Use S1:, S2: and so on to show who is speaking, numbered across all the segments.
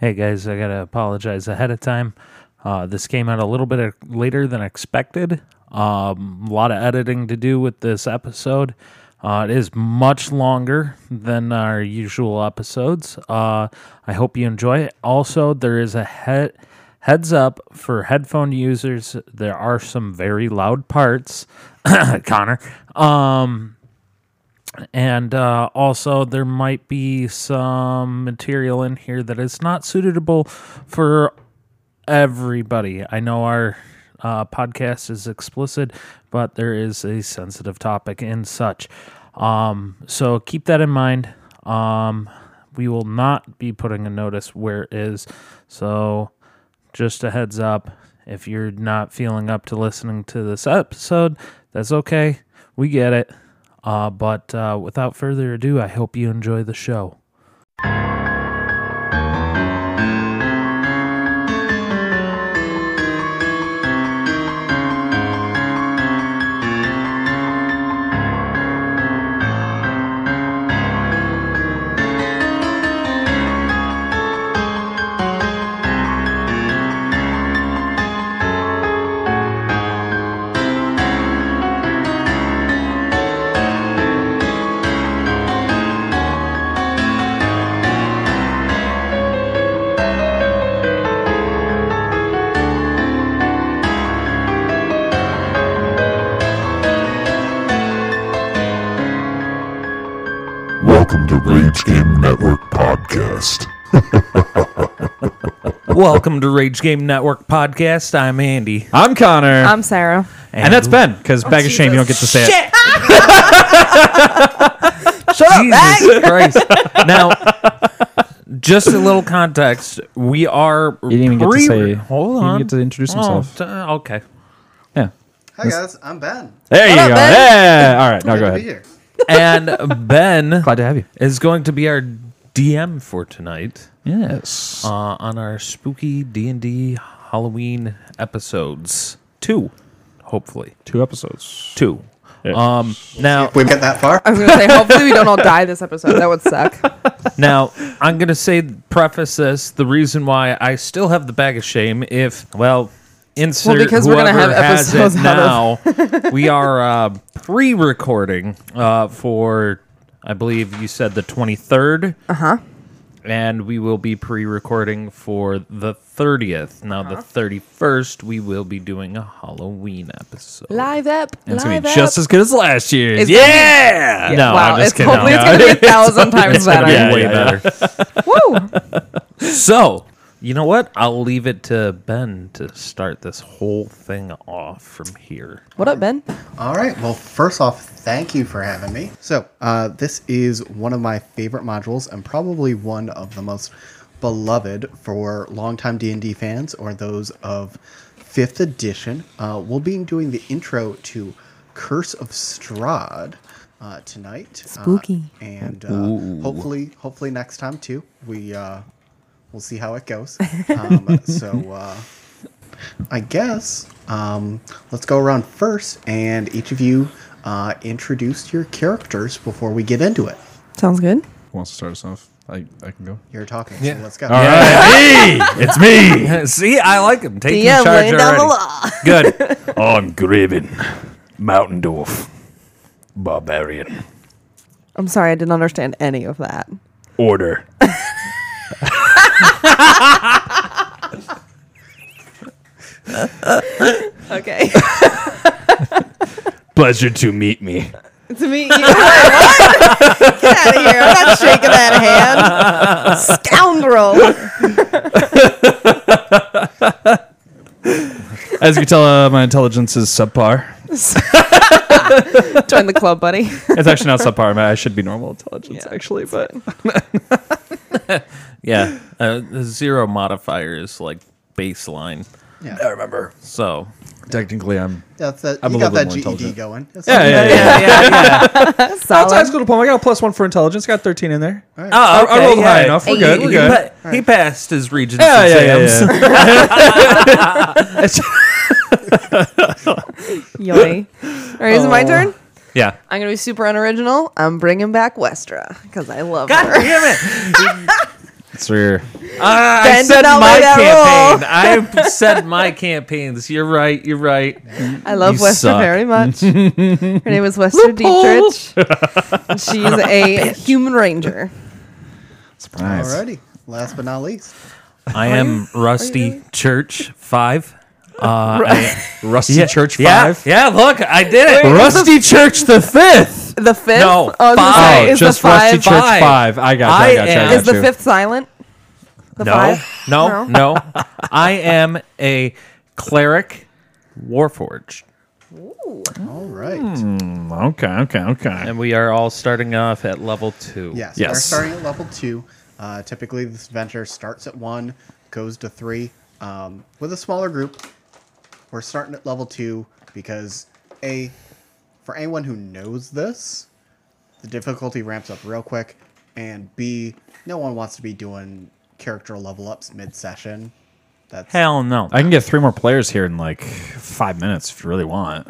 S1: Hey guys, I gotta apologize ahead of time. Uh, this came out a little bit er, later than expected. Um, a lot of editing to do with this episode. Uh, it is much longer than our usual episodes. Uh, I hope you enjoy it. Also, there is a head heads up for headphone users. There are some very loud parts, Connor. Um, and uh, also, there might be some material in here that is not suitable for everybody. I know our uh, podcast is explicit, but there is a sensitive topic and such. Um, so keep that in mind. Um, we will not be putting a notice where it is. So just a heads up if you're not feeling up to listening to this episode, that's okay. We get it. Uh, but uh, without further ado, I hope you enjoy the show.
S2: Welcome to Rage Game Network Podcast.
S1: Welcome to Rage Game Network podcast. I'm Andy.
S3: I'm Connor.
S4: I'm Oh, Sarah.
S3: and that's Ben, because bag of shame, you don't get to say it.
S1: Shut up, Jesus Christ. Now, just a little context. We are. You
S3: didn't even get to say-
S1: Hold
S3: you
S1: on. Oh,
S3: didn't get to introduce himself.
S1: t- okay.
S3: Yeah.
S5: Hi guys, I'm Ben.
S3: There you
S4: up,
S3: go.
S4: Ben?
S3: Yeah. All right. No, Oh, go
S5: Good to be
S3: ahead.
S5: here.
S1: And Ben
S3: Glad to have you.
S1: is going to be our DM for tonight
S3: Yes.
S1: uh, on our spooky D and D Halloween episodes. Two, hopefully
S3: Two episodes.
S1: two.
S3: Yeah.
S1: Um. Now,
S5: If we get that far.
S4: I was gonna say, hopefully we don't all die this episode. That would suck.
S1: now I'm gonna say preface this. The reason why I still have the bag of shame, if well, insert
S4: Well, because we're
S1: whoever
S4: gonna have
S1: has it
S4: episodes
S1: now. we are uh, pre-recording uh, for, I believe you said the 23rd. Uh huh.
S4: Uh-huh.
S1: And we will be pre-recording for the 30th. Now the
S4: Uh-huh.
S1: 31st, we will be doing a Halloween episode.
S4: Live up.
S3: And it's gonna
S4: live
S3: be
S4: up.
S3: just as good as last year's.
S4: It's
S3: yeah.
S4: gonna be-
S3: No,
S4: wow,
S3: I'm just
S4: it's
S3: kidding.
S4: Hopefully
S3: No.
S4: it's gonna be a thousand times better.
S1: Way
S3: Yeah, yeah,
S1: better.
S4: Woo!
S1: So, you know what? I'll leave it to Ben to start this whole thing off from here.
S4: What up, Ben?
S5: All right. Well, first off, thank you for having me. So, uh, this is one of my favorite modules and probably one of the most beloved for longtime D&D fans or those of 5th edition. Uh, we'll be doing the intro to Curse of Strahd uh, tonight. Uh,
S4: Spooky.
S5: and uh, hopefully hopefully next time too. We uh, we'll see how it goes. Um, so uh, I guess. Um, let's go around first, and each of you uh, introduce your characters before we get into it.
S4: Sounds good.
S3: Who wants to start us off? I, I can go.
S5: You're talking, so let's go.
S3: All right. me. It's me.
S1: See, I like him. Taking
S4: DM
S1: charge
S4: laying down the
S1: already.
S4: law.
S1: Good.
S6: I'm Graven, Mountain Dwarf, Barbarian,
S4: I'm sorry, I didn't understand any of that.
S6: Order.
S4: Okay.
S6: Pleasure to meet me.
S4: to me, you- Wait, what? Get out of here! I'm not shaking that hand, scoundrel.
S3: As you can tell, uh, my intelligence is subpar.
S4: Join the club, buddy.
S3: It's actually not subpar. I should be normal intelligence,
S4: Yeah,
S3: actually, but
S1: Yeah. Uh, the zero modifier is like baseline.
S5: Yeah,
S6: remember.
S1: So,
S3: technically I'm.
S5: that's that.
S3: I'm
S5: you
S3: a
S5: got
S3: little bit
S5: that
S3: more
S5: GED
S3: intelligent.
S5: going. That's
S3: Yeah,
S5: fine.
S3: yeah, yeah. That's a high
S4: Solid.
S3: school diploma. I got a plus one for intelligence. Got 13 in there.
S5: All right.
S1: oh,
S3: I rolled high enough. We're good, we're good.
S1: He, passed his Regents
S3: Yeah, yeah, yeah,
S1: exams.
S3: yeah.
S4: Yummy. All right, is it
S3: Oh.
S4: my turn?
S1: Yeah.
S4: I'm gonna be super unoriginal. I'm bringing back Westra because I love
S1: God
S4: her.
S1: damn it!
S3: Sir.
S1: I
S4: Ben did
S1: said
S4: not
S1: my
S4: make
S1: campaign.
S4: that
S1: I said my campaigns. You're right. You're right.
S4: I love
S3: You
S4: Wester
S3: suck.
S4: very much. Her name is Wester Dietrich. and She's a human ranger.
S3: Nice.
S5: Alrighty. Last but not least,
S1: I am Rusty Church Five. Uh, I-
S3: Rusty
S1: yeah,
S3: Church
S1: yeah,
S3: 5.
S1: Yeah, look, I did it.
S3: Rusty Church the 5th.
S4: The fifth?
S1: No,
S4: I was gonna
S1: five.
S4: say,
S1: Oh,
S4: is
S3: just
S4: the
S3: Rusty
S4: five.
S3: Church 5. I got you. I
S1: I
S3: got you. I
S1: am-
S3: got
S4: Is the
S3: you.
S4: fifth silent? The
S1: No,
S4: five?
S1: no, no. I am a cleric, Warforged,
S5: all right.
S3: Hmm. Okay, okay, okay.
S1: and we are all starting off at level two.
S5: Yes, we're
S3: Yes.
S5: starting at level two. Uh, typically, this adventure starts at one, goes to three. Um, with a smaller group, we're starting at level two because a for anyone who knows this, the difficulty ramps up real quick, and b no one wants to be doing character level ups mid session. That's
S1: Hell no.
S3: I can get three more players here in like five minutes if you really want.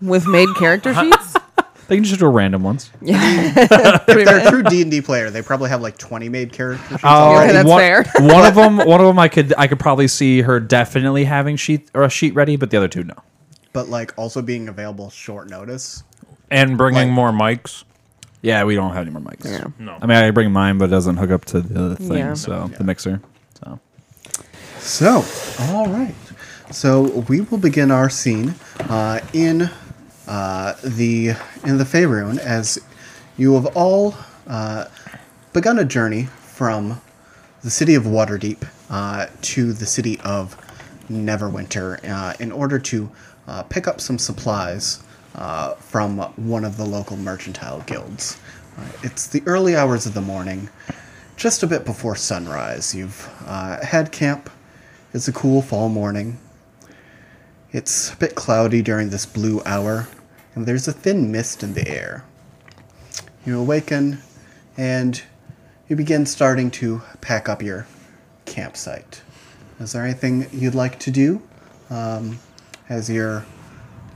S4: With made character sheets?
S3: They can just do random ones.
S5: if they're a true D and D player. They probably have like twenty made character
S3: Oh.
S5: sheets
S4: Okay,
S5: already.
S4: that's
S3: one,
S4: fair.
S3: one of them, one of them, I could, I could probably see her definitely having sheet or a sheet ready, but the other two, no.
S5: but like also being available short notice.
S1: And bringing
S5: Like-
S1: more mics.
S3: Yeah, we don't have any more mics.
S4: Yeah.
S1: No.
S3: I mean, I bring mine, but it doesn't hook up to the other thing,
S4: Yeah.
S3: so the mixer. So
S5: So, all right. So we will begin our scene uh, in uh, the in the Faerun as you have all uh, begun a journey from the city of Waterdeep uh, to the city of Neverwinter uh, in order to uh, pick up some supplies uh, from one of the local mercantile guilds. Uh, it's the early hours of the morning, just a bit before sunrise. You've uh, had camp. It's a cool fall morning. It's a bit cloudy during this blue hour, and there's a thin mist in the air. You awaken and you begin starting to pack up your campsite. Is there anything you'd like to do um, as you're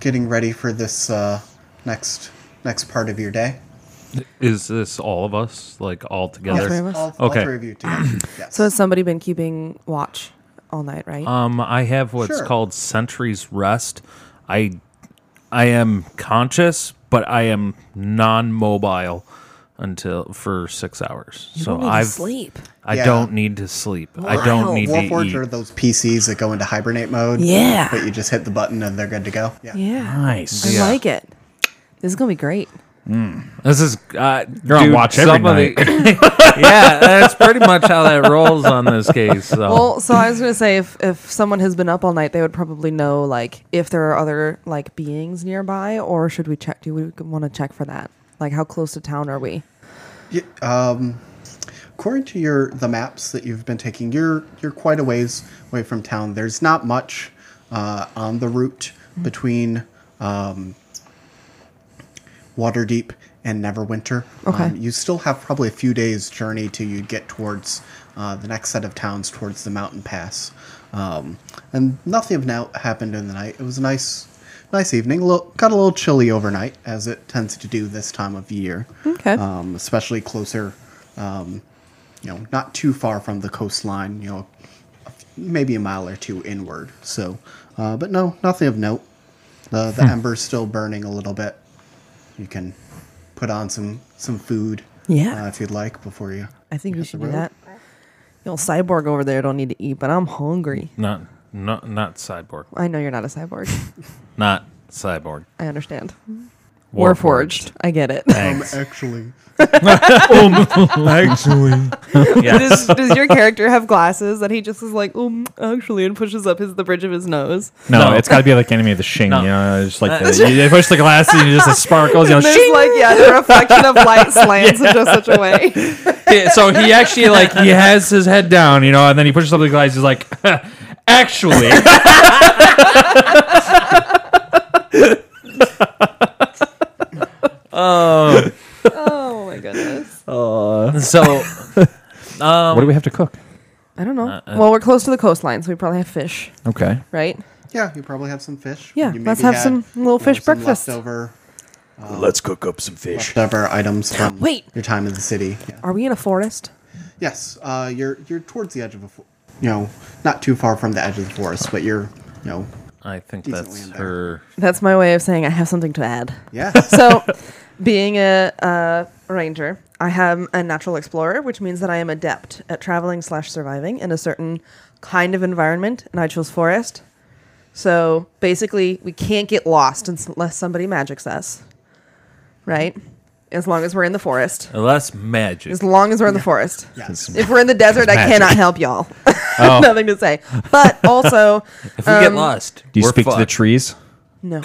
S5: getting ready for this uh, next next part of your day?
S1: Is this all of us, like all together?
S4: three of us.
S5: All, all
S1: Okay.
S5: three of you together. yes.
S4: So has somebody been keeping watch all night, right?
S1: Um, I have what's
S5: Sure.
S1: called Sentry's Rest. I, I am conscious, but I am non-mobile until for six hours. so I've
S4: sleep.
S1: I
S5: Yeah.
S1: don't need to sleep. I don't
S4: Wow.
S1: need to
S5: Warforged
S1: eat.
S5: are those PCs that go into hibernate mode.
S4: Yeah.
S5: But you just hit the button and they're good to go. Yeah.
S4: Yeah.
S3: nice.
S4: I like it. This is gonna be great.
S1: This is uh,
S3: You're on watch every
S1: yeah, that's pretty much how that rolls on this case. So.
S4: Well, so I was gonna say if if someone has been up all night, they would probably know like if there are other like beings nearby, or should we check? Do we want to check for that? Like how close to town are we?
S5: Yeah, um, according to your the maps that you've been taking, you're you're quite a ways away from town. There's not much uh, on the route between um, Waterdeep and Neverwinter.
S4: Okay.
S5: Um, you still have probably a few days journey till you get towards uh, the next set of towns towards the mountain pass. Um, and nothing of now happened in the night. It was a nice, nice evening. A little, got a little chilly overnight, as it tends to do this time of year
S4: Okay.
S5: um, especially closer, um, you know, not too far from the coastline, you know, maybe a mile or two inward. So, uh, but no, nothing of note. Uh,
S4: Hmm.
S5: The the ember's still burning a little bit. You can put on some some food,
S4: Yeah.
S5: uh, if you'd like before you.
S4: I think we
S5: hit the
S4: should do
S5: road.
S4: that. The old cyborg over there don't need to eat, but I'm hungry.
S1: not not not cyborg.
S4: I know you're not a cyborg.
S1: Not cyborg.
S4: I understand.
S1: Warforged.
S4: Warforged. I get it.
S5: Um,
S1: Thanks.
S5: actually,
S3: Actually,
S4: does, does your character have glasses that he just is like, um, actually, and pushes up his the bridge of his nose?
S3: no, Uh,
S1: No.
S3: it's got to be like enemy of the shing.
S1: No.
S3: You know, just like the, you push the glasses, and you just the sparkles. You know,
S4: And there's
S3: shing.
S4: like, yeah, the reflection of light slants in just such a way.
S3: Yeah, so Oh, he actually like he has his head down, you know, and then he pushes up the glass. He's like, actually,
S4: Oh my goodness.
S1: So
S3: what do we have to cook?
S4: I don't know. well, we're close to the coastline, so we probably have fish,
S3: Okay,
S4: right?
S5: yeah, you probably have some fish.
S4: Yeah,
S5: you
S4: let's
S5: maybe
S4: have some little fish breakfast.
S5: Leftover,
S6: Let's cook up some fish.
S5: leftover items from
S4: Wait.
S5: your time in the city. Yeah.
S4: Are we in a forest?
S5: Yes, uh, you're you're towards the edge of a, fo- you know, not too far from the edge of the forest, but you're, you know,
S7: I think
S5: Decently
S7: that's
S5: in there.
S7: her.
S4: That's my way of saying I have something to add.
S5: yeah.
S4: So, being a, a ranger, I am a natural explorer, which means that I am adept at traveling slash surviving in a certain kind of environment, and I chose forest. So basically, we can't get lost uns- unless somebody magics us, right? As long as we're in the forest.
S7: Unless magic.
S4: As long as we're in the forest.
S5: Yes.
S4: If we're in the desert, I cannot help y'all.
S3: Oh.
S4: Nothing to say. But also,
S7: if we get
S3: um,
S7: lost,
S3: Do you
S7: we're
S3: speak to the
S7: fucked.
S3: trees?
S4: no.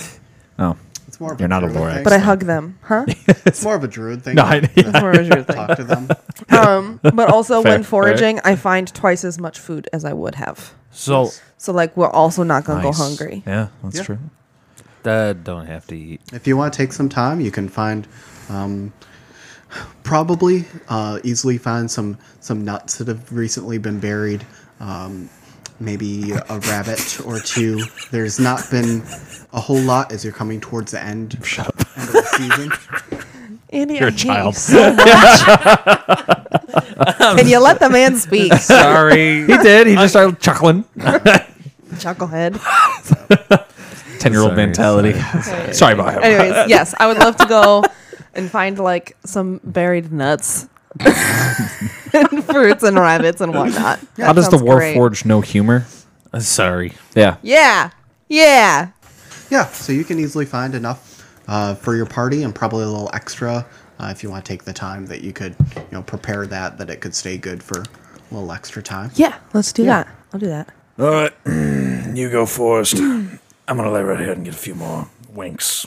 S3: Oh.
S5: It's more of
S3: You're not a
S5: druid
S3: lawyer.
S5: thing.
S4: But I hug them, huh?
S5: It's more of a druid thing.
S3: No, I-
S4: That's more of a Jew thing.
S5: Talk to them.
S4: Um, but also
S3: Fair,
S4: when foraging, I find twice as much food as I would have.
S7: So
S4: So like we're also not gonna
S3: Nice.
S4: go hungry.
S3: Yeah, that's
S5: Yeah.
S3: true.
S7: uh, don't have to eat.
S5: If you want to take some time, you can find, um, probably uh, easily find some some nuts that have recently been buried. Um, maybe a rabbit or two. There's not been a whole lot as you're coming towards the end, Shut up. end of the season.
S4: Andy, I hate you so much. and you let the man speak,
S7: Sorry.
S3: He did. He just started chuckling.
S4: chucklehead.
S3: Ten year old
S7: Sorry,
S3: mentality. Sorry, about him.
S4: Anyways, yes, I would love to go and find like some buried nuts. and fruits and rabbits and whatnot.
S3: How does the
S4: sounds great.
S3: Warforged know humor?
S7: Uh, Sorry.
S3: Yeah.
S4: Yeah. Yeah.
S5: Yeah, so you can easily find enough uh, for your party and probably a little extra uh, if you want to take the time that you could, you know, prepare that that it could stay good for a little extra time.
S4: Yeah. Let's do that. I'll do that.
S6: All right, you go Forrest. I'm gonna lay right here and get a few more winks.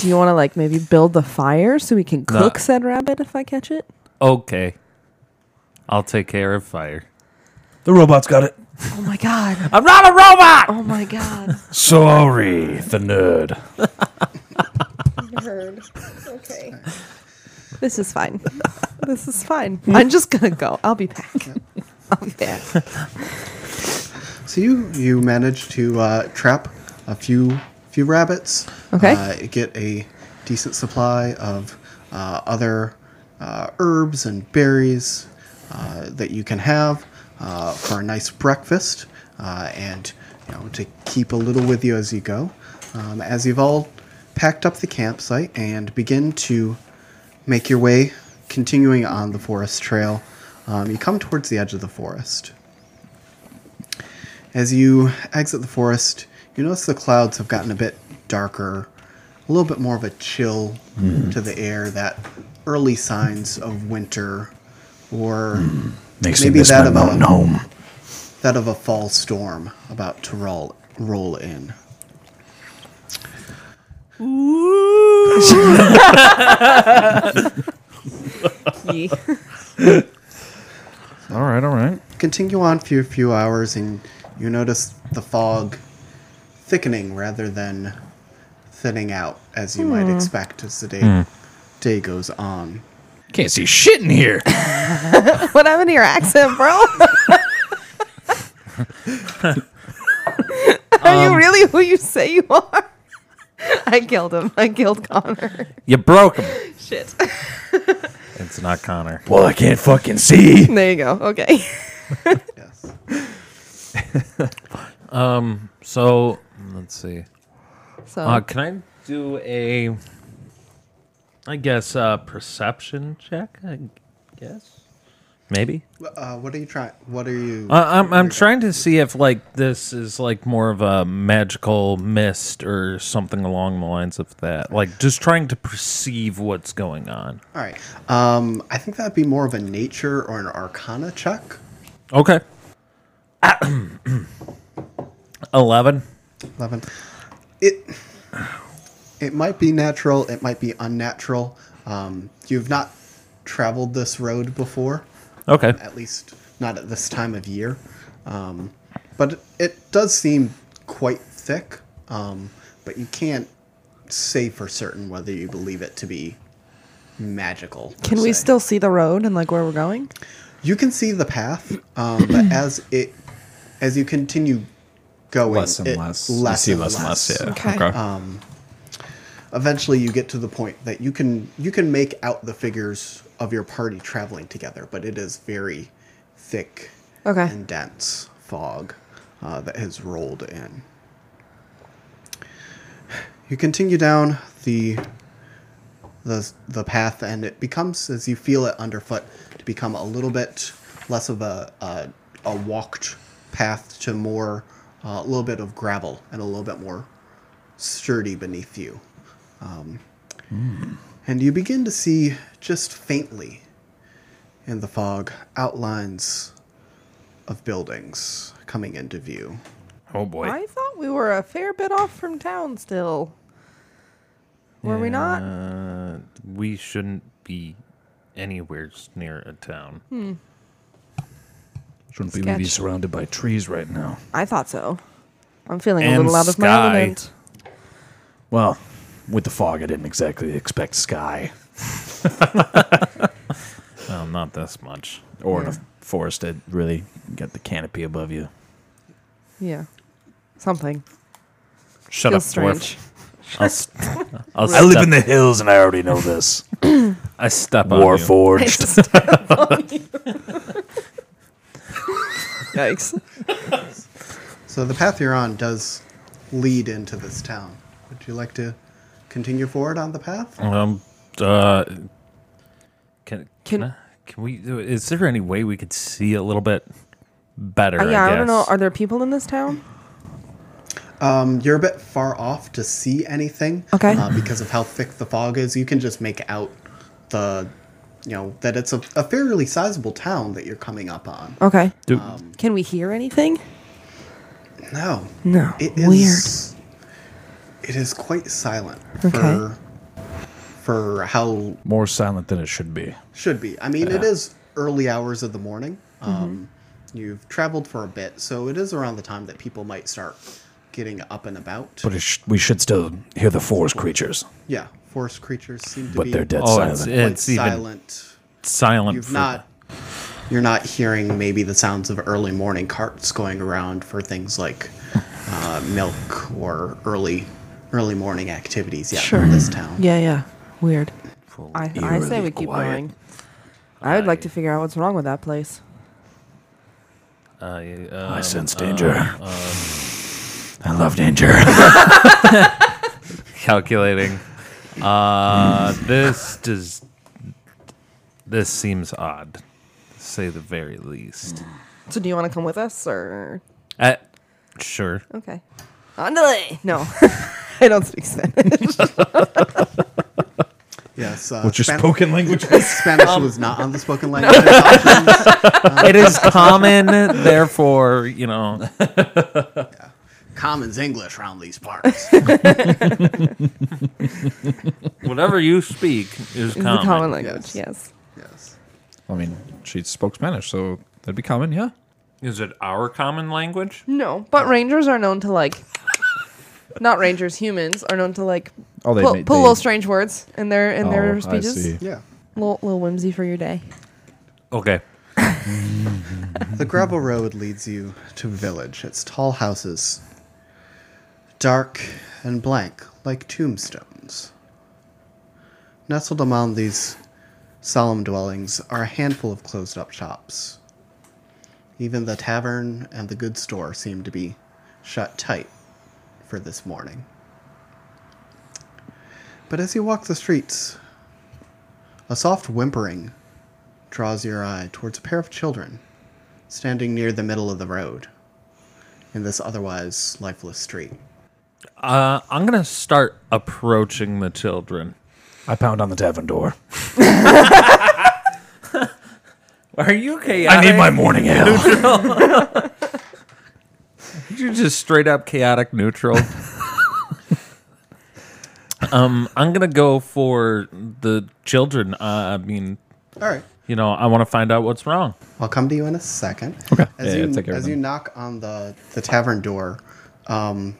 S4: Do you want to like maybe build the fire so we can cook said rabbit if I catch it?
S7: Okay. I'll take care of fire.
S6: The robot's got it.
S4: Oh my god.
S7: I'm not a robot.
S4: Oh my god.
S6: Sorry, the nerd.
S4: Okay. This is fine. This is fine. I'm just gonna go. I'll be back. I'll be back.
S5: So you you manage to uh, trap a few few rabbits.
S4: Okay.
S5: Uh, get a decent supply of uh, other uh, herbs and berries uh, that you can have uh, for a nice breakfast, uh, and you know to keep a little with you as you go. Um, as you've all packed up the campsite and begin to make your way, continuing on the forest trail, um, you come towards the edge of the forest. As you exit the forest, you notice the clouds have gotten a bit darker, a little bit more of a chill
S6: Mm.
S5: to the air, that early signs of winter or
S6: Mm. Next
S5: Maybe
S6: thing, this
S5: that
S6: man
S5: about-
S6: mountain home.
S5: that of a fall storm about to roll, roll in.
S3: All right. All right.
S5: Continue on for a few hours, and you notice the fog thickening rather than thinning out, as you might expect as the day,
S6: Hmm.
S5: day goes on.
S3: Can't see shit in here.
S4: What happened to your accent, bro? are you really who you say you are? I killed him. I killed Connor.
S7: You broke him.
S4: Shit.
S7: It's not Connor.
S6: Well, I can't fucking see.
S4: There you go. Okay.
S5: Yes.
S7: So let's see.
S4: So
S3: Oh.
S7: Uh, can I do a, I guess, uh, perception check? I guess. Maybe.
S5: Uh, what are you trying? What are you?
S7: Uh, I'm I'm trying to see if like this is like more of a magical mist or something along the lines of that. Like just trying to perceive what's going on.
S5: All right. Um, I think that'd be more of a nature or an arcana check.
S7: Okay. Eleven.
S5: Eleven. It. It might be natural. It might be unnatural. Um, you've not traveled this road before,
S7: Okay.
S5: at least not at this time of year. Um, but it, it does seem quite thick. Um, but you can't say for certain whether you believe it to be magical. per
S4: can we
S5: se.
S4: still see the road and like where we're going?
S5: You can see the path, um, but as it as you continue going,
S3: Less and
S5: it-
S3: less.
S5: less
S3: you see
S5: and
S3: less and less. Yeah.
S4: Okay.
S3: Okay.
S5: eventually you get to the point that you can you can make out the figures of your party traveling together, but it is very thick
S4: Okay.
S5: and dense fog uh, that has rolled in. You continue down the the the path, and it becomes as you feel it underfoot to become a little bit less of a a, a walked path to more uh, a little bit of gravel and a little bit more sturdy beneath you. Um, And you begin to see just faintly in the fog outlines of buildings coming into view.
S1: Oh boy.
S4: I thought we were a fair bit off from town still. Were we not?
S1: Uh, we shouldn't be anywhere near a town.
S4: Hmm.
S6: Shouldn't be be
S4: Sketch.
S6: surrounded by trees right now.
S4: I thought so. I'm feeling a
S6: And
S4: little out of my
S6: sky.
S4: element.
S6: Well, with the fog, I didn't exactly expect sky
S1: Well, not this much.
S6: or in a forest that really got the canopy above you.
S4: Yeah. Something.
S1: Shut
S4: Feels
S1: up, dwarf.
S4: strange.
S1: I'll, st- I'll
S6: I live
S1: step-
S6: in the hills, and I already know this.
S1: I step on
S6: War
S1: you.
S6: forged.
S4: Yikes.
S5: So the path you're on does lead into this town. Would you like to continue forward on the path?
S1: Um. Uh. Can can
S4: Can-
S1: I- can we? Is there any way we could see a little bit better?
S4: Uh, yeah, I,
S1: I
S4: don't know.
S1: guess?
S4: Are there people in this town?
S5: Um, you're a bit far off to see anything.
S4: Okay.
S5: Uh, because of how thick the fog is, you can just make out the, you know, that it's a, a fairly sizable town that you're coming up on.
S4: Okay. Um,
S1: Do-
S4: Can we hear anything?
S5: No.
S4: No.
S5: It
S4: Weird.
S5: is- It is quite silent
S4: Okay.
S5: for for how
S6: More silent than it should be.
S5: Should be. I mean, it is early hours of the morning.
S4: Mm-hmm.
S5: Um, You've traveled for a bit, so it is around the time that people might start getting up and about.
S6: But it sh- we should still hear the forest creatures.
S5: yeah, forest creatures seem to
S6: But
S5: be
S6: they're dead
S1: Oh, it's,
S6: silent.
S5: quite
S1: it's even
S5: silent.
S1: silent.
S5: You've
S1: for-
S5: not. You're not hearing maybe the sounds of early morning carts going around for things like uh, milk or early early morning activities. Yeah,
S4: Sure.
S5: in this town.
S4: Yeah, yeah. Weird. I, I say
S6: eerily
S4: we keep
S6: quiet.
S4: going. I would like to figure out what's wrong with that place.
S1: I, uh,
S3: Um,
S6: I sense danger. I love danger.
S1: calculating. Uh, this does. This seems odd, to say the very least.
S4: So, do you want to come with us or?
S1: Uh, sure.
S4: Okay. Andale. No, I don't speak Spanish.
S5: Yes. Uh,
S6: What's your
S5: Span-
S6: spoken language?
S5: Spanish
S4: Um,
S5: was not on the spoken language options.
S1: It is common, therefore, you know.
S5: Common's English round these parts.
S1: Whatever you speak is
S4: It's a common
S1: common.
S4: language.
S5: yes.
S4: Yes.
S5: yes.
S3: I mean, she spoke Spanish, so that'd be common, yeah.
S1: Is it our common language?
S4: No, but rangers are known to like. Not rangers. Humans are known to like
S3: Oh, they
S4: pull,
S3: ma-
S4: pull
S3: they-
S4: little strange words in their in
S3: Oh, I
S4: their speeches.
S3: see.
S5: Yeah.
S4: Little, little whimsy for your day.
S1: Okay.
S5: The gravel road leads you to a village. Its tall houses, dark and blank, like tombstones. Nestled among these solemn dwellings are a handful of closed up shops. Even the tavern and the good store seem to be shut tight for this morning. But as you walk the streets, a soft whimpering draws your eye towards a pair of children standing near the middle of the road in this otherwise lifeless street.
S1: Uh, I'm going to start approaching the children.
S6: I pound on the tavern door.
S1: Are you chaotic?
S6: I need my morning ale.
S1: You're just straight up chaotic neutral. um, I'm gonna go for the children. Uh, I mean,
S5: All right.
S1: you know, I want to find out what's wrong.
S5: I'll come to you in a second. Okay. As,
S3: Yeah,
S5: you,
S3: yeah, take
S5: as
S3: everything.
S5: you knock on the, the tavern door, um,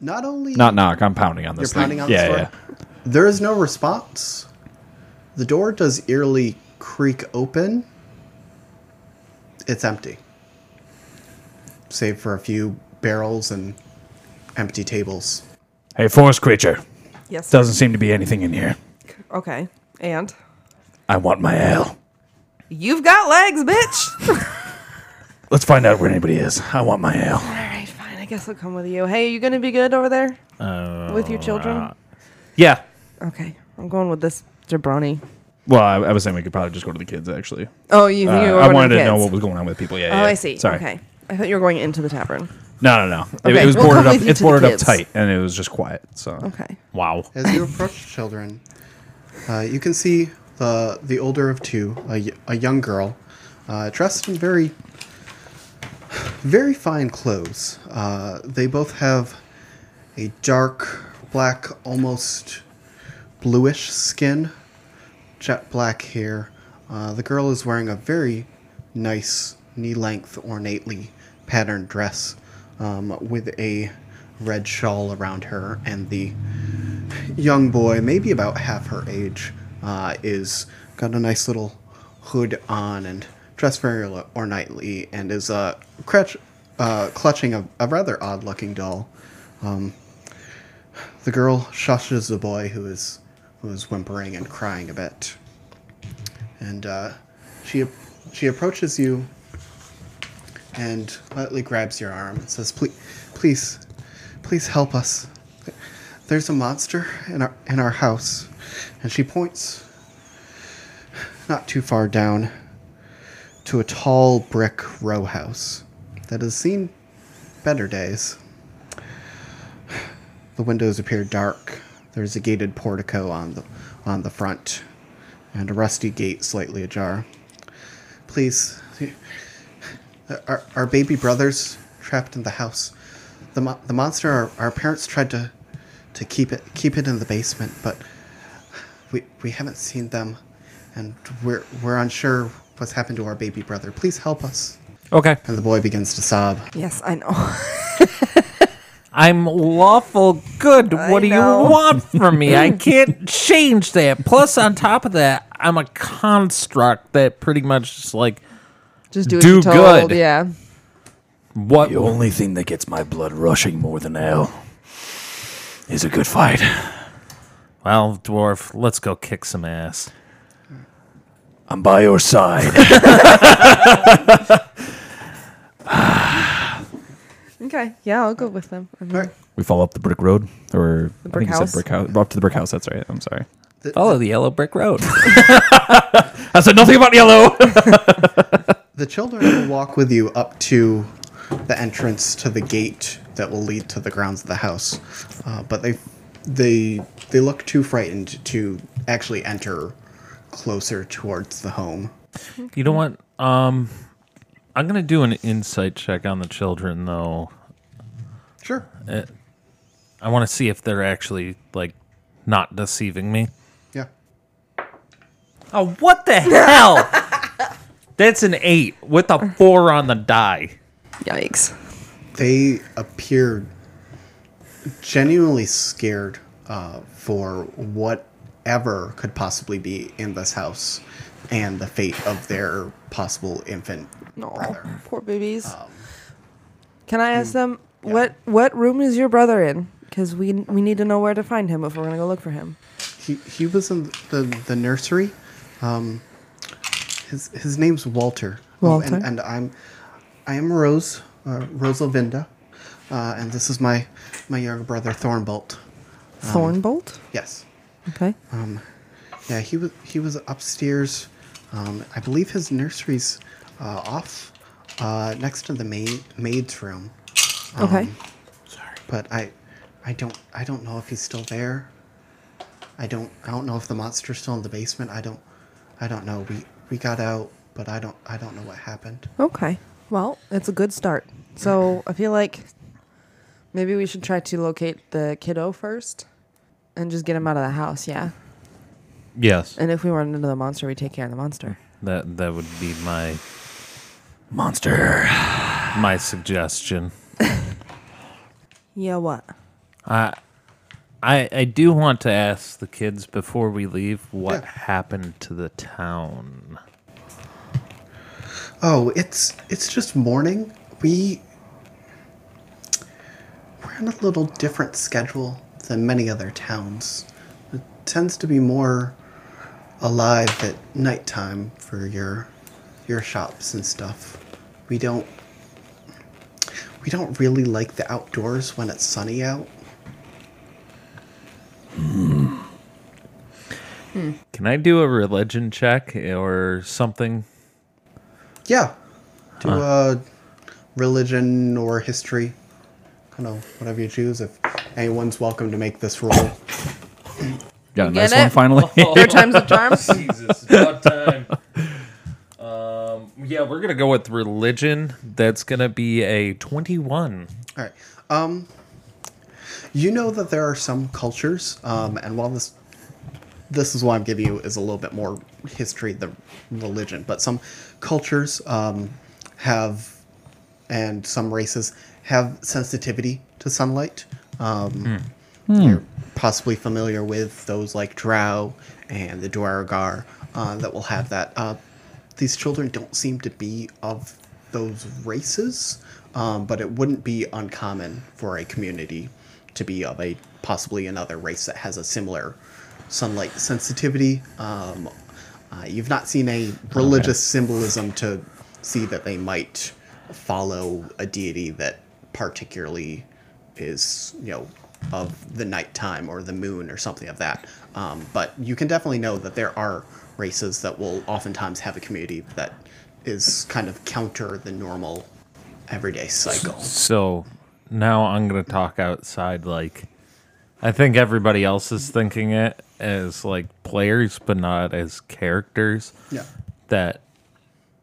S5: not only
S3: Not knock. I'm pounding on this.
S5: You're
S3: thing.
S5: pounding on
S3: yeah,
S5: this
S3: yeah.
S5: door? there is no response, the door does eerily creak open. It's empty, save for a few barrels and empty tables.
S6: Hey, forest creature.
S4: Yes. sir.
S6: Doesn't seem to be anything in here.
S4: Okay. And
S6: I want my Al.
S4: you've got legs, bitch.
S6: Let's find out where anybody is. I want my Al.
S4: All right, fine. I guess I'll come with you. Hey, you gonna be good over there with your children?
S3: Uh, Yeah.
S4: Okay, I'm going with this jabroni.
S3: Well, I, I was saying we could probably just go to the kids actually.
S4: Oh, you,
S3: Uh,
S4: you were
S3: I
S4: one of
S3: wanted
S4: the
S3: to know
S4: kids.
S3: what was going on with people. Yeah.
S4: Oh,
S3: yeah.
S4: I see.
S3: Sorry.
S4: Okay, I thought you were going into the tavern.
S3: No, no, no. It-
S4: Okay,
S3: It, was
S4: we'll
S3: boarded
S4: come
S3: up.
S4: with you
S3: It's
S4: to the
S3: boarded up
S4: kids.
S3: tight, and it was just quiet. So
S4: Okay.
S7: Wow.
S5: As you approach children, uh, you can see the the older of two, a, y- a young girl, uh, dressed in very very fine clothes. Uh, they both have a dark black, almost bluish skin, jet black hair. Uh, the girl is wearing a very nice knee length, ornately patterned dress um, with a red shawl around her, and the young boy, maybe about half her age, uh, is got a nice little hood on and dressed very lo- ornately and is uh, crutch, uh, clutching a, a rather odd looking doll. Um, the girl shushes the boy who is who is whimpering and crying a bit, and uh, she she approaches you and lightly grabs your arm and says, "Please, please, please help us." there's a monster in our in our house and she points not too far down to a tall brick row house that has seen better days the windows appear dark there's a gated portico on the on the front and a rusty gate slightly ajar please our, our baby brothers trapped in the house the, mo- the monster our, our parents tried to to keep it keep it in the basement, but we we haven't seen them, and we're we're unsure what's happened to our baby brother. Please help us.
S7: Okay.
S5: And the boy begins to sob.
S4: Yes, I know.
S7: I'm lawful good. What do
S4: know.
S7: you want from me? I can't change that. Plus, on top of that, I'm a construct that pretty much just like
S4: Just do what
S7: Do
S4: you're told.
S7: good.
S4: Yeah.
S7: what
S6: The only thing that gets my blood rushing more than Al is a good fight.
S7: Well, dwarf, let's go kick some ass.
S6: I'm by your side.
S4: Okay. Yeah, I'll go with them. I'm-
S5: All right.
S3: we follow up the brick road, or
S4: The brick
S3: I think you
S4: house?
S3: said brick house. Up to the brick house. That's right. I'm sorry.
S5: The,
S7: Follow the yellow brick road.
S3: I said nothing about yellow.
S5: the children will walk with you up to the entrance to the gate that will lead to the grounds of the house, uh, but they they they look too frightened to actually enter closer towards the home.
S7: you know what? Um, I'm gonna do an insight check on the children, though.
S5: Sure.
S7: I want to see if they're actually like not deceiving me.
S5: Yeah.
S7: Oh, what the hell? That's an eight with a four on the die.
S4: Yikes.
S5: they appear genuinely scared uh, for whatever could possibly be in this house and the fate of their possible infant.
S4: No, poor babies.
S3: Um,
S4: Can I
S3: hmm,
S4: ask them what what room is your brother in? Because we we need to know where to find him if we're gonna go look for him.
S5: He, he was in the, the nursery. Um, his, his name's Walter. Um,
S4: Walter.
S5: and, and I'm I am Rose uh, Rosalvinda, uh, and this is my my younger brother Thornbolt.
S3: Um,
S4: Thornbolt.
S5: Yes.
S4: Okay.
S5: Yeah, he was he was upstairs. Um, I believe his nursery's uh, off uh, next to the maid, maid's room.
S3: uh-huh.
S4: okay.
S5: But I, I don't I don't know if he's still there. I don't I don't know if the monster's still in the basement. I don't I don't know. We we got out, but I don't I don't know what happened.
S4: Okay. Well, it's a good start. So I feel like maybe we should try to locate the kiddo first and just get him out of the house, yeah?
S7: Yes,
S4: And if we run into the monster, we take care of the monster.
S7: that that would be my
S6: Monster.
S7: my suggestion.
S4: Yeah, what?
S7: I I do want to ask the kids before we leave what
S5: Yeah.
S7: happened to the town.
S5: Oh, it's it's just morning. We we're on a little different schedule than many other towns. It tends to be more alive at nighttime for your your shops and stuff. We don't we don't really like the outdoors when it's sunny out.
S1: Can I do a religion check or something?
S5: Yeah. Do uh, religion or history. I don't know, whatever you choose. If anyone's welcome to make this roll.
S3: Got a
S4: Get
S3: nice
S4: it?
S3: one finally.
S4: Third time's a charm.
S1: Jesus, about time. Um, yeah, we're gonna go with religion. That's gonna be a twenty-one.
S5: All right. Um, you know that there are some cultures, um, and while this this is what I'm giving you is a little bit more history than religion, but some cultures um, have, and some races have sensitivity to sunlight. Um, You're possibly familiar with those like Drow and the Dwargar uh, that will have that. Uh, these children don't seem to be of those races, um, but it wouldn't be uncommon for a community to be of a possibly another race that has a similar sunlight sensitivity. Um, uh, you've not seen a religious symbolism to see that they might follow a deity that particularly is, you know, of the nighttime or the moon or something of that. Um, but you can definitely know that there are races that will oftentimes have a community that is kind of counter the normal everyday cycle.
S1: So now I'm gonna talk outside. Like, I think everybody else is thinking it as like players, but not as characters.
S5: Yeah.
S1: That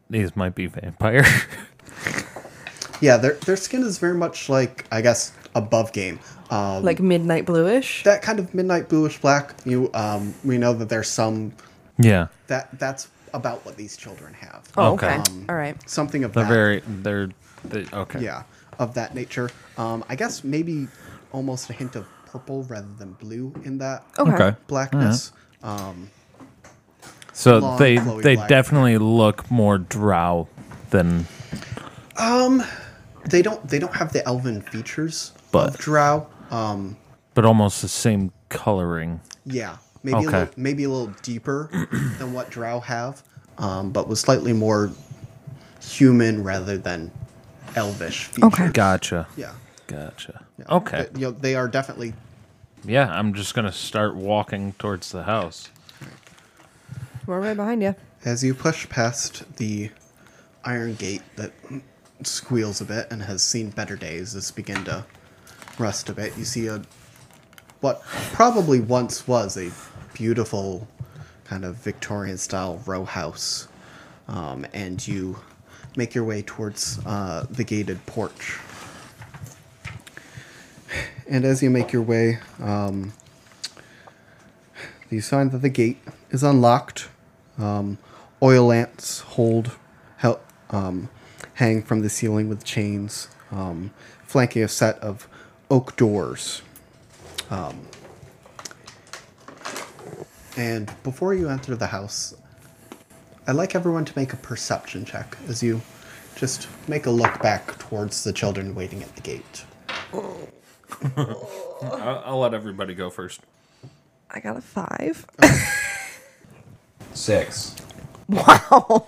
S1: these might be vampire.
S5: Yeah, their, their skin is very much like, I guess, above game. Um,
S4: Like midnight bluish.
S5: that kind of midnight bluish black. You, um, we know that there's some
S1: yeah,
S5: that that's about what these children have.
S4: Oh, okay.
S1: Okay.
S4: All right.
S5: Something of
S1: they're
S5: that.
S1: very. They're, they okay.
S5: yeah, of that nature. Um, I guess maybe almost a hint of purple rather than blue in that
S1: Oh.
S4: Okay.
S3: Okay.
S5: blackness.
S1: So
S5: Long,
S1: they
S5: flowy
S1: they
S5: black.
S1: definitely look more drow than
S5: They don't they don't have the elven features
S1: But-
S5: of drow. Um,
S1: but almost the same coloring.
S5: yeah, maybe a
S1: Okay.
S5: little, maybe a little deeper than what drow have, um, but was slightly more human rather than elvish features.
S4: Okay.
S1: Gotcha.
S5: Yeah.
S1: Gotcha.
S5: yeah.
S1: Okay.
S5: But, you know, they are definitely
S1: Yeah, I'm just gonna start walking towards the house.
S4: We're right behind you.
S5: As you push past the iron gate that squeals a bit and has seen better days, it's begin to rust a bit. You see a what probably once was a beautiful kind of Victorian style row house, um, and you make your way towards uh, the gated porch. And as you make your way, um, you find that the gate is unlocked. Um, oil lamps hold, hel- um, hang from the ceiling with chains, um, flanking a set of oak doors. Um, and before you enter the house, I'd like everyone to make a perception check as you just make a look back towards the children waiting at the gate.
S1: I'll, I'll let everybody go first.
S4: I got a five.
S6: Six.
S4: wow.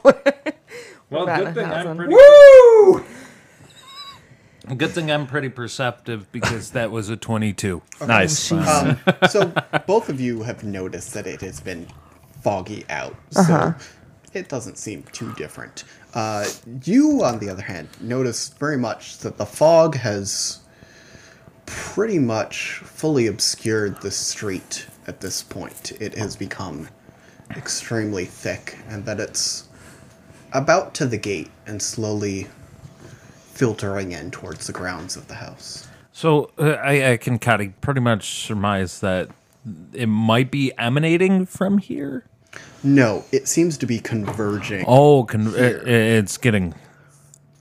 S1: Well,
S4: About a
S1: good thing I'm
S4: thousand.
S1: pretty. Good thing I'm pretty perceptive because that was a 22.
S3: nice.
S5: Um, so both of you have noticed that it has been foggy out, so it doesn't seem too different. Uh, you, on the other hand, notice very much that the fog has pretty much fully obscured the street at this point. It has become extremely thick, and that it's about to the gate and slowly filtering in towards the grounds of the house.
S1: So uh, I, I can kind of pretty much surmise that it might be emanating from here.
S5: No, it seems to be converging.
S1: Oh, con- it, it's getting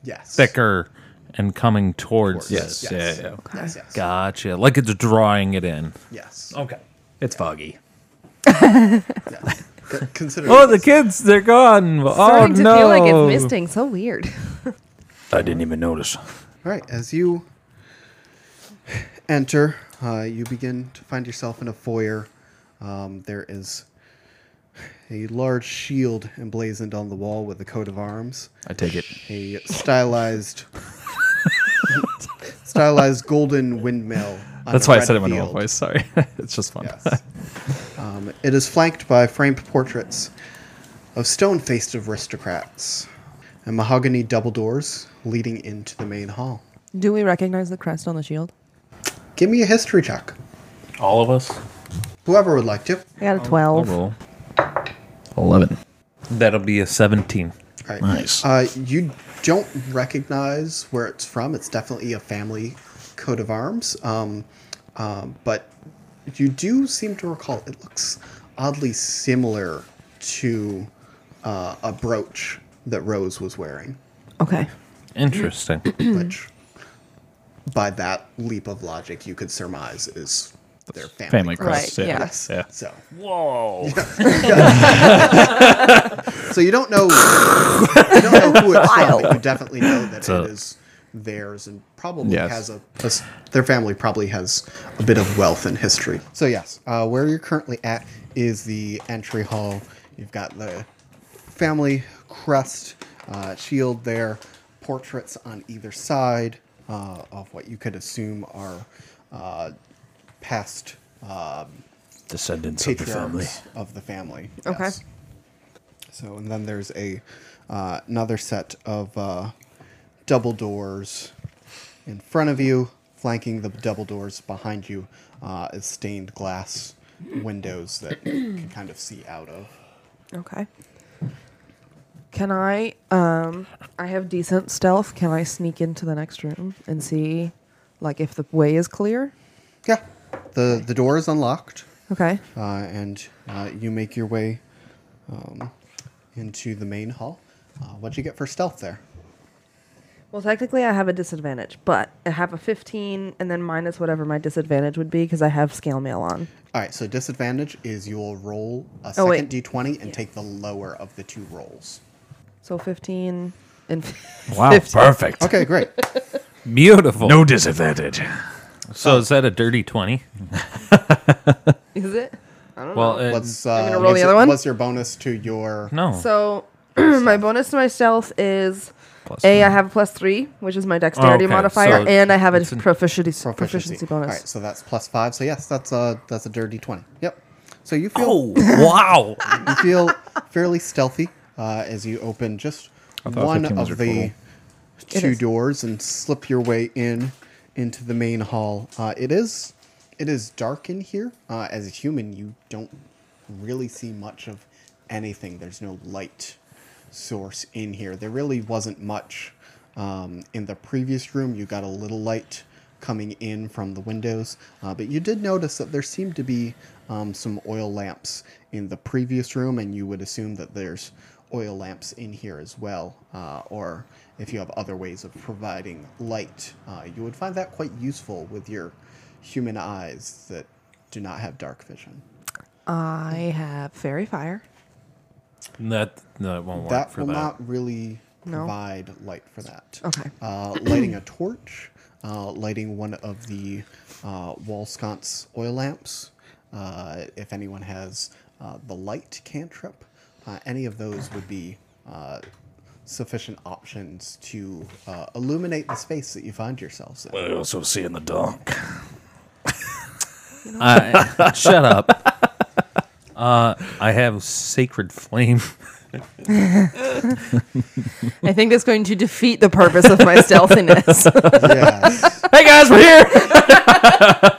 S5: Yes.
S1: thicker and coming towards.
S5: Yes.
S1: it.
S5: Yes.
S6: Yeah, yeah.
S5: Yes. Yes.
S1: Gotcha. Like it's drawing it in.
S5: Yes.
S8: Oh.
S1: Okay.
S6: It's foggy.
S5: yes. C- Consider.
S1: Oh, the
S5: this.
S1: kids, they're gone. Oh,
S4: Starting to
S1: no.
S4: feel like it's misting. So weird.
S9: I didn't even notice.
S5: All right. As you enter, uh, you begin to find yourself in a foyer. Um, there is a large shield emblazoned on the wall with a coat of arms,
S8: I take it.
S5: a stylized, stylized golden windmill. on
S8: That's
S5: a
S8: why I
S5: red
S8: said it in my normal
S5: field.
S8: voice. Sorry. it's just fun.
S5: Yes. um, it is flanked by framed portraits of stone faced aristocrats and mahogany double doors leading into the main hall.
S4: Do we recognize the crest on the shield?
S5: Give me a history check.
S1: All of us.
S5: Whoever would like to.
S4: I got a
S5: Oh,
S4: 12.
S8: roll. 11.
S1: That'll be a 17.
S5: All right.
S6: Nice.
S5: Uh, you don't recognize where it's from. It's definitely a family coat of arms. Um, um, but you do seem to recall it looks oddly similar to uh, a brooch that Rose was wearing.
S4: Okay.
S1: Interesting.
S5: which by that leap of logic you could surmise is their family,
S8: Family
S5: crest.
S8: crest.
S4: Right,
S8: yeah.
S4: yes.
S8: Yeah.
S5: So,
S1: Whoa.
S5: so you don't know you don't know who it's from, but you definitely know that it is theirs and probably
S8: Yes.
S5: has a, a s- their family probably has a bit of wealth and history. So yes, uh, where you're currently at is the entry hall. You've got the family crest uh, shield there, portraits on either side uh, of what you could assume are uh, past um,
S6: Descendants of the family.
S5: patriarchs of the family.
S4: Okay.
S5: yes. So, and then there's a uh, another set of uh, double doors in front of you, flanking the double doors behind you uh, is stained glass windows that you can kind of see out of.
S4: Okay. Can I? Um, I have decent stealth. Can I sneak into the next room and see, like, if the way is clear?
S5: Yeah, the the door is unlocked,
S4: Okay.
S5: uh, and uh, you make your way um, into the main hall. Uh, what'd you get for stealth there?
S4: Well, technically, I have a disadvantage, but I have a 15 and then minus whatever my disadvantage would be because I have scale mail on.
S5: All right, so disadvantage is you will roll a
S4: Oh, wait.
S5: second d20 and take the lower of the two rolls.
S4: So 15 and
S7: Wow.
S4: 15.
S6: Perfect.
S5: Okay, great.
S7: Beautiful.
S6: No disadvantage.
S7: So is that a dirty 20?
S4: Is it?
S7: Well, it,
S5: Let's. Uh,
S4: gonna roll
S5: what's
S4: the
S5: your-
S4: other one?
S5: What's your bonus to your?
S4: Oh.
S7: no.
S4: So my bonus to my stealth is A, I have a plus three, Oh, which is my dexterity
S7: okay,
S4: modifier,
S7: so
S4: and I have a proficiency, proficiency,
S5: All
S4: bonus.
S5: right, so that's plus five. So yes, that's a that's a dirty twenty. Yep. So you feel
S7: oh, wow.
S5: you feel fairly stealthy uh, as you open just
S8: thought
S5: one
S8: 15 was
S5: of
S8: your
S5: the
S4: It
S5: two
S4: is.
S5: doors and slip your way in into the main hall. Uh, it is it is dark in here. Uh, as a human, you don't really see much of anything. There's no light source in here. There really wasn't much um, in the previous room. You got a little light coming in from the windows, uh, but you did notice that there seemed to be um, some oil lamps in the previous room, and you would assume that there's oil lamps in here as well, uh, or if you have other ways of providing light, uh, you would find that quite useful with your human eyes that do not have dark vision.
S4: I have fairy fire.
S7: That, that won't work
S5: that
S7: for
S5: will
S7: that.
S5: not really
S4: No.
S5: provide light for that.
S4: Okay.
S5: Uh, lighting a torch, uh, lighting one of the uh, wall sconce oil lamps. Uh, if anyone has uh, the light cantrip, uh, any of those would be uh, sufficient options to uh, illuminate the space that you find yourselves in.
S6: But I also see in the dark.
S7: I, shut up. Uh, I have sacred flame.
S4: I think that's going to defeat the purpose of my stealthiness.
S5: Yes.
S8: Hey guys, we're here.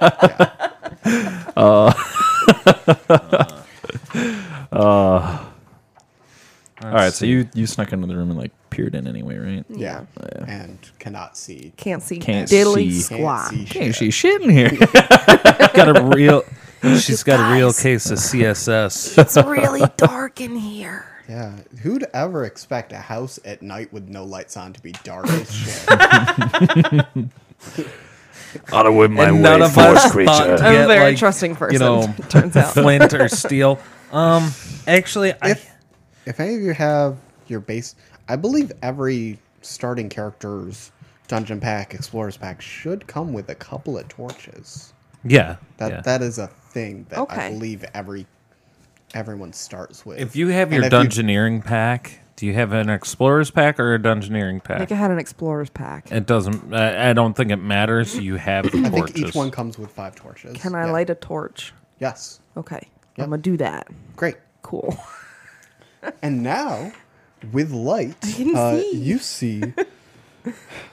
S8: All right, so you you snuck into the room and like peered in anyway, right?
S5: yeah. And cannot see.
S4: Can't see
S8: Can't
S4: diddly
S8: see.
S5: Can't
S4: squat.
S5: see
S8: Hey,
S5: shit.
S8: she shit in here.
S7: got a real. She's got a real case of CSS.
S4: It's really dark in here.
S5: Yeah, who'd ever expect a house at night with no lights on to be dark as shit?
S6: Out of my
S7: And none
S6: way,
S7: of us
S6: forest
S7: thought
S6: creature.
S7: to
S4: I'm a
S7: get,
S4: very
S7: like,
S4: trusting person.
S7: You know,
S4: turns out.
S7: flint or steel. Um, actually, I,
S5: If- if any of you have your base, I believe every starting character's dungeon pack, explorer's pack should come with a couple of torches.
S10: Yeah.
S5: That
S10: yeah.
S5: that is a thing that I
S4: Okay.
S5: believe every everyone starts with.
S1: If you have
S5: And
S1: your
S5: if you-
S1: dungeoneering pack, do you have an explorer's pack or a dungeoneering
S4: I
S1: pack?
S4: think I had an explorer's pack.
S1: it doesn't. I, I don't think it matters. You have the
S5: I think
S1: torches.
S5: each one comes with five torches.
S4: Can I
S5: Yeah.
S4: light a torch?
S5: Yes.
S4: Okay.
S5: Yep.
S4: I'm going to do that.
S5: Great.
S4: Cool.
S5: And now, with light,
S4: can
S5: uh,
S4: see.
S5: you see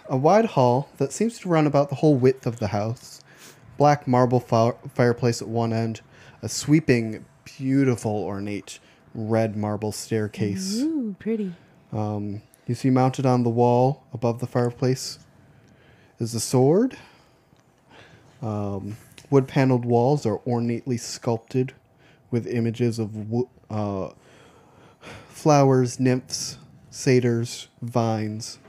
S5: a wide hall that seems to run about the whole width of the house. Black marble fi- fireplace at one end, a sweeping, beautiful, ornate red marble staircase.
S4: Ooh, pretty.
S5: Um, you see mounted on the wall above the fireplace is a sword. Um, wood paneled walls are ornately sculpted with images of wo- uh, flowers, nymphs, satyrs, vines.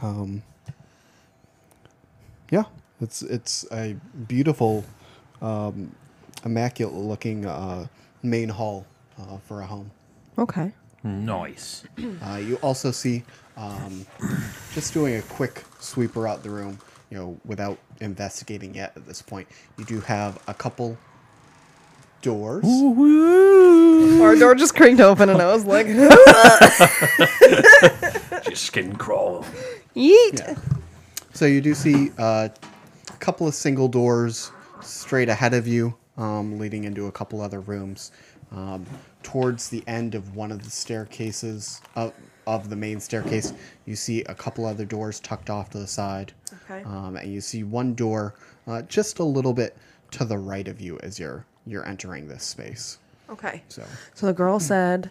S5: Um, yeah, it's it's a beautiful, um, immaculate looking uh, main hall uh, for a home.
S4: Okay.
S10: Nice.
S5: Uh, you also see, um, just doing a quick sweep around the room, you know, without investigating yet at this point, you do have a couple doors.
S4: Our door just creaked open and I was like,
S6: Just skin crawl.
S4: yeet.
S5: Yeah. So you do see uh, a couple of single doors straight ahead of you, um, leading into a couple other rooms. Um, towards the end of one of the staircases of, of the main staircase, you see a couple other doors tucked off to the side.
S4: Okay.
S5: Um, and you see one door uh, just a little bit to the right of you as you're you're entering this space.
S4: Okay.
S5: So
S4: So the girl said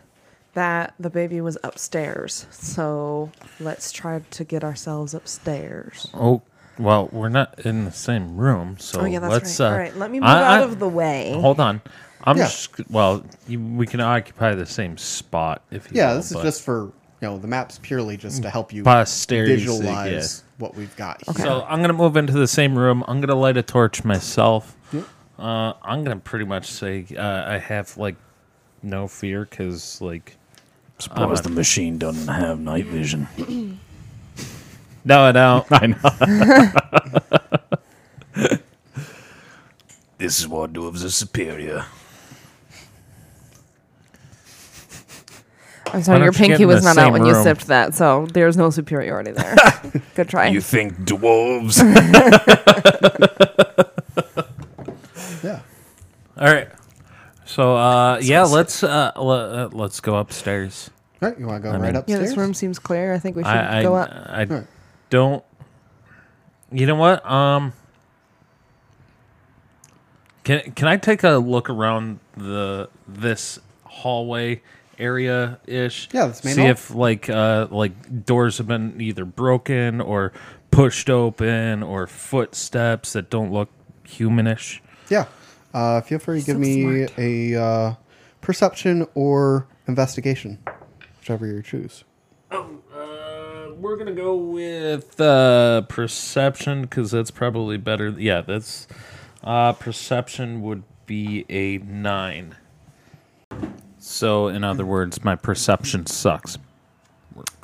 S4: that the baby was upstairs. So let's try to get ourselves upstairs.
S1: Oh, well, we're not in the same room, so
S4: Oh, yeah, that's
S1: let's.
S4: right.
S1: Uh,
S4: All right, let me move
S1: I-
S4: out
S1: I-
S4: of the way.
S1: Hold on. I'm
S5: Yeah.
S1: just well. You, we can occupy the same spot if you.
S5: yeah,
S1: will,
S5: this is
S1: but-
S5: just for you know the map's purely just to help you
S1: Posterity,
S5: visualize what we've got here.
S1: So I'm gonna move into the same room. I'm gonna light a torch myself. Uh, I'm gonna pretty much say uh, I have like no fear because like
S6: Suppose the machine doesn't have night vision.
S1: no, I don't.
S3: I know.
S6: This is what dwarves are superior.
S4: I'm
S1: Why
S4: sorry,
S1: don't
S4: your
S1: you get
S4: pinky
S1: in
S4: was
S1: the
S4: not out
S1: same
S4: when you
S1: room?
S4: sipped that, so there's no superiority there. Good try.
S6: You think dwarves?
S5: Yeah.
S1: All right. So uh, yeah, let's uh, le- uh, let's go upstairs.
S5: All right, you want to go
S1: I
S5: right
S1: mean-
S4: yeah,
S5: upstairs?
S4: this room seems clear. I think we should
S1: I I,
S4: go up.
S1: I
S5: All right.
S1: don't. You know what? Um. Can can I take a look around the this hallway area ish?
S5: Yeah, this main
S1: See
S5: hall.
S1: if like uh like doors have been either broken or pushed open or footsteps that don't look humanish.
S5: Yeah. Uh, feel free to give
S4: So
S5: me
S4: smart.
S5: a uh, perception or investigation, whichever you choose.
S1: Uh, we're gonna go with uh, perception because that's probably better. Yeah, that's uh, perception would be a nine. So, in other words, my perception sucks.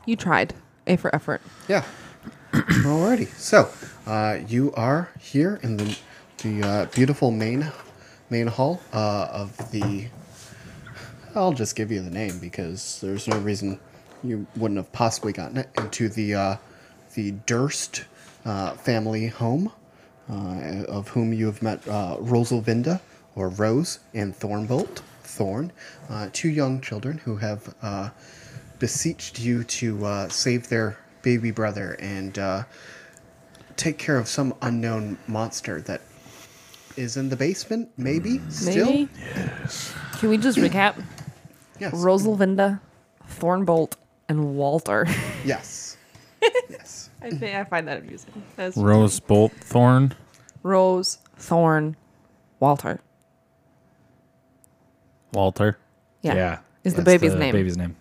S4: You tried. A for effort.
S5: Yeah. Alrighty. So, uh, you are here in the the uh, beautiful main main hall uh, of the. I'll just give you the name because there's no reason you wouldn't have possibly gotten it into the uh, the Durst uh, family home, uh, of whom you have met uh, Rosalvinda or Rose and Thornbolt Thorn, uh, two young children who have. Uh, beseeched you to uh, save their baby brother and uh, take care of some unknown monster that is in the basement, maybe? Still?
S4: Maybe? Can we just recap?
S5: Yes.
S4: Rosalvinda, Thornbolt, and Walter.
S5: yes. yes.
S4: I think I find that amusing. That's
S1: Rose Bolt Thorn.
S4: Rose, Thorn, Walter.
S1: Walter.
S4: Yeah.
S3: Yeah.
S4: Is the
S5: That's
S4: baby's name.
S3: uh, Baby's name.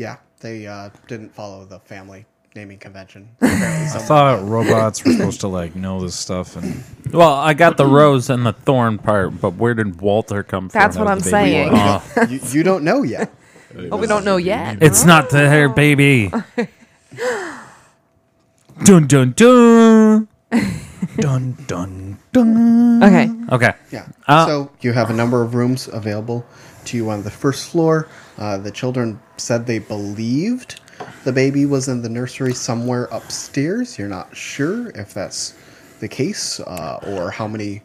S5: Yeah, they uh, didn't follow the family naming convention. Apparently
S3: I
S5: someone-
S3: thought robots were supposed to like know this stuff and
S1: Well, I got the rose and the thorn part, but where did Walter come from?
S4: That's what I'm saying.
S1: Uh,
S5: you, you don't know yet.
S4: Oh, we don't know yet.
S1: it's not there, baby. dun dun dun.
S3: dun dun dun.
S4: Okay.
S1: Okay.
S5: Yeah.
S1: Uh,
S5: so you have a number of rooms available to you on the first floor. Uh, the children said they believed the baby was in the nursery somewhere upstairs. You're not sure if that's the case uh, or how many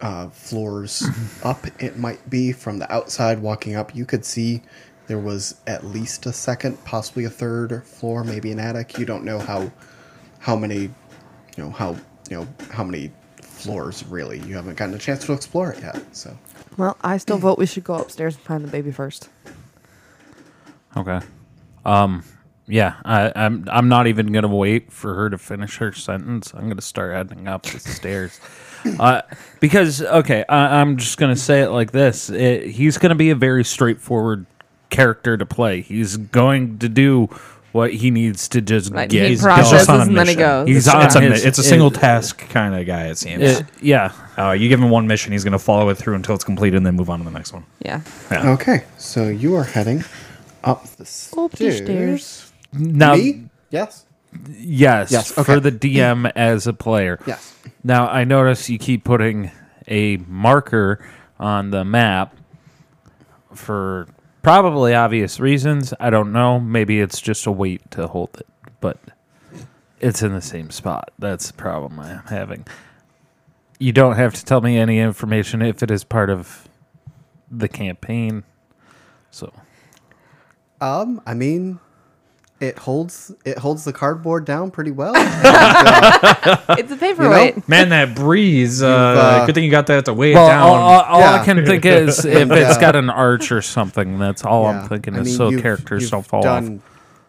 S5: uh, floors up it might be. From the outside, walking up, you could see there was at least a second, possibly a third floor, maybe an attic. You don't know how how many you know how you know how many floors really you haven't gotten a chance to explore it yet so
S4: Well, I still vote we should go upstairs and find the baby first.
S1: Okay. Um. Yeah. I, I'm. I'm not even gonna wait for her to finish her sentence. I'm gonna start heading up the stairs. Uh, because okay, I, I'm just gonna say it like this. It, he's gonna be a very straightforward character to play. He's going to do what he needs to just
S4: Right,
S1: get.
S4: he
S1: He's
S4: processes
S1: done.
S3: just on a
S4: and then he
S3: mission.
S4: goes.
S1: He's
S3: It's,
S1: on
S3: it's a,
S1: his-
S3: it's a single
S1: it-
S3: task kind of guy. It seems.
S1: It- yeah.
S3: Uh, you give him one mission, he's going to follow it through until it's completed, and then move on to the next one.
S4: yeah.
S5: okay so you are heading up the stairs,
S4: Up the stairs.
S1: Now,
S5: me yes
S1: yes,
S5: Yes, okay.
S1: for the DM as a player.
S5: yes
S1: Now I notice you keep putting a marker on the map for probably obvious reasons. I don't know. Maybe it's just a weight to hold it, but it's in the same spot. That's the problem I'm having. You don't have to tell me any information if it is part of the campaign. So
S5: um i mean it holds it holds the cardboard down pretty well And, uh,
S4: It's a paperweight.
S3: Man, that breeze. Uh,
S5: uh,
S3: good thing you got that to weigh
S1: well, uh,
S3: it down.
S1: all, all- all I
S5: Yeah.
S1: can think is if it's
S5: Yeah.
S1: got an arch or something. That's all
S5: yeah,
S1: I'm thinking
S5: I
S1: is
S5: mean,
S1: so
S5: you've-
S1: characters
S5: you've
S1: don't fall off.
S5: done,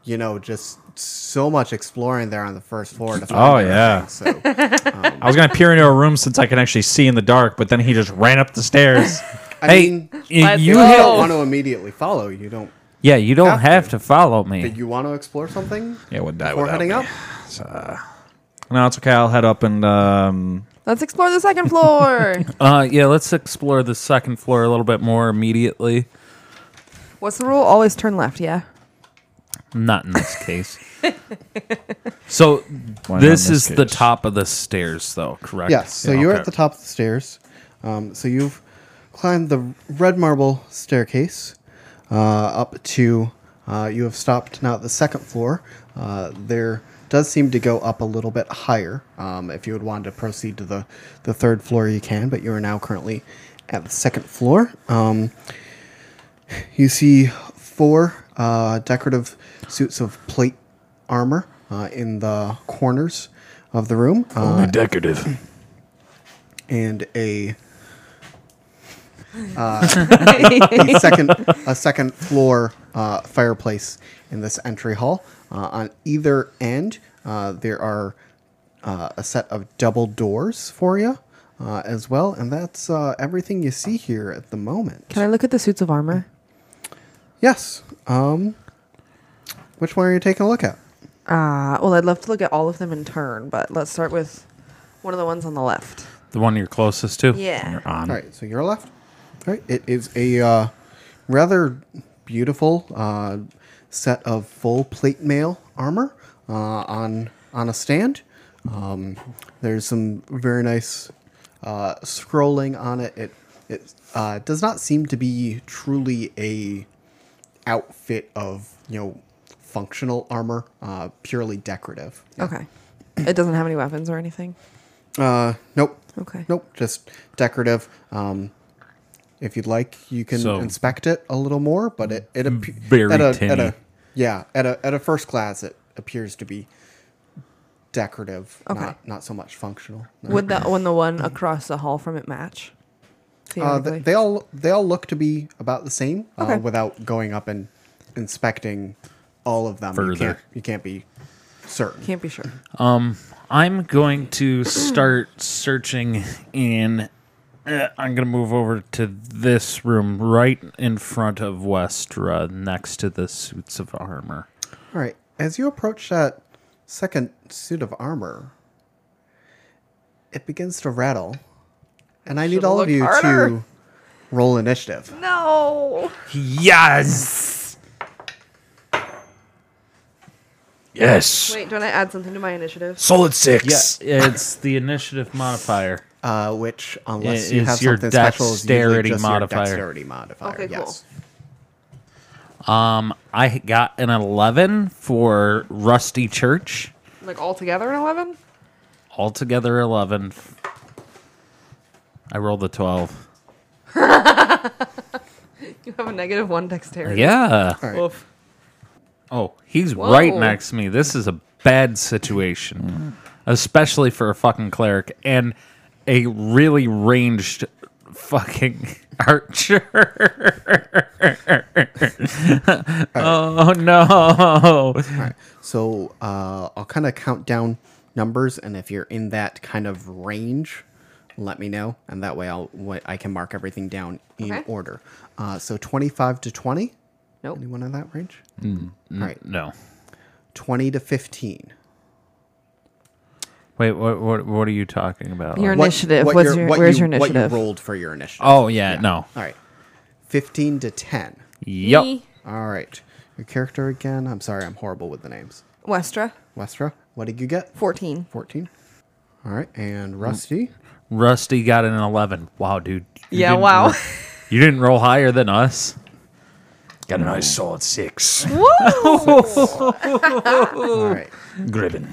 S5: you know just so much exploring there on the first floor to find
S3: Oh, yeah.
S5: everything, so
S3: I was going to peer into a room since I can actually see in the dark, but then he just ran up the stairs.
S5: i mean
S1: Y-
S4: Let's
S1: you
S5: you
S4: go.
S1: hit-
S5: don't want to immediately follow you don't
S1: yeah, you don't
S5: Have to.
S1: have to follow
S5: did
S1: me.
S5: you want to explore something
S3: yeah, would die
S5: before
S3: without
S5: heading
S3: me.
S5: up
S3: No, it's okay. I'll head up and um,
S4: Let's explore the second floor.
S1: Uh, yeah, let's explore the second floor a little bit more immediately.
S4: What's the rule? Always turn left, yeah?
S1: Not in this case. so
S8: not
S1: this
S8: in this
S1: is the
S8: case?
S1: top of the stairs, though, correct?
S5: Yes. So
S1: Yeah,
S5: you're
S1: okay.
S5: at the top of the stairs. Um, so you've climbed the red marble staircase uh, up to. Uh, you have stopped now at the second floor. Uh, there does seem to go up a little bit higher. Um, if you would want to proceed to the, the third floor, you can, but you are now currently at the second floor. Um, you see four uh, decorative suits of plate armor uh, in the corners of the room. Uh,
S6: decorative.
S5: and a uh, a second a second floor uh, fireplace in this entry hall. Uh, on either end, uh, there are uh, a set of double doors for you uh, as well, and that's uh, everything you see here at the moment.
S4: Can I look at the suits of armor?
S5: yes. Um, which one are you taking a look at?
S4: Uh, well, I'd love to look at all of them in turn, but let's start with one of the ones on the left.
S1: the one you're closest to.
S4: Yeah.
S5: All right, so your left. All right, it is a uh, rather beautiful uh, set of full plate mail armor uh, on on a stand. Um, there's some very nice uh, scrolling on it. It it uh, does not seem to be truly a outfit of you know functional armor, uh, purely decorative.
S4: Okay. It doesn't have any weapons or anything.
S5: Uh, nope.
S4: Okay.
S5: Nope, just decorative. Um, if you'd like, you can
S1: So-
S5: inspect it a little more, but it it appe-
S1: Very
S5: at a, At
S1: tinny.
S5: a, yeah, at a at a first glance, it appears to be decorative,
S4: Okay.
S5: not not so much functional. No.
S4: Would that one, the one across the hall from it, match?
S5: Uh,
S4: Theoretically.
S5: th- they all they all look to be about the same uh,
S4: Okay.
S5: without going up and inspecting all of them. You
S1: Further.
S5: can't, you can't be certain.
S4: Can't be sure.
S1: I'm going to start searching in. eh, I'm going to move over to this room right in front of Westra next to the suits of armor.
S5: All right. As you approach that second suit of armor, it begins to rattle. And I need
S4: Should've
S5: all of
S4: looked
S5: you
S4: harder.
S5: to roll initiative.
S4: No.
S1: Yes!
S6: Yes.
S4: Wait, don't I add something to my initiative?
S6: Solid six.
S11: Yeah, it's the initiative modifier.
S5: Uh, which, unless
S1: It
S5: you
S1: is
S5: have
S1: your
S5: something special, is usually
S1: dexterity
S5: just
S1: modifier.
S5: your dexterity modifier.
S4: Okay, cool.
S5: yes.
S1: I got an 11 for Rusty Church.
S4: Like all together in 11?
S1: Altogether 11. I rolled a 12.
S4: You have a negative one dexterity.
S1: Yeah.
S4: Woof.
S1: Oh, he's
S4: Whoa.
S1: right next to me. This is a bad situation, especially for a fucking cleric and a really ranged fucking archer. oh no!
S5: So uh, I'll kind of count down numbers, and if you're in that kind of range, let me know, and that way I'll wh- I can mark everything down in
S4: Okay.
S5: order. Uh, so 25 to 20.
S4: Nope.
S5: Anyone in that range?
S1: Hmm,
S5: All right,
S1: No.
S5: 20 to 15.
S1: Wait, what? What, what are you talking about?
S4: Your
S5: Uh, What-
S4: initiative.
S5: what
S4: What's
S5: your-
S4: your,
S5: what
S4: where's
S5: you-
S4: your initiative?
S5: What you rolled for your initiative.
S1: oh yeah, no.
S5: All right, 15 to 10.
S1: Yep.
S5: All right, your character again. I'm sorry, I'm horrible with the names.
S4: Westra,
S5: Westra, what did you get?
S4: 14.
S5: 14. All right, and Rusty.
S1: Rusty got an eleven. Wow, dude. You
S4: Yeah,
S1: didn't
S4: wow.
S1: roll- you didn't roll higher than us.
S6: Got a nice solid six.
S5: All right,
S6: Gribbin.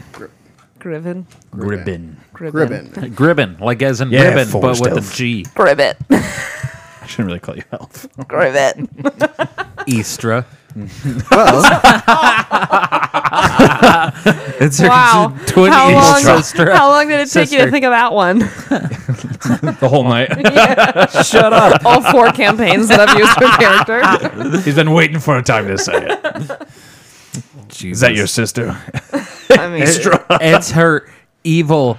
S4: Griven.
S6: Gribbin.
S4: Griven.
S5: Gribbon.
S1: Gribbon, like as in
S6: Yeah,
S1: ribbon, but
S6: forced
S1: with
S6: elf.
S1: a G.
S4: Grivet.
S3: I shouldn't really call you elf.
S4: Grivet.
S1: Eastra. it's
S4: Wow.
S1: twin
S4: How long,
S1: sister.
S4: how long did it take you
S1: Sister.
S4: to think of that one?
S12: The whole night.
S4: Shut up. All four campaigns that I've used for character.
S12: He's been waiting for a time to say it.
S6: Is that your sister?
S4: I mean,
S1: It's her evil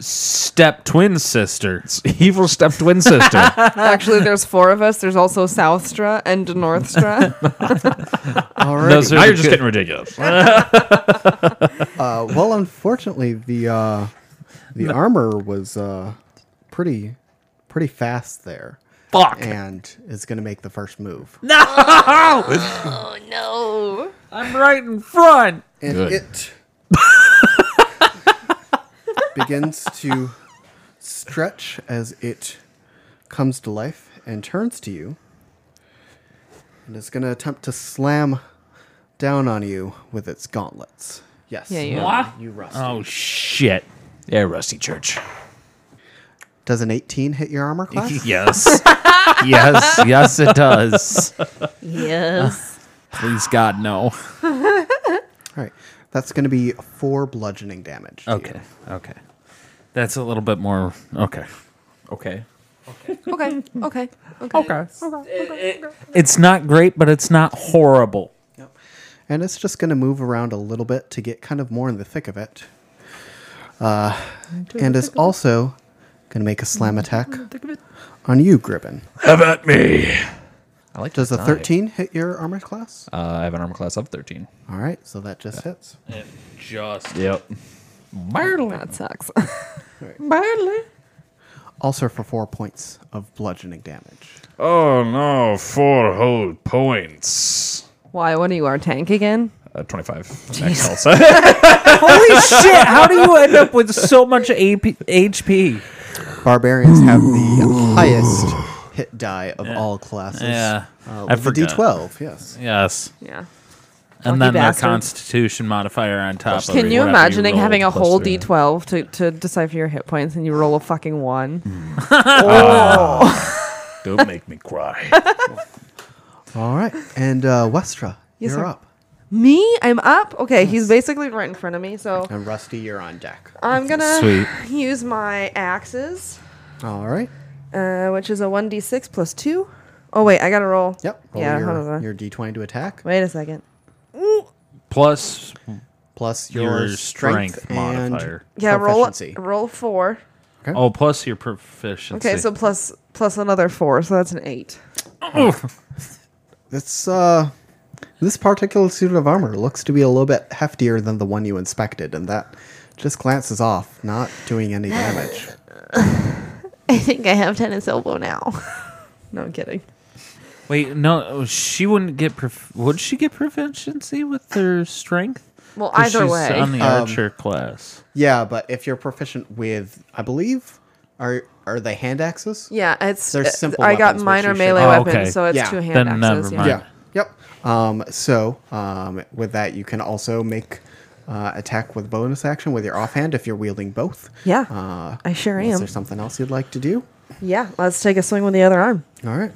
S1: step twin sister.
S12: Evil step twin sister.
S4: actually, there's four of us. There's also Southstra and Northstra.
S5: All right.
S1: Those
S12: now
S1: are
S12: you're
S1: the
S12: just
S1: good-
S12: getting ridiculous.
S5: Uh, well, unfortunately, the uh, the armor was uh, pretty pretty fast there. Fuck. And is going to make the first move. No.
S4: oh, no.
S1: I'm right in front.
S5: And it begins to stretch as it comes to life and turns to you. And is going to attempt to slam down on you with its gauntlets. Yes. Uh,
S4: Yeah, you-
S5: You rust.
S1: Oh shit.
S6: Yeah, Rusty Church.
S5: Does an 18 hit your armor class?
S1: Yes. yes. Yes, it does.
S4: Yes.
S1: Please God, no.
S5: All right. That's going to be four bludgeoning damage. to you.
S1: Okay. Okay. That's a little bit more. Okay.
S3: Okay.
S4: okay. Okay. Okay. Okay.
S1: It's not great, but it's not horrible.
S5: And it's just going to move around a little bit to get kind of more in the thick of it. Uh, and it's also going to make a slam
S4: Mm,
S5: attack on you, Gribbon.
S6: Have at me.
S3: I like
S5: Does
S3: the
S5: a 13 hit your armor class?
S3: Uh, I have an armor class of 13.
S5: All right. So that just hits.
S11: Just
S3: Yep.
S4: That sucks. Barely.
S5: Also for four points of bludgeoning damage.
S6: Oh no, four whole points.
S4: Why? What are you, our tank again?
S3: Uh, 25. Max health. I
S1: Holy shit! How do you end up with so much AP, HP?
S5: Barbarians have the highest hit die of all classes.
S1: Yeah.
S5: Uh,
S1: I
S5: with a
S1: forgot.
S5: D12, yes.
S1: Yes.
S4: Yeah.
S1: And
S4: Lucky
S1: then the
S4: bastards.
S1: constitution modifier on top of it.
S4: Can you
S1: whatever
S4: imagining
S1: rolled.
S4: having a
S3: plus
S4: whole
S3: three.
S4: D12 to, to decipher your hit points and you roll a fucking one?
S6: Don't make me cry.
S5: All right. And uh, Westra,
S4: Yes,
S5: you're
S4: sir.
S5: up.
S4: Me? I'm up? Okay, he's basically right in front of me, so
S5: And Rusty, you're on deck.
S4: I'm gonna
S1: Sweet.
S4: use my axes,
S5: All right.
S4: uh, which is a 1d6 plus 2. Oh, wait, I gotta roll.
S5: Yep. Roll
S4: yeah, hold
S5: your,
S4: on.
S5: your d20 to attack
S4: Wait a second.
S1: plus
S5: plus your,
S1: your
S5: strength,
S1: strength,
S5: and
S1: modifier?
S4: Yeah, roll
S5: proficiency.
S4: roll 4.
S1: Oh, plus your proficiency.
S4: Okay, so plus plus another 4, so that's an 8.
S5: It's uh, this particular suit of armor looks to be a little bit heftier than the one you inspected, and that just glances off, not doing any damage.
S4: I think I have tennis elbow now. no, I'm kidding.
S1: wait, no, she wouldn't get. Prof- would she get proficiency with her strength?
S13: Well,
S1: 'Cause
S13: either
S1: she's
S13: way.
S1: on the archer class.
S5: Yeah, but if you're proficient with, I believe, are are they hand axes?
S13: yeah, it's.
S5: They're
S13: uh,
S5: simple
S13: I got
S5: weapons, which
S13: minor
S5: you
S13: melee
S5: should-
S1: Oh,
S13: weapons,
S1: okay.
S13: so it's
S5: Yeah.
S13: two hand
S1: Then
S13: axes.
S1: never
S13: yeah.
S1: mind.
S5: Yeah. Yep. Um, so um, with that, you can also make uh, attack with bonus action with your offhand if you're wielding both.
S4: Yeah,
S5: Uh,
S4: I sure
S5: Is
S4: am.
S5: there something else you'd like to do?
S4: Yeah, let's take a swing with the other arm.
S5: All right.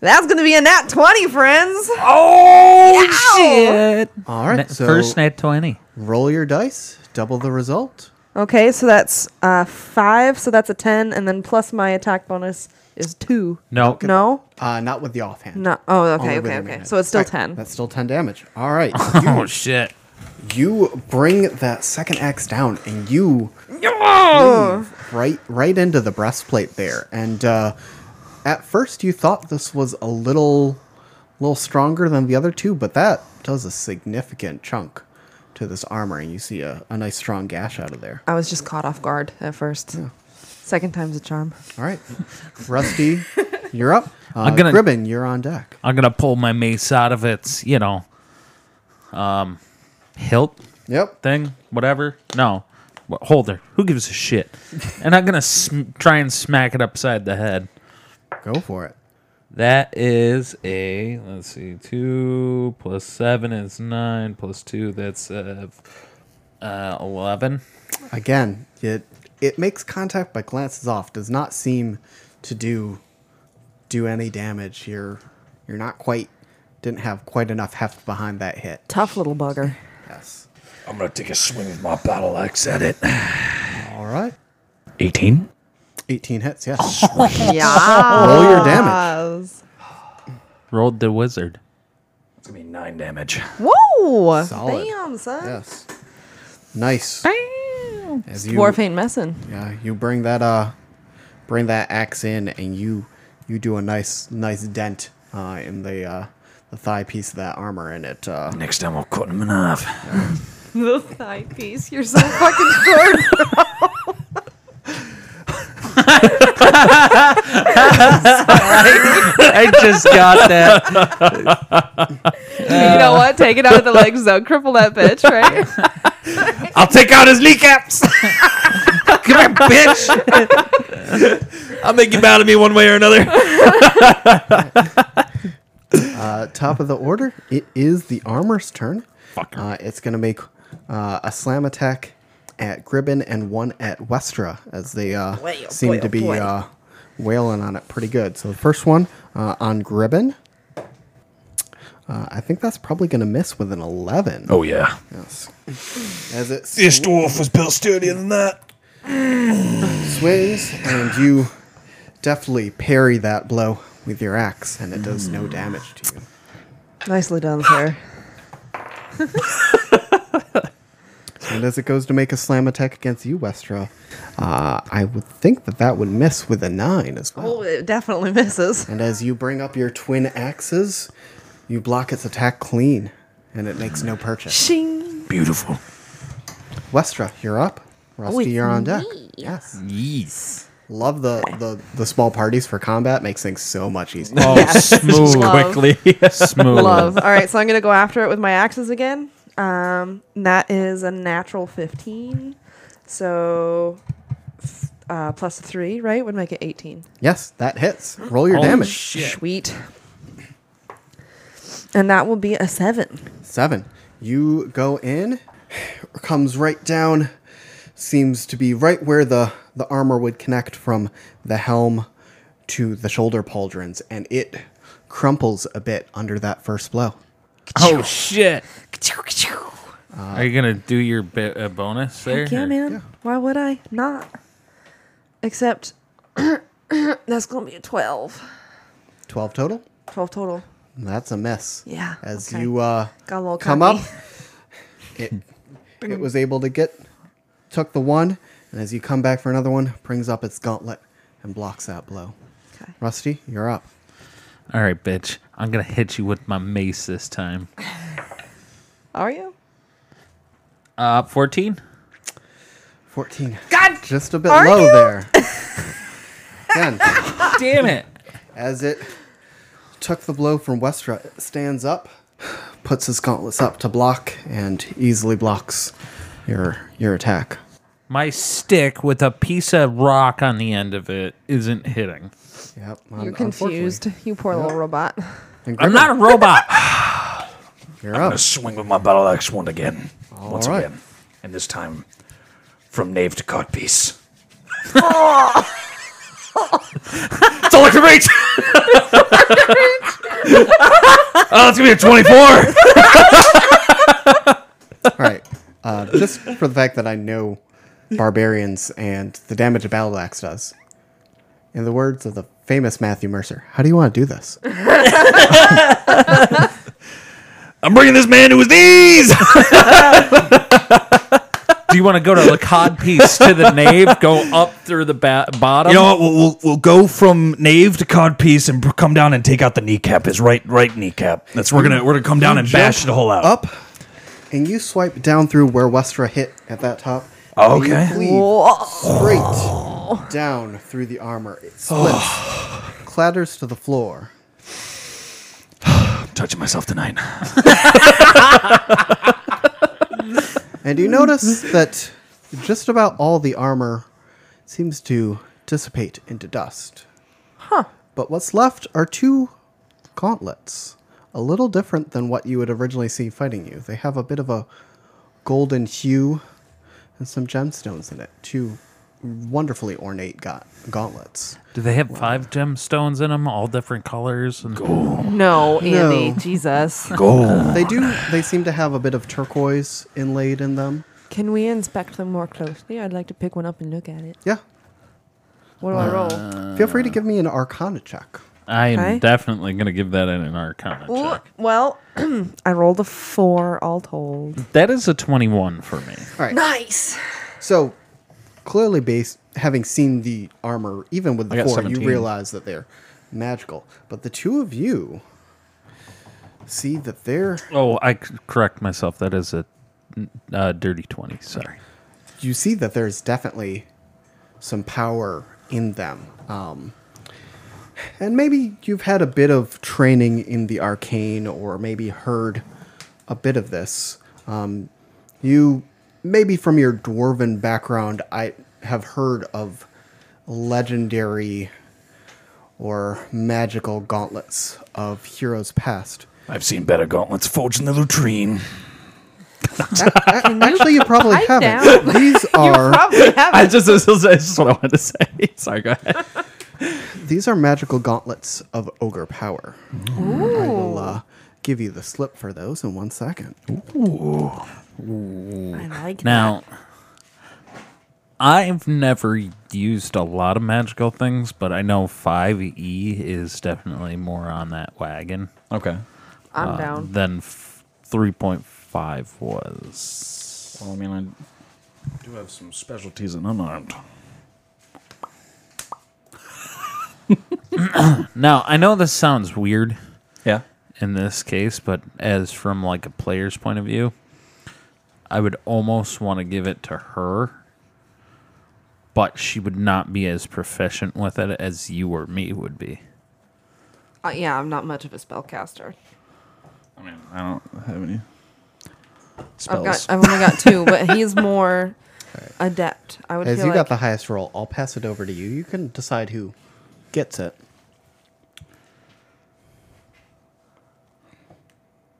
S4: That's gonna be a nat twenty, friends. Oh
S5: Oh,
S4: shit!
S5: All right. so
S1: First nat twenty.
S5: roll your dice, double the result.
S4: Okay, so that's uh, five, so that's a ten, and then plus my attack bonus is two.
S1: No,
S4: No,
S5: Uh, not with the offhand.
S13: No. Oh,
S5: Only
S13: okay,
S5: with
S13: okay,
S5: your
S13: okay.
S5: main
S13: So it's still
S5: attack.
S13: ten.
S5: That's still 10 damage. All right.
S1: Oh shit!
S5: you bring that second axe down and you cleave right right into the breastplate there and uh, at first you thought this was a little little stronger than the other two but that does a significant chunk to this armor and you see a, a nice strong gash out of there
S13: I was just caught off guard at first.
S4: second time's a charm.
S5: all right rusty you're up uh,
S1: I'm gonna-
S5: Gribbon, you're on deck
S1: I'm gonna pull my mace out of its, you know, um, hilt
S5: yep
S1: thing, whatever. No, Wh- holder. Who gives a shit? and I'm gonna sm- try and smack it upside the head.
S5: go for it
S1: That is a let's see, two plus seven is nine plus two. That's uh, uh eleven.
S5: Again, it it makes contact but glances off. Does not seem to do do any damage. You're you're not quite didn't have quite enough heft behind that hit.
S4: Tough little bugger.
S5: Yes.
S6: I'm gonna take a swing with my battle axe at it.
S5: All right.
S6: 18.
S5: 18 hits. Yes.
S13: Yeah.
S5: Roll your damage.
S1: Rolled the wizard.
S6: It's gonna be nine damage.
S4: Whoa!
S5: Solid.
S4: Damn, son.
S5: Yes. Nice. As you
S13: Dwarfane Messin.
S5: yeah, you bring that uh bring that axe in and you you do a nice nice dent uh, in the uh, the thigh piece of that armor and it uh,
S6: Next time I'll cut him in half.
S13: the thigh piece. You're so fucking short.
S1: I just got that.
S13: you know what? Take it out of the legs though. Cripple that bitch, right?
S7: I'll take out his kneecaps. Come here, bitch. I'll make you bow to me one way or another.
S5: Uh, top of the order, it is the armor's turn. Uh, it's going to make uh, a slam attack at Gribbon and one at Westra as they uh, seem to be uh, wailing on it pretty good. So the first one uh, on Gribbon. Uh, I think that's probably going to miss with an 11.
S6: Oh, yeah.
S5: Yes. As it
S6: This dwarf was built sturdier than that.
S5: swings and you deftly parry that blow with your axe and it does no damage to you.
S4: Nicely done, sir.
S5: And as it goes to make a slam attack against you, Westra, uh, I would think that that would miss with a nine as well.
S4: Oh, it definitely misses.
S5: And as you bring up your twin axes, you block its attack clean, and it makes no purchase.
S4: Shing.
S6: Beautiful.
S5: Westra, you're up. Rusty,
S13: Oh, it's
S5: you're on deck.
S13: me.
S5: Yes.
S1: Yes.
S5: Love the, the, the small parties for combat makes things so much easier.
S1: Oh, smooth, quickly, smooth.
S4: Love. All right, so I'm gonna go after it with my axes again. Um, and that is a natural fifteen, so f- uh, plus three, right, would make it eighteen.
S5: Yes, that hits. Roll
S1: Oh,
S5: your damage.
S4: Sweet. And that will be a seven.
S5: Seven. You go in, comes right down, seems to be right where the, the armor would connect from the helm to the shoulder pauldrons, and it crumples a bit under that first blow.
S1: Oh shit! Are you gonna do your bit, uh, bonus there?
S4: Yeah,
S1: or-
S4: man. Why would I not? Except that's gonna be a twelve.
S5: 12 total?
S4: Twelve total.
S5: That's a miss.
S4: Yeah,
S5: As
S4: okay.
S5: you uh,
S4: Got a little
S5: come
S4: cocky.
S5: up, it, it was able to get, took the one, and as you come back for another one, brings up its gauntlet and blocks that blow.
S4: Okay.
S5: Rusty, you're up.
S1: All right, bitch. I'm gonna hit you with my mace this time.
S4: Are you?
S1: Uh, fourteen.
S5: 14. God! Just a bit low there. Again,
S1: Damn it!
S5: as it took the blow from Westra, it stands up, puts his gauntlets up to block and easily blocks your your attack.
S1: My stick with a piece of rock on the end of it isn't hitting.
S5: Yep.
S4: You're confused, you poor little robot.
S1: I'm not a robot.
S5: You're up.
S6: gonna swing with my battle axe one again. once
S5: right.
S6: again. And this time from nave to codpiece. That's all I can reach! oh, that's gonna be a 24!
S5: All right. Uh, just for the fact that I know barbarians and the damage a battle axe does. In the words of the famous Matthew Mercer, how do you want to do this?
S6: I'm bringing this man to his knees!
S1: Do you want to go to the cod piece to the nave, go up through the ba- bottom?
S6: You know what? We'll, we'll, we'll go from nave to codpiece and come down and take out the kneecap. His right right kneecap. That's we're gonna we're gonna come down and bash the whole out.
S5: Up, and you swipe down through where Westra hit at that top. and you
S6: Okay.
S5: cleave straight down through the armor. It slips, clatters to the floor.
S6: I'm touching myself tonight.
S5: And you notice that just about all the armor seems to dissipate into dust. Huh. But what's left are two gauntlets, a little different than what you would originally see fighting you. They have a bit of a golden hue and some gemstones in it. Two wonderfully ornate ga- gauntlets.
S1: Do they have five gemstones in them, all different colors? And
S4: No, Andy,
S5: No.
S4: Jesus.
S6: Go.
S5: They do. They seem to have a bit of turquoise inlaid in them.
S4: Can we inspect them more closely? I'd like to pick one up and look at it.
S5: Yeah.
S4: What do I roll?
S5: Feel free to give me an Arcana check.
S1: I am
S4: Okay.
S1: definitely going to give that in an arcana
S14: Ooh,
S1: check.
S14: well,
S4: I rolled a four all told.
S1: That is a 21 for me.
S4: Nice.
S5: So clearly, based having seen the armor, even with the
S3: got
S5: four,
S3: 17.
S5: you realize that they're magical. But the two of you see that they're
S1: Oh, I c- correct myself. That is a uh, dirty 20. Sorry.
S5: you see that there's definitely some power in them. Um, and maybe you've had a bit of training in the arcane, or maybe heard a bit of this. Um, you maybe from your dwarven background, I have heard of legendary or magical gauntlets of heroes past.
S6: I've seen better gauntlets forged in the latrine.
S5: Actually, you probably
S4: pipe
S5: haven't. These are
S4: Probably
S3: I
S4: haven't.
S3: just this is, this is what I wanted to say. Sorry, go ahead.
S5: These are magical gauntlets of ogre power. I will uh, give you the slip for those in one second.
S4: I like
S1: Now, I've never used a lot of magical things, but I know 5e is definitely more on that wagon
S3: Okay.
S4: I'm
S1: uh,
S4: down.
S1: than f- 3.5 was.
S3: Well, I mean, I
S6: do have some specialties in unarmed.
S1: Now, I know this sounds weird
S3: yeah.
S1: in this case, but as from like a player's point of view, I would almost want to give it to her, but she would not be as proficient with it as you or me would be.
S4: Uh, yeah, I'm not much of a spellcaster.
S3: I mean, I don't have any
S4: I've got.
S3: spells.
S4: I've only got two, but he's more adept. I would
S5: As
S4: feel
S5: you
S4: like.
S5: got the highest roll, I'll pass it over to you. You can decide who gets it.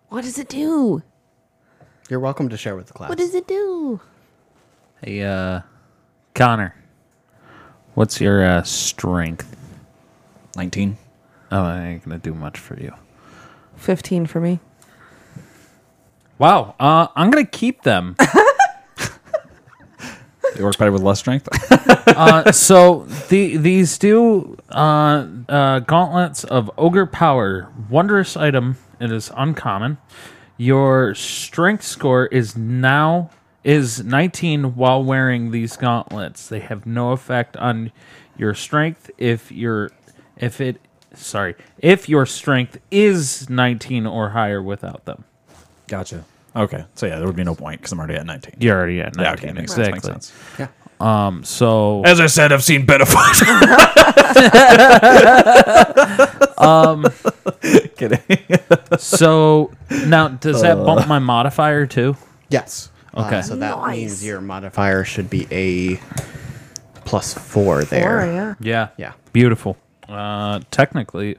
S4: what does it do?
S5: You're welcome to share with the class.
S4: What does it do?
S1: Hey, uh, Connor, what's your uh, strength?
S3: 19.
S1: Oh, I ain't gonna do much for you.
S4: Fifteen for me.
S1: Wow, uh, I'm gonna keep them.
S3: It works better with less strength.
S1: uh, so the these do uh, uh, gauntlets of ogre power. Wondrous item. It is uncommon. Your strength score is now is 19 while wearing these gauntlets. They have no effect on your strength if your if it sorry if your strength is 19 or higher without them.
S3: gotcha. Okay. So, yeah, there would be no point because I'm already at 19.
S1: You're already at 19.
S3: Yeah, okay. Makes, sense, makes sense.
S1: Um, so
S15: As I said, I've seen better.
S1: so now does
S3: Uh.
S1: that bump my modifier too?
S5: Yes. Uh,
S1: Okay.
S5: so that
S4: Nice.
S5: means your modifier should be a plus four there.
S16: Or, yeah.
S1: Yeah.
S5: Yeah.
S1: Beautiful. Uh, technically.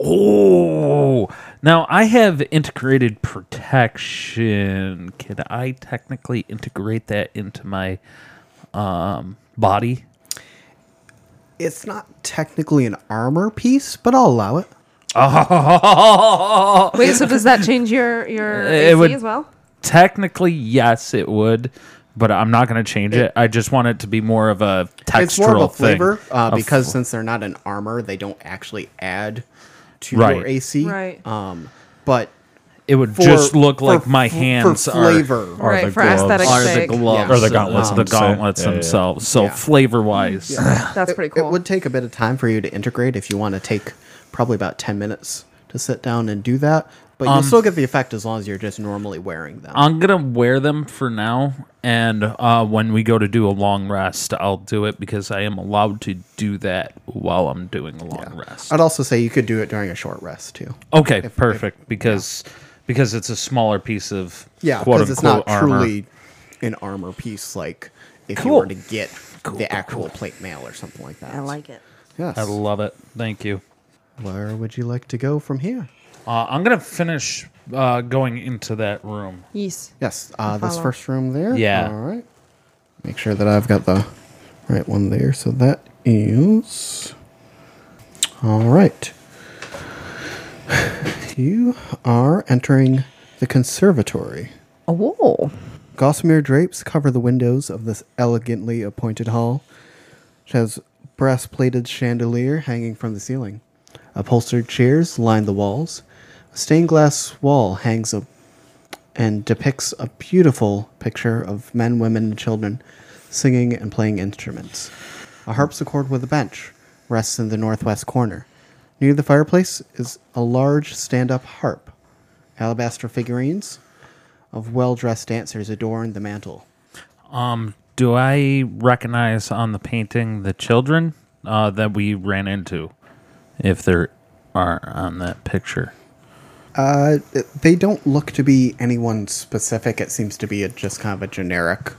S1: Oh, now I have integrated protection. Can I technically integrate that into my um, body?
S5: It's not technically an armor piece, but I'll allow it.
S1: Oh,
S4: Wait, so does that change your your
S1: It
S4: AC
S1: would-
S4: as well?
S1: technically, yes, it would, but I'm not going to change it, I just want it to be more of a textural
S5: it's more of a
S1: thing.
S5: flavor uh,
S1: A
S5: because
S1: fl-
S5: since they're not an armor, they don't actually add to
S1: Right.
S5: your AC.
S4: Right.
S5: Um, but
S1: it would
S5: for-
S1: just look
S5: for
S1: like my
S5: f- for
S1: hands
S5: flavor.
S1: are,
S4: right,
S6: the
S4: for
S6: gloves.
S4: aesthetic
S1: are the
S4: sake.
S1: gloves
S5: Or
S6: the gauntlets,
S1: uh,
S6: I
S1: the
S6: would say.
S1: gauntlets
S6: Yeah, yeah.
S1: themselves. So
S5: Yeah.
S1: flavor wise,
S4: That's pretty cool.
S5: It would take a bit of time for you to integrate if you want to take probably about 10 minutes to sit down and do that. But
S1: Um,
S5: you'll still get the effect as long as you're just normally wearing them.
S1: I'm gonna wear them for now, and uh, when we go to do a long rest, I'll do it because I am allowed to do that while I'm doing a long rest.
S5: I'd also say you could do it during a short rest too.
S1: Okay, perfect because because it's a smaller piece of
S5: Yeah,
S1: quote unquote
S5: because it's not
S1: armor.
S5: truly an armor piece like if you were to get the actual plate mail or something like that.
S16: I like it.
S5: Yes.
S1: I love it. Thank you.
S5: Where would you like to go from here?
S1: Uh, I'm gonna finish uh, going into that room.
S4: Yes.
S5: Yes, uh, this
S4: follow.
S5: first room there.
S1: Yeah.
S5: All right. Make sure that I've got the right one there. So that is. All right. You are entering the conservatory.
S4: Oh.
S5: Gossamer drapes cover the windows of this elegantly appointed hall, which has brass plated chandelier hanging from the ceiling. Upholstered chairs line the walls. A stained glass wall hangs up and depicts a beautiful picture of men, women, and children singing and playing instruments. A harpsichord with a bench rests in the northwest corner. Near the fireplace is a large stand up harp. Alabaster figurines of well dressed dancers adorn the mantle.
S1: Do I recognize on the painting the children uh, that we ran into, if there are on that picture?
S5: Uh, they don't look to be anyone specific. It seems to be a, just kind of a generic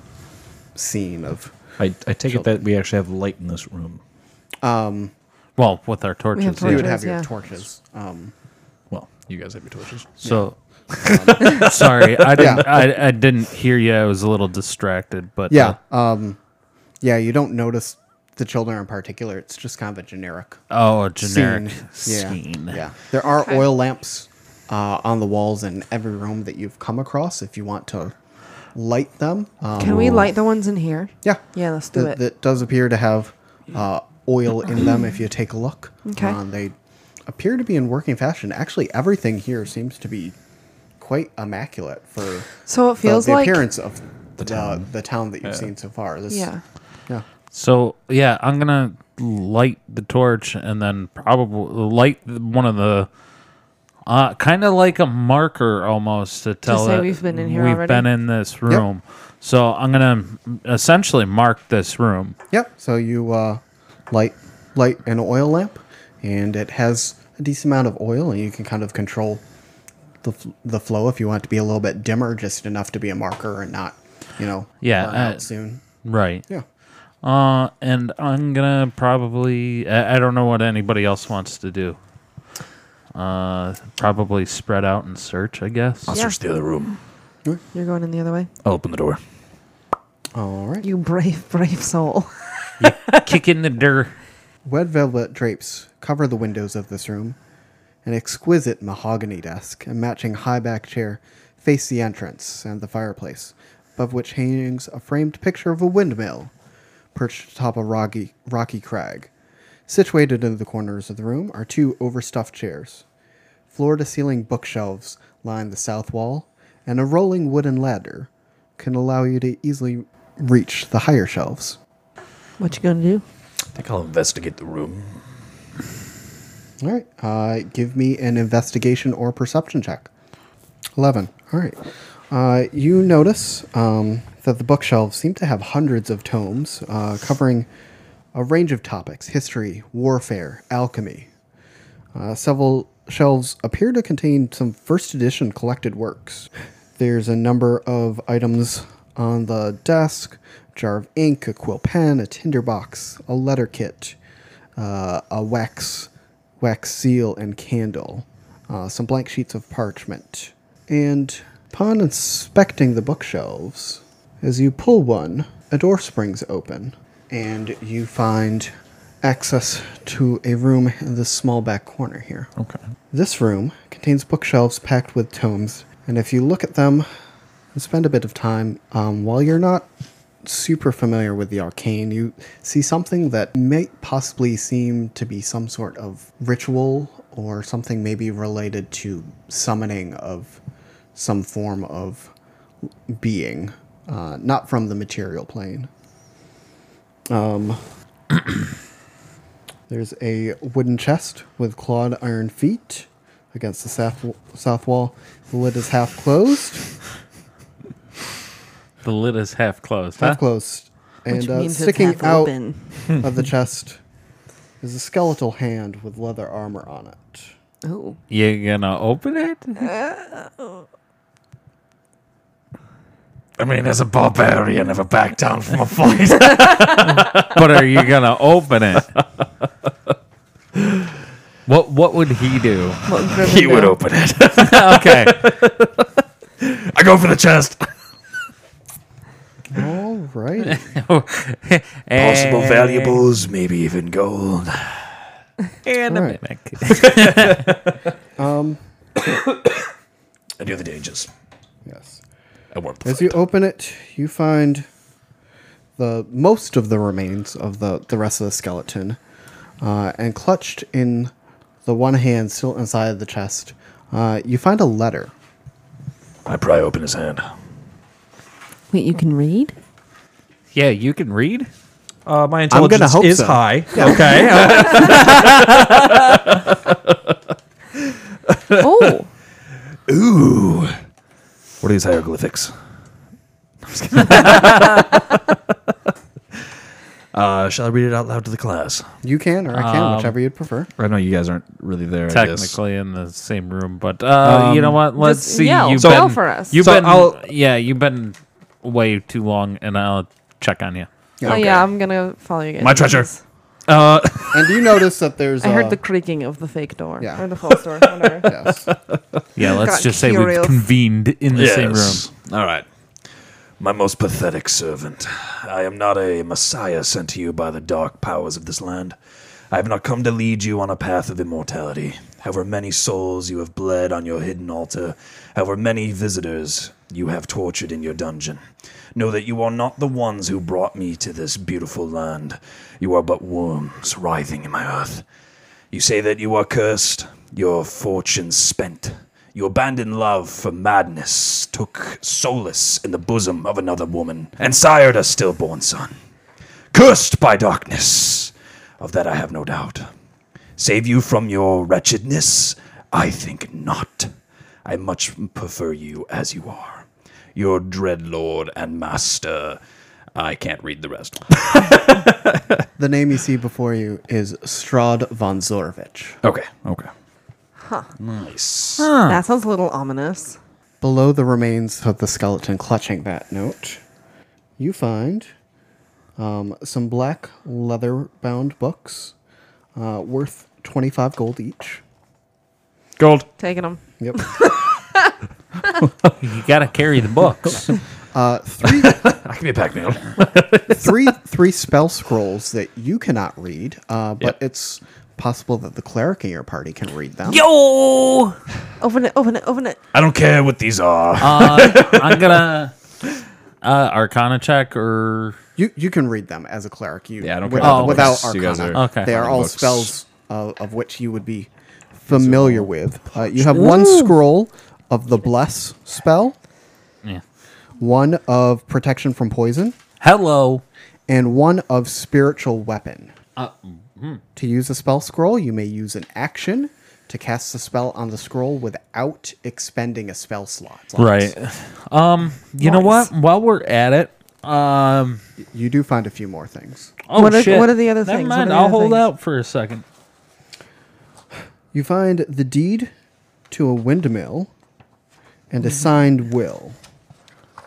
S5: scene of.
S6: I, I take it that we actually have light in this room.
S1: Well, with our torches.
S4: have
S1: yeah.
S5: You would have
S4: Torches,
S5: your
S4: yeah.
S5: torches. Um,
S6: Well, you guys have your torches.
S1: So sorry, I didn't. I, I didn't hear you. I was a little distracted, but uh,
S5: yeah, um, yeah. You don't notice the children in particular. It's just kind of a generic
S1: uh, oh, a generic
S5: Yeah.
S1: scene.
S5: Yeah. There are oil lamps uh, on the walls in every room that you've come across if you want to light them. Um,
S4: Can we light the ones in here?
S5: yeah.
S4: Yeah, let's do
S5: Th-
S4: it.
S5: That does appear to have uh, oil in them if you take a look.
S4: Okay.
S5: Uh, they appear to be in working fashion. Actually, everything here seems to be quite immaculate for the-
S4: So it feels
S5: the,
S4: like
S5: appearance of the town, the town that you've seen so far. This,
S4: Yeah.
S5: Yeah.
S1: So yeah, I'm gonna light the torch and then probably light one of the. Uh, kind of like a marker almost to tell
S4: say
S1: it
S4: we've been in here
S1: we've
S4: already?
S1: been in this room. So I'm gonna essentially mark this room.
S5: Yep. So you uh, light light an oil lamp, and it has a decent amount of oil, and you can kind of control the f- the flow if you want it to be a little bit dimmer, just enough to be a marker and not, you know,
S1: Yeah,
S5: burn
S1: uh,
S5: out soon.
S1: Right.
S5: Yeah.
S1: Uh, and I'm gonna probably. I, I don't know what anybody else wants to do. Uh, probably spread out and search. I guess.
S4: Yeah.
S15: Search the other room.
S4: You're going in the other way.
S15: I'll open the door.
S5: All right.
S4: You brave, brave soul.
S1: Kick in the dirt.
S5: Red velvet drapes cover the windows of this room. An exquisite mahogany desk and matching high back chair face the entrance and the fireplace, above which hangs a framed picture of a windmill perched atop a rocky, rocky crag. Situated in the corners of the room are two overstuffed chairs. Floor to ceiling bookshelves line the south wall, and a rolling wooden ladder can allow you to easily reach the higher shelves.
S4: What you gonna do?
S15: I think I'll investigate the room.
S5: All right. Uh, give me an investigation or perception check. Eleven. All right. Uh, you notice um, that the bookshelves seem to have hundreds of tomes uh, covering a range of topics history, warfare, alchemy. Uh, several shelves appear to contain some first edition collected works. There's a number of items on the desk jar of ink, a quill pen, a tinderbox, a letter kit, uh, a wax, wax seal, and candle, uh, some blank sheets of parchment. And upon inspecting the bookshelves, as you pull one, a door springs open, and you find access to a room in this small back corner here. Okay. This room contains bookshelves packed with tomes, and if you look at them and spend a bit of time, um, while you're not super familiar with the arcane, you see something that may possibly seem to be some sort of ritual or something maybe related to summoning of some form of being, uh, not from the material plane. Um, There's a wooden chest with clawed iron feet against the south, south wall. The lid is half closed.
S1: The lid is half closed.
S5: Half
S1: Huh?
S5: closed. And
S17: Which
S5: uh,
S17: means
S5: sticking
S17: it's half
S5: out
S17: open.
S5: of the chest is a skeletal hand with leather armor on it.
S4: Oh,
S1: You gonna open it?
S6: I mean, as a barbarian, never back down from a fight.
S1: but are you gonna open it? what What would he do?
S17: What would Griffin
S6: he would
S17: do?
S6: open it.
S1: Okay.
S6: I go for the chest.
S5: All right.
S6: Possible valuables, maybe even gold.
S1: And a
S5: All right.
S1: mimic.
S6: Any other dangers?
S5: yes.
S6: I want
S5: As you open it, you find the most of the remains of the, the rest of the skeleton, uh, and clutched in the one hand still inside the chest, uh, you find a letter.
S6: I pry open his hand.
S4: wait, you can read?
S1: Yeah, you can read.
S18: Uh, my
S5: gonna
S18: intelligence
S5: hope
S18: is
S5: so.
S18: high. Okay.
S4: oh,
S6: Ooh. What are these hieroglyphics? uh, shall I read it out loud to the class?
S5: You can or I can,
S1: Um,
S5: whichever you'd prefer.
S3: I know you guys aren't really there. I guess.
S1: Technically in the same room, but uh, you know what? Let's
S4: just
S1: see.
S4: yell.
S1: you've
S4: So- Yell
S1: been,
S4: for us.
S1: You've
S18: Um, So
S1: been.
S18: I'll-
S1: yeah, you've been way too long, and I'll check on you.
S4: oh yeah, I'm gonna follow you guys.
S6: My treasure.
S1: Uh,
S5: And you notice that there's
S4: I
S5: a-
S4: heard the creaking of the fake door.
S5: uh, Yeah.
S17: Or the false door, whatever.
S5: yes.
S1: yeah, let's
S17: Got
S1: just say
S17: curious.
S1: we've convened in the same room.
S6: All right. My most pathetic servant. I am not a messiah sent to you by the dark powers of this land. I have not come to lead you on a path of immortality. However many souls you have bled on your hidden altar, however many visitors you have tortured in your dungeon. Know that you are not the ones who brought me to this beautiful land. You are but worms writhing in my earth. You say that you are cursed, your fortune spent. You abandoned love for madness, took solace in the bosom of another woman, and sired a stillborn son. Cursed by darkness, of that I have no doubt. Save you from your wretchedness? I think not. I much prefer you as you are. Your dread lord and master. I can't read the rest.
S5: The name you see before you is Strad von Zorovich.
S6: Okay, okay. Huh. Nice.
S4: That sounds a little ominous.
S5: Below the remains of the skeleton clutching that note, you find um, some black leather bound books uh, worth 25 gold each.
S18: Gold.
S4: Taking them.
S5: Yep.
S1: You gotta carry the books.
S5: Uh, three,
S6: I can be a pac man.
S5: three, three spell scrolls that you cannot read, uh, but it's possible that the cleric in your party can read them.
S1: Yo,
S4: Open it. Open it. Open it.
S6: I don't care what these are.
S1: uh, I'm gonna uh, Arcana check or
S5: You you can read them as a cleric. You
S3: Yeah, I don't
S5: with-
S3: care about
S5: without
S3: books. You
S5: arcana.
S3: guys are-
S1: Okay.
S5: They are all
S3: Books.
S5: spells uh, of which you would be familiar with. Uh, you have one scroll of the bless spell,
S1: yeah.
S5: one of protection from poison,
S1: Hello.
S5: and one of
S3: Uh, mm-hmm.
S5: spiritual weapon. To use a spell scroll, you may use an action, to cast the spell on the scroll without expending a spell slot.
S1: Right. Um, you know what? While we're at it, um,
S5: You do find a few more things.
S1: oh
S4: What are-
S1: shit.
S4: what are the other
S1: Never
S4: things? What
S1: mind.
S4: are the
S1: I'll
S4: other
S1: hold
S4: things?
S1: out for a second.
S5: You find the deed to a windmill and a signed will.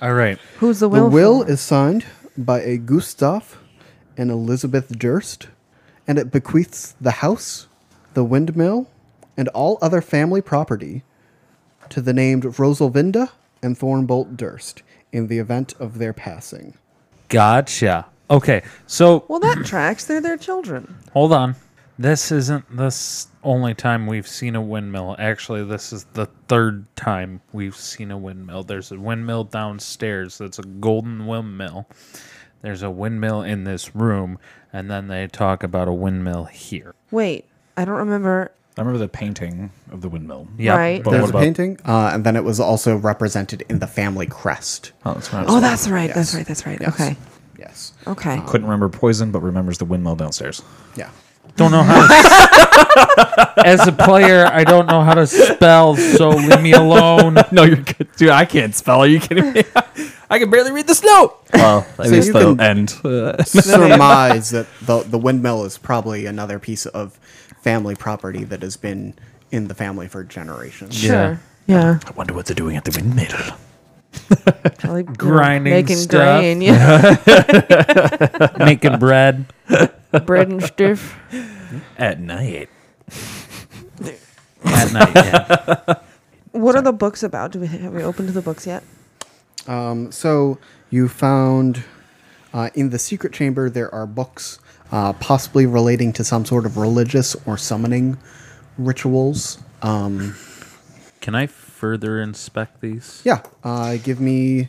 S1: All right.
S4: Who's the
S5: The
S4: will?
S5: will is signed by a Gustav and Elizabeth Durst, and it bequeaths the house, the windmill, and all other family property to the named Rosalvinda and Thornbolt Durst in the event of their passing.
S1: Gotcha. Okay. So
S4: well, that tracks. They're their children.
S1: hold on. This isn't the s- only time we've seen a windmill. Actually, this is the third time we've seen a windmill. There's a windmill downstairs that's a golden windmill. There's a windmill in this room, and then they talk about a windmill here.
S4: Wait, I don't remember.
S3: I remember the painting of the windmill.
S1: Yep.
S4: Right.
S3: But
S5: There's
S3: what
S5: a
S3: about?
S5: painting, uh, and then it was also represented in the family crest.
S3: Oh, that's right.
S4: Oh, that's right. That's
S5: Yes.
S4: right. That's right.
S5: Yes. Uh,
S4: Okay.
S5: Yes.
S4: Okay.
S3: Couldn't remember poison, but remembers the windmill downstairs.
S5: Yeah.
S1: Don't know how. To, as a player, I don't know how to spell, so leave me alone.
S3: No, you're good, dude. I can't spell. Are you kidding me? I can barely read this note. Well, at
S5: So
S3: least
S5: you
S3: the
S5: can-
S3: end.
S5: surmise that the, the windmill is probably another piece of family property that has been in the family for generations.
S4: Sure. Yeah.
S6: I wonder what they're doing at the windmill.
S4: Probably, you know,
S1: Grinding
S4: making
S1: stuff.
S4: grain, yeah.
S1: Making bread.
S4: bread and stuff.
S6: At night.
S1: At night, yeah.
S4: What are the books about? Do we have we opened the books yet?
S5: Um, so you found uh, in the secret chamber there are books uh, possibly relating to some sort of religious or summoning rituals. Um,
S1: Can I further inspect these?
S5: yeah, uh, give me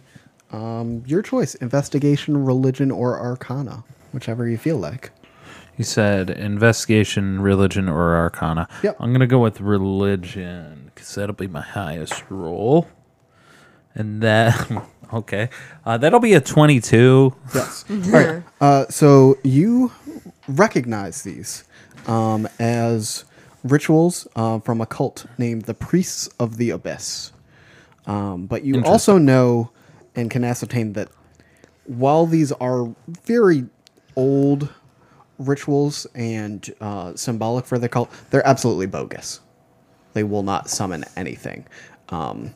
S5: um, your choice: investigation, religion, or arcana, whichever you feel like.
S1: You said investigation, religion, or arcana.
S5: Yep.
S1: I'm gonna go with religion because that'll be my highest roll, and that okay, uh, that'll be a 22.
S5: Yes. All right. Uh, so you recognize these um, as rituals uh, from a cult named the Priests of the Abyss. Um, but you also know and can ascertain that while these are very old rituals and uh, symbolic for the cult, they're absolutely bogus. They will not summon anything. Um,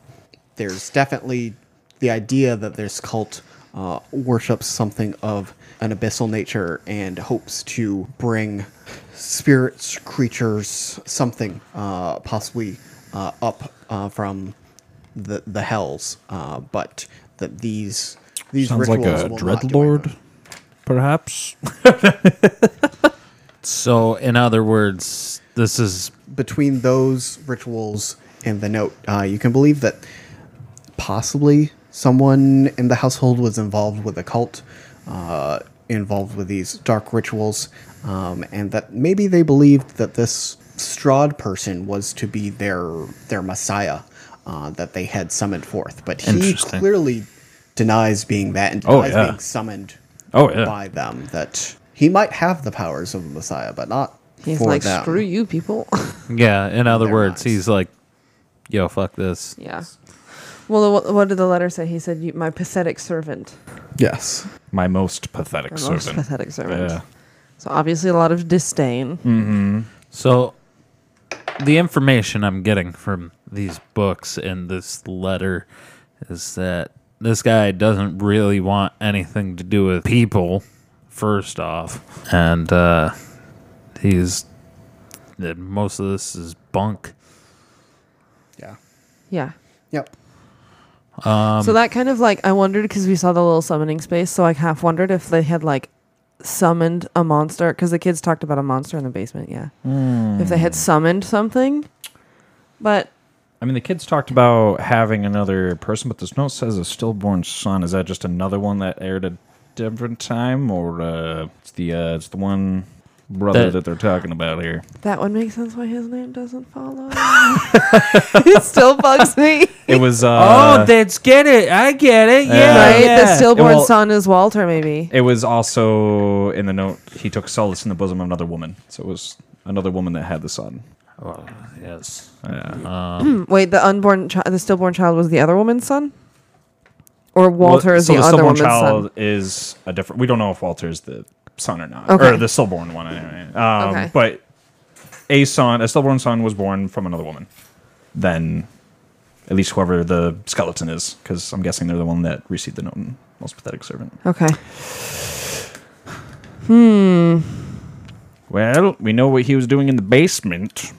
S5: there's definitely the idea that this cult uh, worships something of an abyssal nature and hopes to bring spirits, creatures, something uh, possibly uh, up uh, from the the hells, uh, but that these these
S3: Sounds like
S5: rituals
S3: a
S5: will not do
S3: dreadlord,
S5: anything.
S3: perhaps.
S1: So, in other words, this is
S5: Between those rituals and the note, uh, you can believe that possibly someone in the household was involved with a cult, uh, involved with these dark rituals, um, and that maybe they believed that this Strahd person was to be their their messiah uh, that they had summoned forth. But he
S3: Interesting.
S5: clearly denies being that and
S3: Oh,
S5: denies
S3: yeah.
S5: being summoned
S3: Oh, yeah.
S5: by them. That he might have the powers of a messiah, but not
S4: He's
S5: for
S4: like,
S5: them.
S4: screw you, people.
S1: yeah. In other
S5: They're
S1: words,
S5: nice.
S1: he's like, yo, fuck this.
S4: yeah. Well, what, what did the letter say? He said, you, "My pathetic servant,
S5: Yes.
S3: My most pathetic
S4: my most
S3: servant.
S4: pathetic servant."
S3: Yeah.
S4: So obviously, a lot of disdain.
S1: So, the information I'm getting from these books and this letter is that this guy doesn't really want anything to do with people, first off. And uh, he's. That most of this is bunk.
S5: Yeah.
S4: Yeah.
S5: Yep.
S4: so that kind of like I wondered because we saw the little summoning space, so I half wondered if they had like summoned a monster because the kids talked about a monster in the basement. Yeah, if they had summoned something, but
S3: I mean, the kids talked about having another person, but this note says a stillborn son. Is that just another one that aired at different time, or uh, it's the uh, it's the one brother
S1: That-
S3: that they're talking about here?
S4: that would make sense why his name doesn't follow. it still bugs me.
S3: It was. Uh,
S1: Oh, that's get it. I get it.
S4: right, the stillborn
S3: Well-
S4: son is Walter, maybe.
S3: It was also in the note he took solace in the bosom of another woman. So it was another woman that had the son.
S1: Yes.
S4: Wait, the unborn child, the stillborn child was the other woman's son? Or Walter is
S8: so
S4: the,
S8: the
S4: other
S8: stillborn
S4: woman's
S8: child
S4: son?
S8: is a different. We don't know if Walter is the son or not,
S4: Okay.
S8: or the stillborn one. Anyway. Um,
S4: Okay.
S8: But a son, a stillborn son, was born from another woman. Then, at least whoever the skeleton is, because I'm guessing they're the one that received the note. in Most pathetic servant.
S4: Okay.
S8: Well, we know what he was doing in the basement.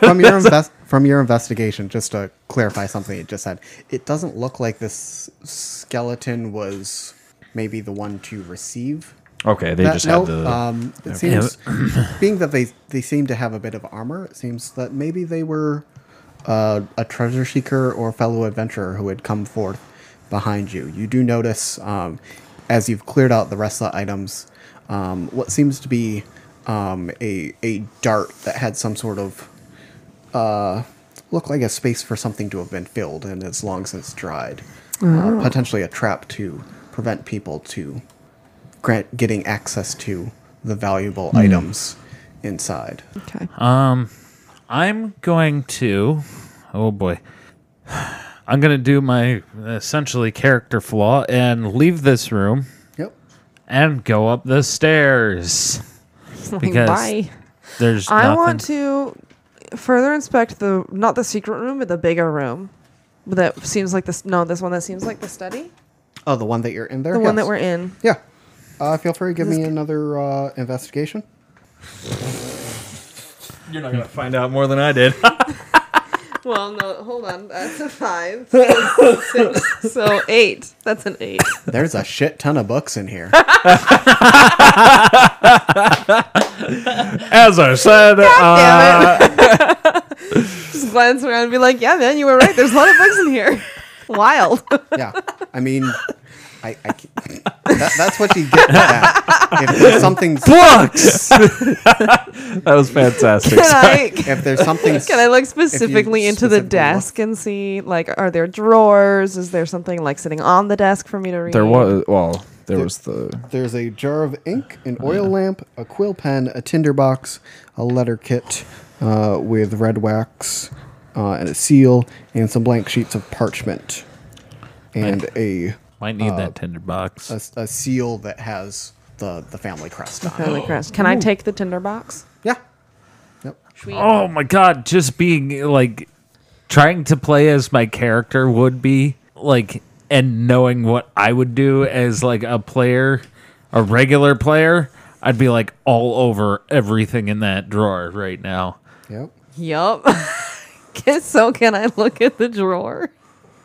S5: from your invest from your investigation, just to clarify something it just said, it doesn't look like this skeleton was maybe the one to receive.
S8: Okay, they
S5: that
S8: just
S5: note.
S8: had the.
S5: um, it seems, being that they they seem to have a bit of armor, it seems that maybe they were uh, a treasure seeker or fellow adventurer who had come forth behind you. You do notice um, as you've cleared out the rest of the items, um, what seems to be um, a a dart that had some sort of uh, look like a space for something to have been filled and is long since dried. Uh, potentially a trap to prevent people to grant getting access to the valuable items inside.
S4: Okay.
S1: I'm going to. Oh boy. I'm going to do my essentially character flaw and leave this room
S5: Yep.
S1: and go up the stairs. Because
S13: Bye.
S1: there's
S4: I
S1: nothing.
S4: want to further inspect the not the secret room, but the bigger room. That seems like this. No, this one that seems like the study.
S5: Oh, the one that you're in there.
S4: The one that
S5: Yes.
S4: we're in.
S5: Yeah. Uh, feel free to give me another uh, investigation.
S3: You're not gonna find out more than I did.
S4: Well, no, hold on. That's a five. Six. So eight. That's an eight.
S5: There's a shit ton of books in here.
S3: As I said, uh,
S4: Damn it.
S5: Uh,
S4: Just glance around and be like, yeah, man, you were right. There's a lot of books in here. Wild.
S5: yeah. I mean, I, I ca- that, that's what you get. For that. If there's something,
S8: Books. that was fantastic.
S4: Can I,
S5: if there's something,
S4: can I look specifically into the
S5: specifically look.
S4: desk and see, like, are there drawers? Is there something, like, sitting on the desk for me to read?
S8: There was well, there was the
S5: There's a jar of ink, an oil lamp, a quill pen, a tinder box, a letter kit uh, with red wax, uh, and a seal, and some blank sheets of parchment, and a,
S1: Might need that tinder box.
S5: a a seal that has the the family crest on. it.
S4: Family crest. Can I take the tinder box?
S5: Yeah.
S1: Oh my god, just being like trying to play as my character would be, like and knowing what I would do as like a player, a regular player, I'd be like all over everything in that drawer right now.
S5: Yep.
S4: Yup. Guess so can I look at the drawer?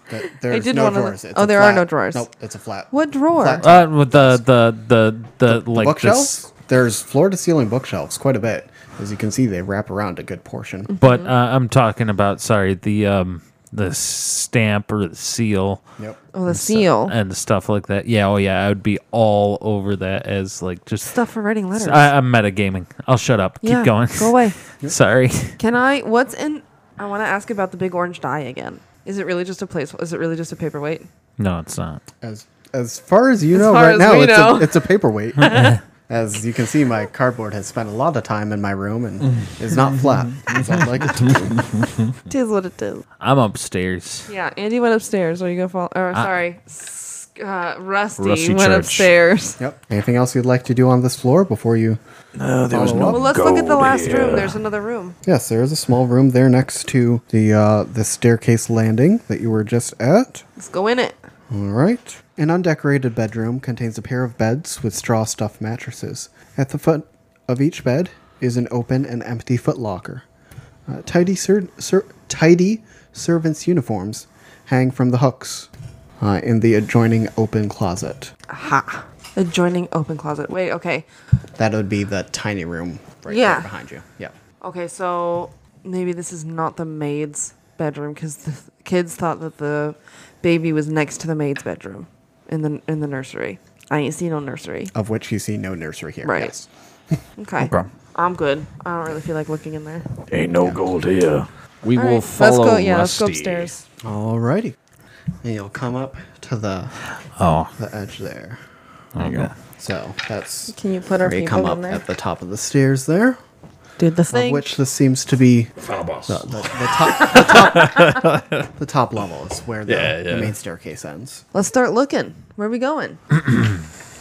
S5: Th- There's
S4: did
S5: no
S4: wanna-
S5: drawers. It's
S4: oh,
S5: a
S4: there are
S5: flat-
S4: no drawers.
S5: Nope, it's a flat.
S4: What drawer?
S5: Flat
S1: Uh with the the the the, like
S5: bookshelves?
S1: this
S5: There's floor to ceiling bookshelves quite a bit. As you can see, they wrap around a good portion.
S4: Mm.
S1: but uh, I'm talking about sorry, the um the stamp or the seal
S5: Yep.
S4: oh, the seal.
S1: and stuff like that. Yeah, oh yeah, I would be all over that as like just
S4: Stuff for writing letters.
S1: I, I'm metagaming. I'll shut up.
S4: Yeah,
S1: Keep going.
S4: go away.
S1: Sorry.
S4: Can I? What's in? I want to ask about the big orange die again. Is it really just a place? Is it really just a paperweight?
S1: No, it's not.
S5: As as far as you
S4: As
S5: know
S4: far
S5: right
S4: as
S5: now,
S4: we
S5: it's,
S4: know.
S5: A, it's a paperweight. as you can see, my cardboard has spent a lot of time in my room and is not flat. So I'd like it to be.
S4: Tis what it is.
S1: I'm upstairs.
S4: Yeah, Andy went upstairs. Are you gonna fall? Or sorry, S- uh, Rusty,
S8: Rusty
S4: went
S8: Church.
S4: upstairs.
S5: Yep. Anything else you'd like to do on this floor before you?
S6: No, there was
S5: Follow
S6: no
S5: up.
S4: Oh, Well, let's look at the
S6: gold
S4: last room.
S6: here.
S4: There's another room.
S5: Yes, there is a small room there next to the uh, the staircase landing that you were just at.
S4: Let's go in it.
S5: All right. An undecorated bedroom contains a pair of beds with straw stuffed mattresses. At the foot of each bed is an open and empty footlocker. Uh, tidy, ser- ser- tidy servants' uniforms hang from the hooks uh, in the adjoining open closet.
S4: Ha. Adjoining open closet. Wait. Okay.
S5: That would be the tiny room right
S4: Yeah.
S5: there behind you. Yeah.
S4: Okay. So maybe this is not the maid's bedroom because the kids thought that the baby was next to the maid's bedroom in the in the nursery. I ain't seen no nursery.
S5: Of which you see no nursery here.
S4: Right.
S5: Yes.
S4: Okay. I'm good. I don't really feel like looking in there.
S6: Ain't no gold here.
S8: we
S4: All
S8: will
S4: right,
S8: follow.
S4: Let's go. Yeah, let's go
S8: Rusty.
S4: upstairs.
S5: Alrighty. And you'll come up to the
S1: Oh.
S5: the edge there.
S1: okay.
S5: So that's
S4: Can you put our
S5: where you
S4: people
S5: come
S4: in
S5: up
S4: there?
S5: at the top of the stairs there.
S19: do the thing.
S5: which this seems to be
S20: Final boss.
S5: the, the top, the top, the top level is where the,
S20: Yeah, yeah.
S5: the main staircase ends.
S4: Let's start looking. Where are we going?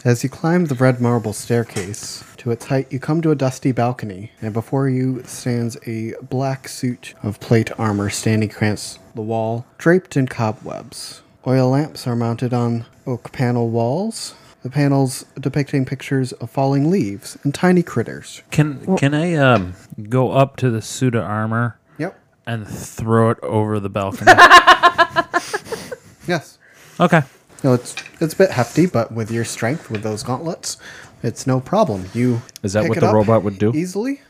S5: As you climb the red marble staircase to its height, you come to a dusty balcony, and before you stands a black suit of plate armor standing against the wall, draped in cobwebs. Oil lamps are mounted on oak panel walls, the panels depicting pictures of falling leaves and tiny critters.
S1: Can can I um, go up to the suit of armor
S5: Yep.
S1: and throw it over the balcony?
S5: Yes.
S1: okay.
S5: No, it's it's a bit hefty, but with your strength with those gauntlets, it's no problem. You
S3: Is that
S5: pick
S3: what
S5: it
S3: the
S5: up
S3: robot would do?
S5: easily?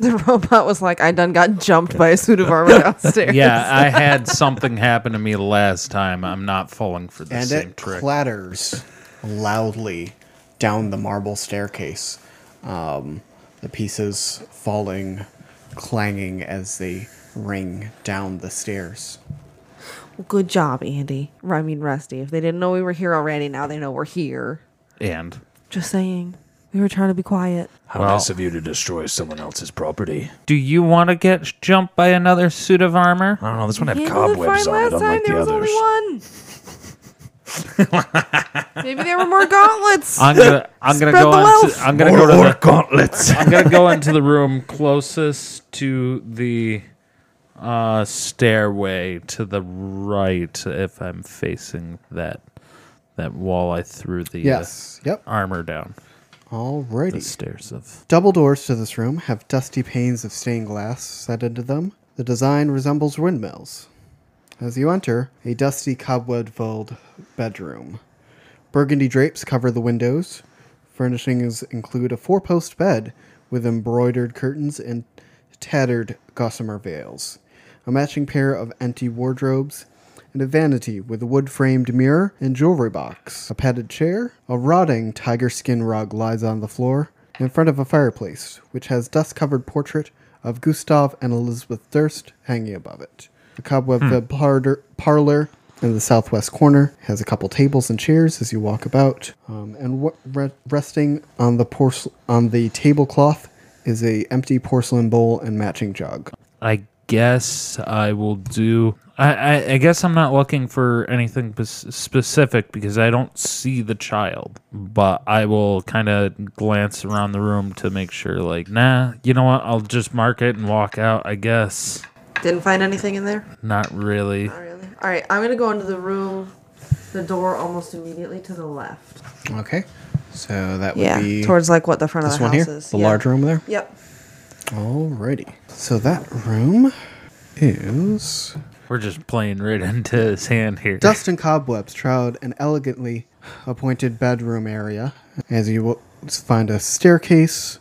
S4: The robot was like, I done got jumped by a suit of armor downstairs.
S1: Yeah, I had something happen to me last time. I'm not falling for the
S5: and
S1: same
S5: it
S1: trick.
S5: clatters loudly down the marble staircase. Um, the pieces falling, clanging as they ring down the stairs.
S19: Good job, Andy. I mean, Rusty. If they didn't know we were here already, now they know we're here.
S1: and
S19: Just saying. We were trying to be quiet.
S6: How nice of you to destroy someone else's property.
S1: do you want to get jumped by another suit of armor?
S6: I don't know. This one had
S19: Handled it
S6: cobwebs
S19: fine
S6: on it,
S19: last time.
S6: unlike
S19: There
S6: the
S19: was
S6: others.
S19: only one. Maybe there were more gauntlets.
S1: I'm gonna I'm gonna
S19: Spread
S1: go
S19: the
S1: on
S19: wealth.
S1: I'm gonna
S6: Or,
S1: go to
S6: or
S1: the,
S6: gauntlets.
S1: I'm gonna go into the room closest to the uh, stairway to the right if I'm facing that that wall I threw the
S5: Yes.
S1: uh,
S5: Yep.
S1: armor down the
S5: Alrighty.
S1: stairs of
S5: Double doors to this room have dusty panes of stained glass set into them. The design resembles windmills. As you enter, a dusty cobweb filled bedroom. Burgundy drapes cover the windows. Furnishings include a four post bed with embroidered curtains and tattered gossamer veils, a matching pair of empty wardrobes, and a vanity with a wood framed mirror and jewelry box. A padded chair, a rotting tiger skin rug lies on the floor in front of a fireplace, which has dust covered portrait of Gustav and Elizabeth Durst hanging above it. The cobweb fed parlor, parlor in the southwest corner has a couple tables and chairs as you walk about, um, and what re- resting on the porcel- on the tablecloth is a empty porcelain bowl and matching jug.
S1: I guess I will do. I, I, I guess I'm not looking for anything pes- specific because I don't see the child, but I will kind of glance around the room to make sure, like, nah, you know what? I'll just mark it and walk out, I guess.
S4: Didn't find anything in there?
S1: Not really.
S4: Not really. All right, I'm going to go into the room, the door almost immediately to the left.
S5: Okay, so that would
S4: Yeah,
S5: be
S4: towards like what the front of
S5: this
S4: the
S5: one
S4: house
S5: here,
S4: is.
S5: the
S4: Yeah.
S5: large room there.
S4: Yep.
S5: Alrighty, so that room is
S1: We're just playing right into his hand here.
S5: Dust and cobwebs shroud an elegantly appointed bedroom area as you will find a staircase.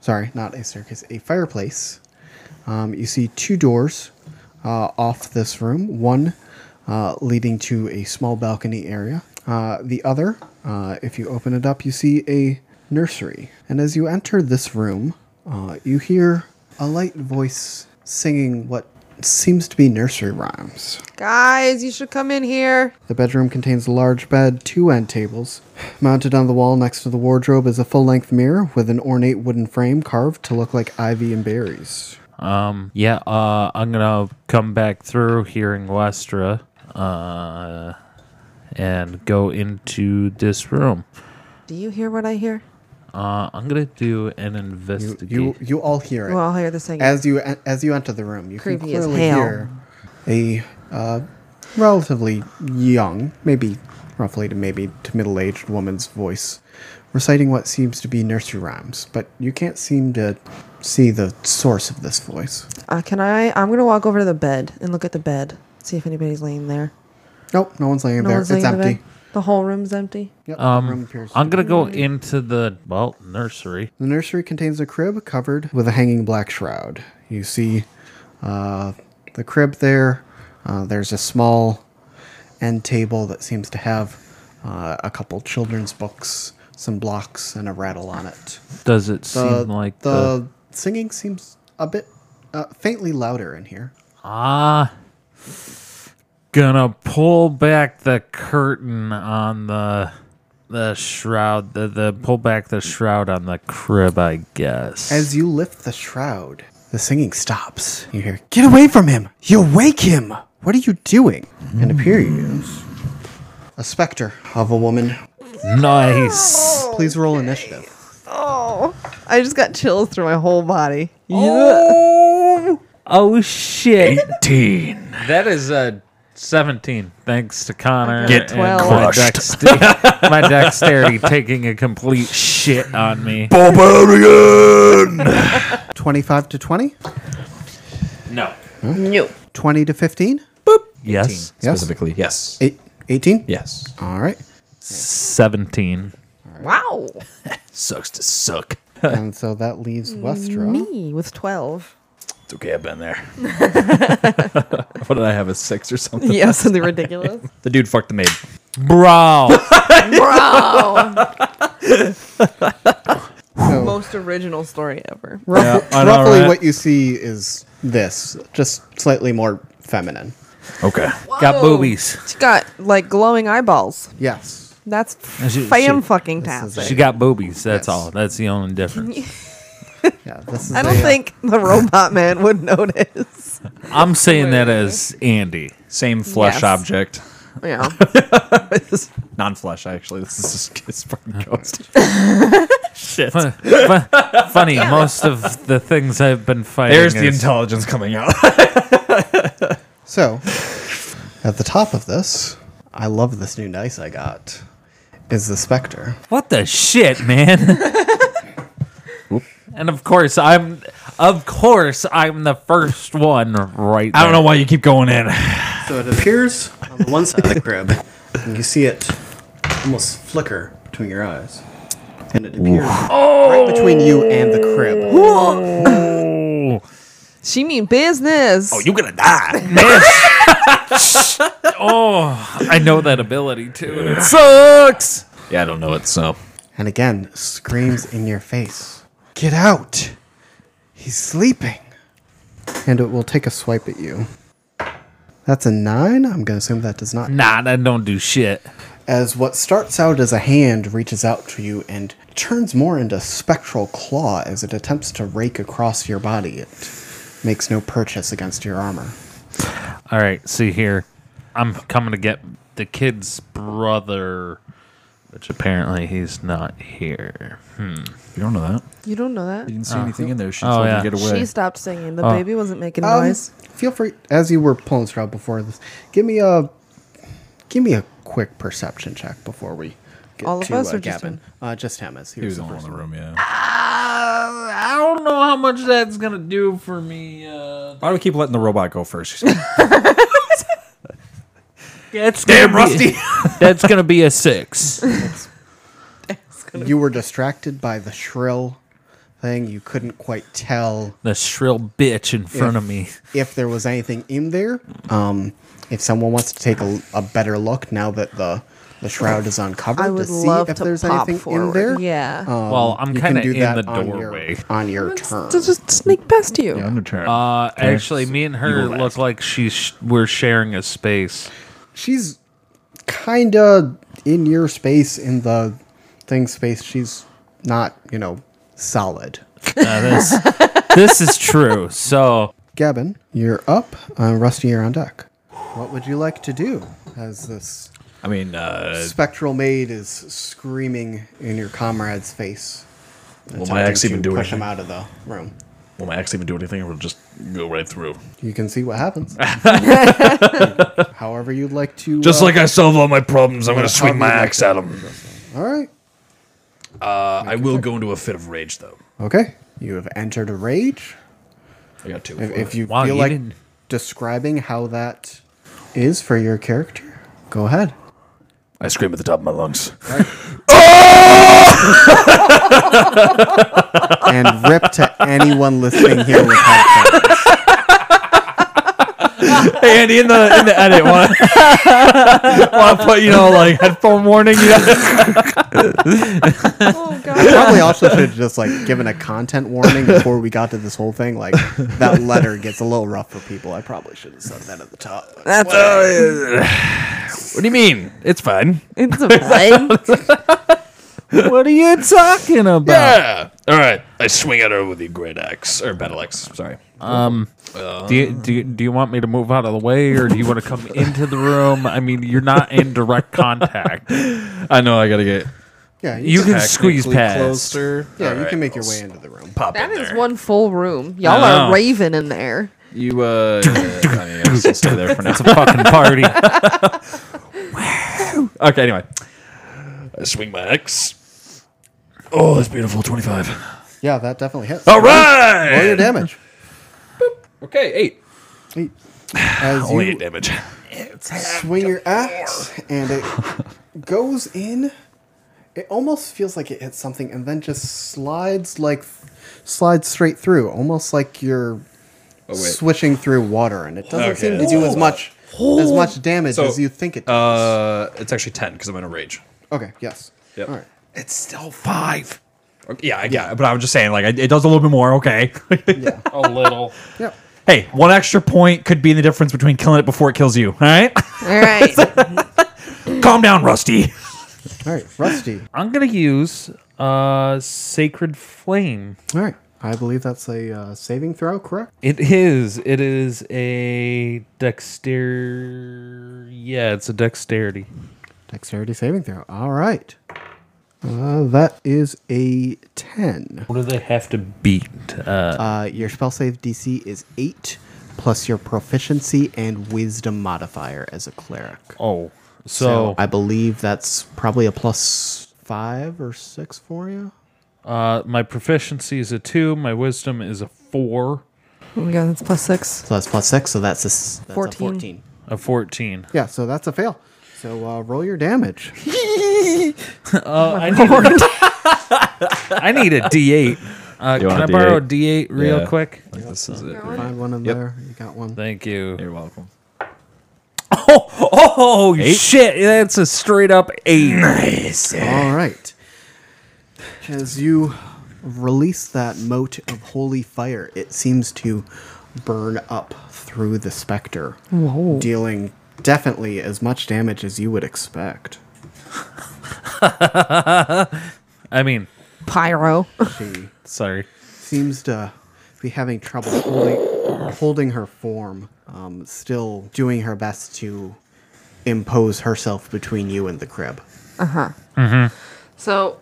S5: Sorry, not a staircase, a fireplace. Um, you see two doors uh, off this room, one uh, leading to a small balcony area. Uh, the other, uh, if you open it up, you see a nursery. And as you enter this room, uh, you hear a light voice singing what seems to be nursery rhymes.
S4: Guys, you should come in here.
S5: The bedroom contains a large bed, two end tables. Mounted on the wall next to the wardrobe is a full length mirror with an ornate wooden frame carved to look like ivy and berries.
S1: Um, yeah, uh, I'm gonna come back through here in Westra, uh, and go into this room.
S4: Do you hear what I hear?
S1: Uh, I'm gonna do an
S5: You,
S1: investigate.
S5: you, you all hear it.
S4: Well, I'll hear the singing.
S5: as you en- as you enter the room, you can
S4: Creepy as
S5: clearly
S4: hell.
S5: hear a uh, relatively young, maybe roughly to maybe to middle aged woman's voice reciting what seems to be nursery rhymes, but you can't seem to see the source of this voice.
S4: uh, can I? I'm going to walk over to the bed and look at the bed, see if anybody's laying there.
S5: Nope, no one's laying
S4: No
S5: there.
S4: one's
S5: it's
S4: laying in the
S5: empty.
S4: bed. The whole room's empty.
S5: Yep, the room
S1: Um,
S5: appears to
S1: I'm
S5: be-
S1: gonna go into the well nursery.
S5: The nursery contains a crib covered with a hanging black shroud. You see uh, the crib there. Uh, there's a small end table that seems to have uh, a couple children's books, some blocks, and a rattle on it.
S1: Does it
S5: The,
S1: seem like the,
S5: the, singing seems a bit uh, faintly louder in here.
S1: ah? Gonna pull back the curtain on the the shroud, the, the pull back the shroud on the crib, I guess.
S5: As you lift the shroud, the singing stops. You hear, Get away from him! You wake him! What are you doing? And appear you is a specter of a woman.
S1: nice.
S5: Please roll initiative.
S4: Oh, I just got chills through my whole body.
S1: Oh shit.
S6: 18.
S1: That is uh, 17. Thanks to Connor.
S6: Get
S1: and my, dexte- my dexterity taking a complete shit on me.
S6: Barbarian!
S5: 25 to 20?
S1: No.
S4: No.
S5: 20 to 15?
S1: Yes.
S5: Yes.
S3: specifically. Yes.
S5: Eight, 18?
S3: Yes.
S5: All right.
S1: 17.
S4: Wow.
S6: Sucks to suck.
S5: and so that leaves Westra.
S4: Me with 12.
S6: It's okay, I've been there. what did I have, a six or something?
S4: Yeah, something ridiculous.
S3: The dude fucked the maid.
S1: Bro.
S4: Most original story ever.
S5: Rough,
S3: I know,
S5: roughly
S3: right?
S5: what you see is this, just slightly more feminine.
S6: Okay.
S1: Got boobies.
S4: She got like glowing eyeballs.
S5: Yes.
S4: That's
S1: she-
S4: fan fucking
S5: is
S1: She
S4: tastic.
S1: got boobies. That's
S5: Yes.
S1: all. That's the only difference.
S5: Yeah, this is
S4: I don't
S5: a, uh,
S4: think the robot man would notice.
S1: I'm saying that as Andy.
S3: Same flesh
S4: Yes.
S3: object.
S4: Yeah.
S3: Non flesh, actually. This is just it's fucking ghost.
S1: Fu- fu- Funny, most of the things I've been fighting.
S3: There's the
S1: is-
S3: intelligence coming out.
S5: So, at the top of this, I love this new dice I got. Is the specter?
S1: What the shit, man? and of course, I'm. Of course, I'm the first one right.
S3: I
S1: there.
S3: don't know why you keep going in.
S21: So it appears on the one side of the crib, and you see it almost flicker between your eyes. And it appears right between you and the crib.
S4: she mean business.
S6: You're gonna die.
S1: I know that ability too. and it sucks.
S6: Yeah, I don't know it, so.
S5: And again, screams in your face. Get out! He's sleeping! And it will take a swipe at you. That's a nine? I'm gonna assume that does not.
S1: Nah, that don't do shit.
S5: As what starts out as a hand reaches out to you and turns more into spectral claw as it attempts to rake across your body. It makes no purchase against your armor.
S1: All right, see here. I'm coming to get the kid's brother, which apparently he's not here. Hmm.
S3: You don't know that.
S4: You don't know that?
S3: You didn't see anything in there. She
S1: Oh,
S3: told
S1: yeah.
S3: you to get away.
S4: She stopped singing. The baby wasn't making
S5: Um,
S4: noise.
S5: Feel free as you were pulling straw before this. Give me a give me a quick perception check before we get
S4: All of
S5: to
S4: us
S5: uh,
S4: or just
S5: Gavin.
S4: him?
S5: uh, just him as he,
S3: He was
S5: was the
S3: the one
S5: first
S3: in the
S5: one.
S3: room, yeah.
S1: Uh, I don't know how much that's gonna do for me. Uh,
S3: Why do we keep letting the robot go first? She's-
S1: that's damn rusty. that's gonna be a six.
S5: You were distracted by the shrill thing. You couldn't quite tell
S1: The shrill bitch in front of me.
S5: if there was anything in there. Um, if someone wants to take a, a better look now that the the shroud is uncovered
S4: I
S5: to
S4: would
S5: see
S4: love
S5: if
S4: to
S5: there's
S4: pop
S5: anything
S4: forward.
S5: in there.
S4: Yeah.
S1: well, I'm
S5: um, you
S1: kind
S5: can
S1: of
S5: do
S1: in
S5: that
S1: the
S5: on
S1: doorway.
S5: Your, on your turn.
S4: to just sneak past you.
S1: Uh, actually, me and her look like she's sh- we're sharing a space.
S5: she's kind of in your space in the thing space she's not you know solid
S1: Uh, this, this is true. So
S5: gavin you're up uh, rusty you're on deck what would you like to do as this
S3: I mean, uh,
S5: spectral maid is screaming in your comrade's face
S6: Will my axe even
S5: Attempting to
S6: do
S5: push him
S6: anything?
S5: out of the room
S6: Will my axe even do anything, or will it just go right through?
S5: you can see what happens however you'd like to
S6: Just
S5: uh,
S6: like I solve all my problems, I'm gonna swing
S5: how
S6: my
S5: do you like
S6: axe at him.
S5: all right
S6: Uh, I will go into a fit of rage, though.
S5: okay you have entered a rage
S6: I got two.
S5: If,
S6: for
S5: if
S6: it.
S5: you
S1: Wow,
S5: feel
S1: you
S5: like
S1: didn't-
S5: describing how that is for your character, go ahead.
S6: I scream at the top of my lungs.
S5: And rip to anyone listening here with headphones.
S6: Hey, Andy, in the in the edit, want to put you know like headphone warning? You know?
S22: Oh god.
S5: Probably also should have just like given a content warning before we got to this whole thing. Like that letter gets a little rough for people. I probably should have said that at the top.
S22: That's
S6: What do you mean? It's fine.
S4: It's fine.
S1: what are you talking about?
S6: Yeah.
S23: All right, I swing at her with the great axe or battle axe. Sorry.
S1: Do you, do you, do you want me to move out of the way, or do you want to come into the room? I mean, you're not in direct contact.
S6: I know. I gotta get.
S5: Yeah,
S1: You can squeeze
S5: technically
S1: past.
S5: closer. Yeah, you
S23: Alright,
S5: can make your
S23: I'll
S5: way
S23: s-
S5: into the room.
S23: Pop
S4: That
S23: in
S4: is
S23: there.
S4: one full room. Y'all are raving in there.
S6: You uh, I mean, I'll still stay there for now.
S1: It's a fucking party.
S6: Okay. Anyway,
S23: I swing my axe. Oh, that's beautiful. Twenty-five.
S5: Yeah, that definitely hits.
S23: All right.
S5: Roll your damage.
S6: okay, eight.
S5: As
S23: Only
S5: you
S23: eight damage.
S5: swing your axe and it goes in, it almost feels like it hits something and then just slides like slides straight through, almost like you're
S6: Oh,
S5: swishing through water, and it doesn't
S23: Okay,
S5: seem to
S23: that's
S5: do as much as much damage
S6: So,
S5: as you think it does.
S6: Uh, it's actually ten because I'm in a rage.
S5: okay, yes.
S6: Yep.
S5: All right.
S6: It's still five. Okay, yeah, I get it, but I was just saying, like, it it does a little bit more. Okay.
S24: A little.
S5: Yep.
S6: hey, one extra point could be the difference between killing it before it kills you. All right.
S4: All right.
S6: Calm down, Rusty.
S5: All right, Rusty.
S1: I'm gonna use uh sacred flame.
S5: All right. I believe that's a uh, saving throw, correct?
S1: It is. It is a dexter. Yeah, it's a dexterity.
S5: Dexterity saving throw. All right. Uh, that is a 10.
S1: What do they have to beat? Uh,
S5: Uh, your spell save DC is 8 plus your proficiency and wisdom modifier as a cleric.
S1: oh, so,
S5: I believe that's probably a plus 5 or 6 for you.
S1: uh, my proficiency is a two. My wisdom is a four.
S4: oh my god, that's plus six.
S5: So that's plus 6, so that's a, s- that's a
S4: 14.
S5: 14.
S1: A fourteen.
S5: Yeah, so that's a fail. So uh, roll your damage.
S3: Oh,
S1: I need, a, I need a D8. Uh,
S3: You
S1: can
S3: want
S1: I
S3: a
S1: borrow a
S3: D8?
S1: D8 real
S3: Yeah.
S1: quick?
S3: This is it.
S5: Find one in there. You got one.
S1: Thank you.
S3: You're welcome.
S1: Oh shit! That's a straight up eight.
S5: All right. As you release that mote of holy fire, it seems to burn up through the specter, dealing definitely as much damage as you would expect.
S1: I mean,
S4: Pyro.
S5: She
S1: sorry.
S5: seems to be having trouble holding, holding her form, um, still doing her best to impose herself between you and the crib.
S4: So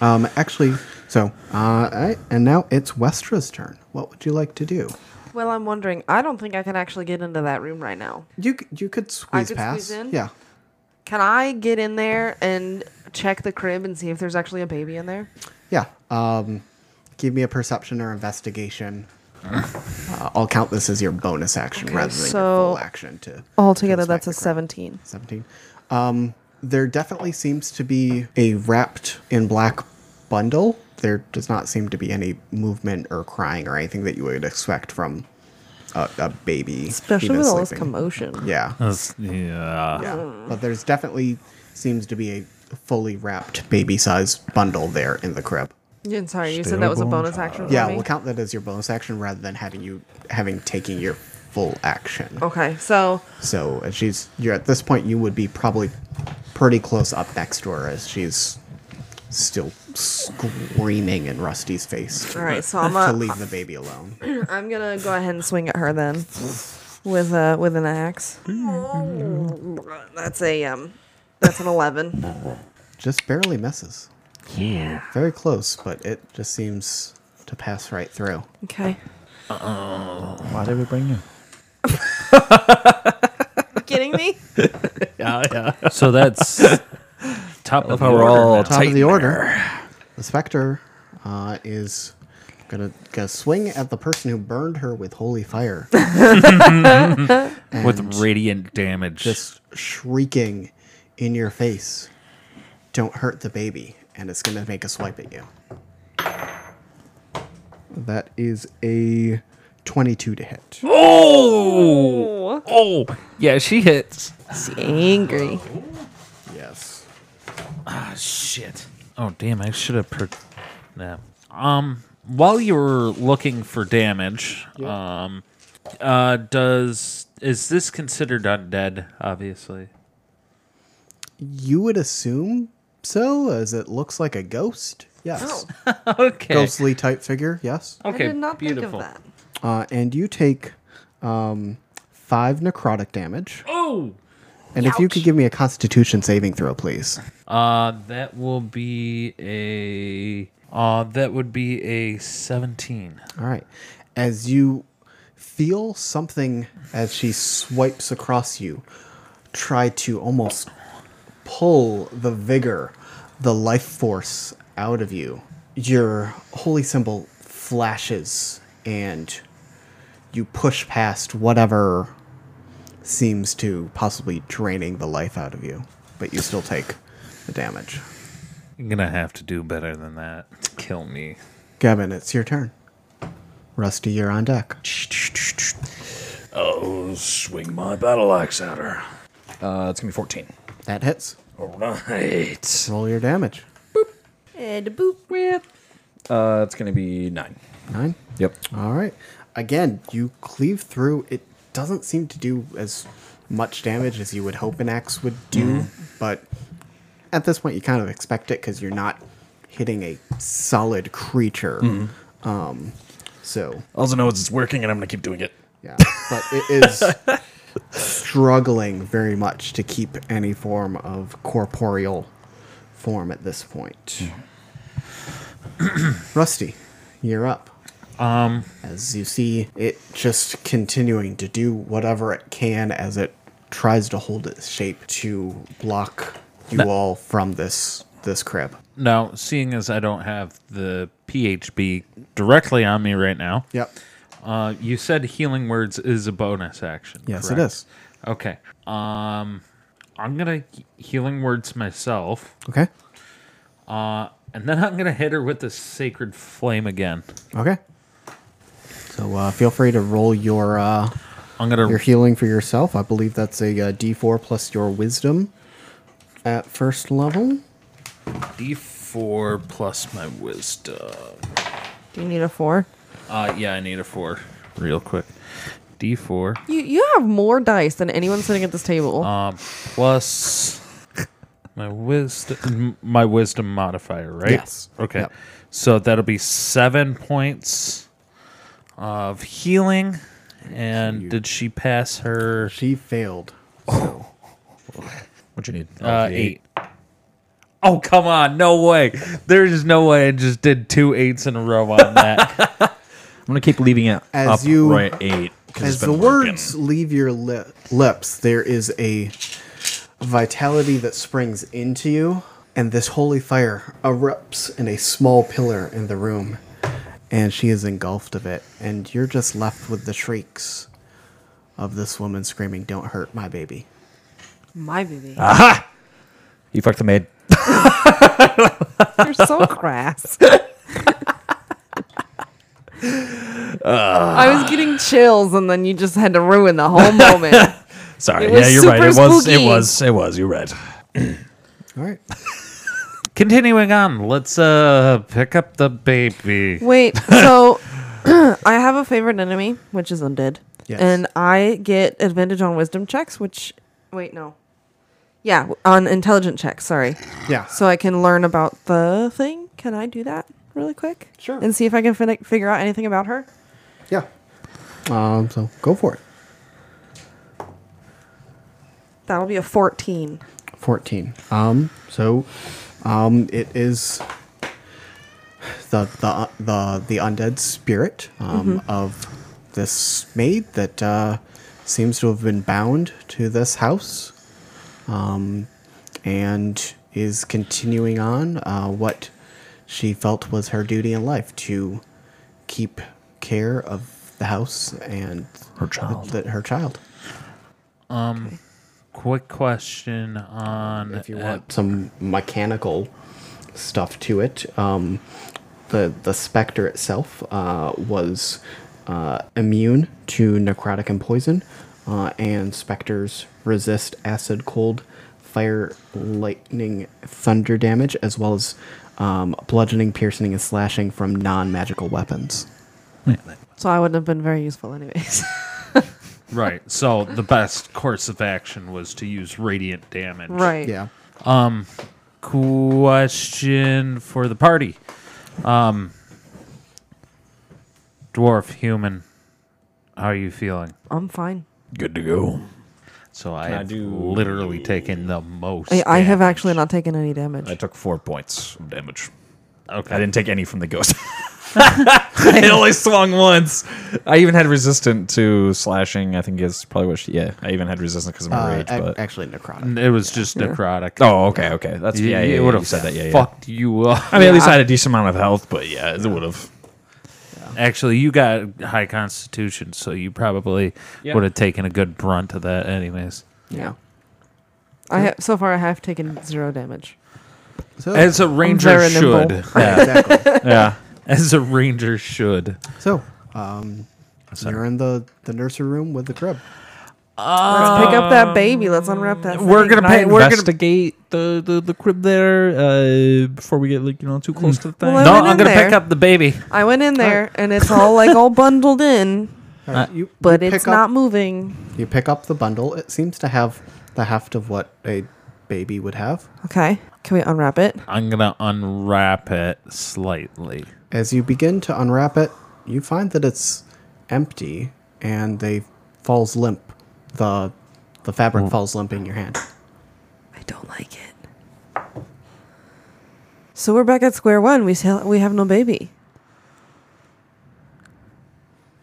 S5: Um, actually, so uh, I, and now it's Westra's turn. What would you like to do?
S4: Well, I'm wondering. I don't think I can actually get into that room right now.
S5: You c- you could squeeze
S4: could
S5: past.
S4: squeeze in?
S5: Yeah.
S4: Can I get in there and check the crib and see if there's actually a baby in there?
S5: Yeah. Um, give me a perception or investigation. Uh, I'll count this as your bonus action rather than your
S4: so-
S5: full action to
S4: Altogether, that's a
S5: inspect the
S4: 17.
S5: crib. 17. Um, there definitely seems to be a wrapped in black bundle. There does not seem to be any movement or crying or anything that you would expect from a, a baby.
S4: Especially
S5: even
S4: with all this
S5: sleeping.
S4: commotion.
S5: Yeah.
S1: yeah.
S5: Yeah, Mm. but there's definitely seems to be a fully wrapped baby-sized bundle there in the crib.
S4: Yeah, sorry, you said that was a bonus action for
S5: Yeah,
S4: me?
S5: we'll count that as your bonus action rather than having you having taking your full action.
S4: Okay, so
S5: So as she's you're at this point, you would be probably pretty close up next to her as she's still screaming in Rusty's face.
S4: all right, so I'm
S5: To
S4: uh,
S5: leave the baby alone.
S4: I'm gonna go ahead and swing at her then with uh with an axe. That's a um, that's an 11.
S5: Just barely misses.
S4: Yeah.
S5: Very close, but it just seems to pass right through.
S4: Okay.
S3: Why did we bring you?
S4: kidding me?
S1: So that's top of
S6: We're all
S5: top of the order, the specter uh, is gonna, gonna swing at the person who burned her with holy fire,
S1: with radiant damage.
S5: just shrieking in your face. Don't hurt the baby, and it's gonna make a swipe at you. That is a 22 to hit.
S1: Oh, oh, yeah, she hits.
S4: She's angry.
S5: Yes.
S1: Shit. Oh damn! I should have. Per- nah. Um. While you were looking for damage, um, uh, does is this considered undead? Obviously.
S5: You would assume so, as it looks like a ghost. Yes.
S1: Okay.
S5: Ghostly type figure. Yes.
S1: okay.
S4: I did not
S1: beautiful.
S4: think of that.
S5: Uh, and you take um, five necrotic damage.
S1: Oh.
S5: And if you could give me a constitution saving throw, please.
S1: Uh, that will be a. Uh, that would be a seventeen.
S5: All right. As you feel something as she swipes across you, try to almost pull the vigor, the life force out of you. Your holy symbol flashes and you push past whatever seems to possibly draining the life out of you, but you still take the damage.
S1: You're gonna have to do better than that to kill me.
S5: Gavin, it's your turn. Rusty, you're on deck.
S6: Oh, swing my battle axe at her.
S3: Uh, it's gonna be 14.
S5: That hits.
S6: All right.
S5: Roll your damage.
S4: And a boot whip.
S3: Uh, it's gonna be nine.
S5: Nine.
S3: Yep.
S5: All right. Again, you cleave through. It doesn't seem to do as much damage as you would hope an axe would do, but at this point, you kind of expect it because you're not hitting a solid creature. Um, so
S6: Also knows it's working, and I'm gonna keep doing it.
S5: yeah, but it is struggling very much to keep any form of corporeal form at this point. Rusty, you're up. Um, as you see, it just continuing to do whatever it can as it tries to hold its shape to block you all from this this crib.
S1: Now, seeing as I don't have the PHB directly on me right now,
S5: Yep.
S1: uh, you said healing words is a bonus action.
S5: Yes, it
S1: correct?
S5: is.
S1: Okay. Um, I'm gonna he- healing words myself,
S5: Okay.
S1: and then I'm gonna hit her with the sacred flame again.
S5: Okay. So uh, feel free to roll your uh,
S1: I'm gonna
S5: You're healing for yourself. I believe that's a, uh D4 plus your wisdom at first level.
S1: D4 plus my wisdom.
S4: Do you need a four?
S1: Uh, yeah, I need a four real quick. D4
S4: You you have more dice than anyone sitting at this table.
S1: Uh, plus my wisdom my wisdom modifier, right?
S5: Yes.
S1: Okay.
S5: Yep.
S1: So that'll be 7 points of healing and did she pass her
S5: She failed.
S3: What you need?
S5: Oh,
S1: uh, 8? Oh, come on. No way. There's no way I just did two eights in a row on that.
S3: I'm gonna keep leaving it
S5: As
S3: up
S5: you-
S3: right at eight. 'cause it's
S5: As
S3: been
S5: the
S3: working.
S5: words leave your li- lips, there is a vitality that springs into you, and this holy fire erupts in a small pillar in the room, and she is engulfed of it, and you're just left with the shrieks of this woman screaming, "Don't hurt my baby."
S4: My baby.
S3: you fucked the maid.
S4: You're so crass.
S1: Uh.
S4: I was getting chills, and then you just had to ruin the whole moment.
S6: Sorry.
S4: It was
S6: yeah, you're right.
S4: super
S6: It was.
S4: spooky.
S6: It was. It was. You're right.
S5: All right.
S1: Continuing on, let's uh pick up the baby.
S4: Wait, so I have a favorite enemy, which is undead.
S5: Yes.
S4: And I get advantage on wisdom checks, which. Wait, no. Yeah, w- on intelligent checks, sorry.
S5: Yeah.
S4: So I can learn about the thing. Can I do that really quick?
S5: Sure.
S4: And see if I can fin- figure out anything about her?
S5: Yeah. Um. So go for it.
S4: That'll be a 14.
S5: 14. Um, so um, it is the the the the undead spirit um, of this maid that uh, seems to have been bound to this house, um, and is continuing on uh, what she felt was her duty in life to keep care of the house and her
S3: child.
S5: That her child.
S1: Quick question on
S5: if you want Uh, some mechanical stuff to it. Um, the the specter itself uh, was uh, immune to necrotic and poison, uh, and specters resist acid, cold, fire, lightning, thunder damage, as well as um, bludgeoning, piercing, and slashing from non-magical weapons.
S4: So I wouldn't have been very useful, anyways.
S25: Right. So the best course of action was to use radiant damage.
S4: right.
S5: Yeah.
S1: Question for the party. Um, dwarf, human, how are you feeling?
S4: I'm fine.
S6: Good to go.
S1: So I have literally taken the most.
S4: I, I have
S1: damage.
S4: actually not taken any damage.
S3: I took four points of damage.
S1: Okay.
S3: I didn't take any from the ghost. it only swung once. I even had resistant to slashing. I think is probably what she. Yeah, I even had resistant because of my
S5: Uh,
S3: rage.
S5: ac-
S3: But
S5: actually, necrotic.
S1: It was just necrotic.
S3: oh, okay, okay. That's
S1: You-
S3: yeah. yeah,
S1: you
S3: yeah
S1: would
S3: you
S1: have
S3: said that. Yeah, yeah.
S1: fucked you up.
S3: I mean, at least I had a decent amount of health, but yeah, it would have.
S1: Actually, you got high constitution, so you probably would have taken a good brunt of that, anyways.
S4: yeah. I ha- so far I have taken zero damage.
S5: So,
S1: As a ranger
S4: very
S1: should.
S4: nimble.
S1: Yeah.
S5: exactly.
S3: Yeah.
S1: As a ranger should.
S5: So, um, you're in the, the nursery room with the grub.
S4: Let's pick up that baby. Let's unwrap that.
S3: We're
S4: thing.
S3: gonna pay. We're investigate the, the the crib there uh, before we get like you know too close to the thing.
S4: Well, I
S1: no,
S4: went
S1: I'm
S4: in
S1: gonna
S4: there.
S1: pick up the baby.
S4: I went in there and it's all like all bundled in,
S5: you,
S4: but
S5: you
S4: it's
S5: pick up-
S4: not moving.
S5: You pick up the bundle. It seems to have the heft of what a baby would have.
S4: Okay. Can we unwrap it?
S1: I'm gonna unwrap it slightly.
S5: As you begin to unwrap it, you find that it's empty and they falls limp. The the fabric falls limp in your hand.
S4: I don't like it. So we're back at square one. We still we have no baby.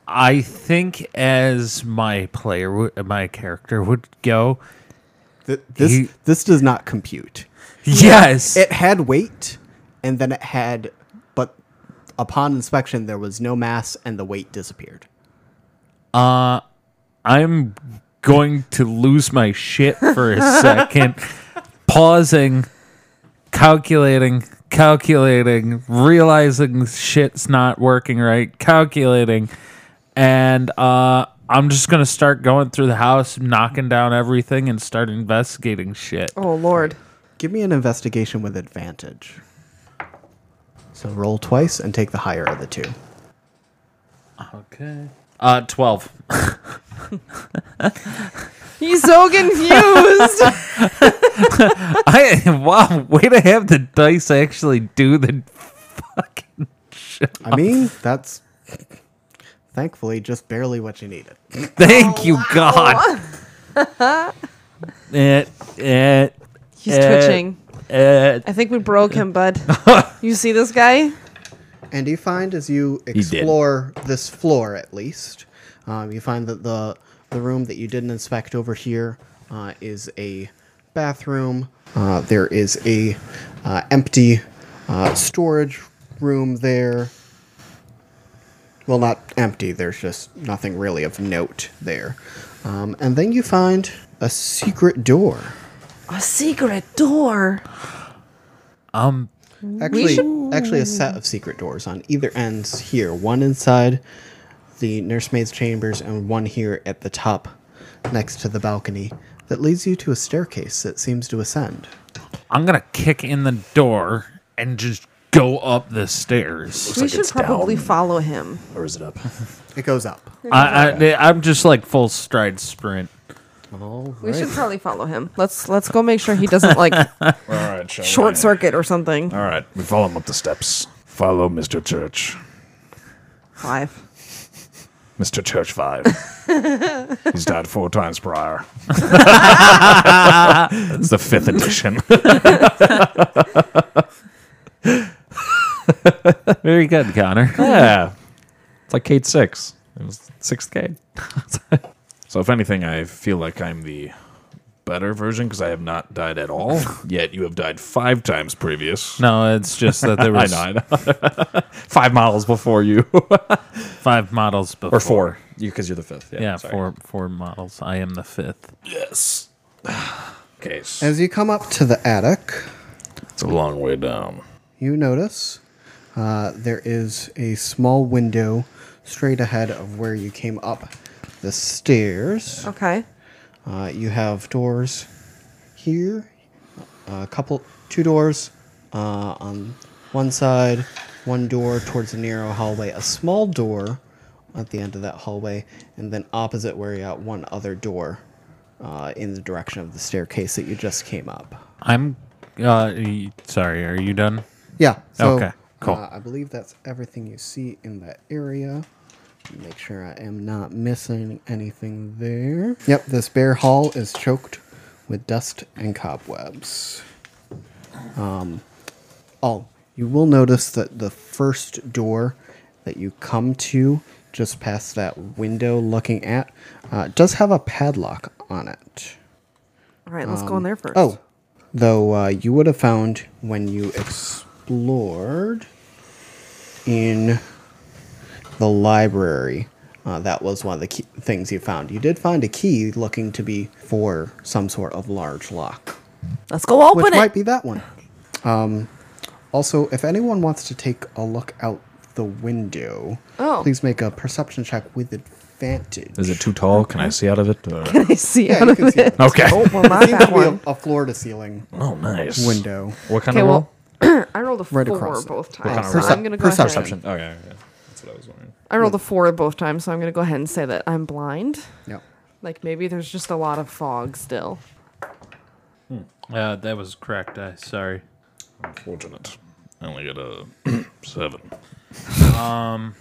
S1: I think, as my player, would my character would go,
S5: Th- this
S1: He-
S5: this does not compute.
S1: yes,
S5: It had weight and then it had but upon inspection there was no mass and the weight disappeared.
S1: I'm going to lose my shit for a second. Pausing, calculating, calculating, realizing shit's not working right, calculating, and uh, I'm just gonna start going through the house, knocking down everything, and start investigating shit.
S4: Oh Lord.
S5: Give me an investigation with advantage. So roll twice and take the higher of the two.
S1: Okay. Uh, twelve.
S4: He's so confused.
S1: I wow, way to have the dice actually do the fucking
S5: I mean, that's thankfully just barely what you needed.
S1: Thank you, God. it, it,
S4: He's
S6: Eh.
S1: Uh,
S4: twitching.
S1: it.
S4: I think we broke him, bud. you see this guy?
S5: And you find as you explore this floor, at least, um, you find that the the room that you didn't inspect over here uh, is a bathroom. Uh, there is a uh, empty uh, storage room there. Well, not empty. There's just nothing really of note there. Um, and then you find a secret door.
S4: A secret door.
S5: Actually, actually, a set of secret doors on either ends here. One inside the nursemaid's chambers, and one here at the top, next to the balcony, that leads you to a staircase that seems to ascend.
S1: I'm gonna kick in the door and just go up the stairs.
S4: we
S6: like
S4: should
S6: it's down.
S4: probably follow him.
S6: Or is it up?
S5: It goes up.
S1: I, I, I'm just like full stride sprint.
S4: We should probably follow him. Let's let's go make sure he doesn't like
S6: All right. shall
S4: short
S6: we?
S4: circuit or something.
S6: All right. We follow him up the steps. Follow Mr. Church.
S4: Five.
S6: Mr. Church Five. He's died four times prior.
S3: It's the fifth edition.
S1: Very good, Connor.
S3: yeah, it's like Kate six. It was sixth Kate.
S6: So, if anything, I feel like I'm the better version because I have not died at all. Yet you have died five times previous.
S1: No, it's just that there
S3: I
S1: was
S3: know. I know. Five models before you,
S1: five models before.
S3: or four, you because you're the fifth. Yeah,
S1: Yeah,
S3: sorry.
S1: four four models. I am the fifth.
S6: Yes. Okay. so
S5: As you come up to the attic,
S6: It's a long way down.
S5: you notice Uh, there is a small window straight ahead of where you came up the stairs.
S13: Okay.
S5: Uh, you have doors here, a couple, two doors uh, on one side, one door towards the narrow hallway, a small door at the end of that hallway, and then opposite where you got one other door uh, in the direction of the staircase that you just came up.
S1: I'm uh y- sorry, are you done?
S5: Yeah. so,
S1: Okay, cool.
S5: uh, I believe that's everything you see in that area. Make sure I am not missing anything there. Yep, this bare hall is choked with dust and cobwebs. Oh, you will notice that the first door that you come to, just past that window looking at, uh, does have a padlock on it.
S13: All right, let's go
S6: Um,
S13: in there first.
S5: Oh, though uh, you would have found when you explored in the library, uh, that was one of the key things you found. You did find a key looking to be for some sort of large lock,
S13: let's go open
S5: which
S13: it.
S5: might be that one. Um, also, if anyone wants to take a look out the window,
S13: Oh.
S5: please make a perception check with advantage.
S8: Is it too tall? Can I see out of it?
S3: Uh,
S8: Or-
S13: I see
S5: Yeah,
S13: out
S5: you
S13: of
S5: can see
S13: it.
S5: it.
S8: Okay.
S13: Oh, well, not
S5: Seems
S13: that
S5: to be a,
S13: one.
S5: a floor to ceiling
S6: Oh, nice.
S5: window.
S8: What kind
S13: Okay,
S8: of roll?
S13: well, I rolled a four
S5: Right across it.
S13: both
S5: What
S13: times.
S5: kind of
S13: so
S5: roll?
S13: I'm gonna go
S5: Perception.
S13: ahead.
S5: Perception.
S8: Oh, yeah, yeah. That's what I was wondering.
S13: I rolled a four both times, so I'm gonna go ahead and say that I'm blind.
S5: Yep.
S13: Like maybe there's just a lot of fog still.
S7: Uh, that was correct. I sorry.
S8: Unfortunate. I only got a seven.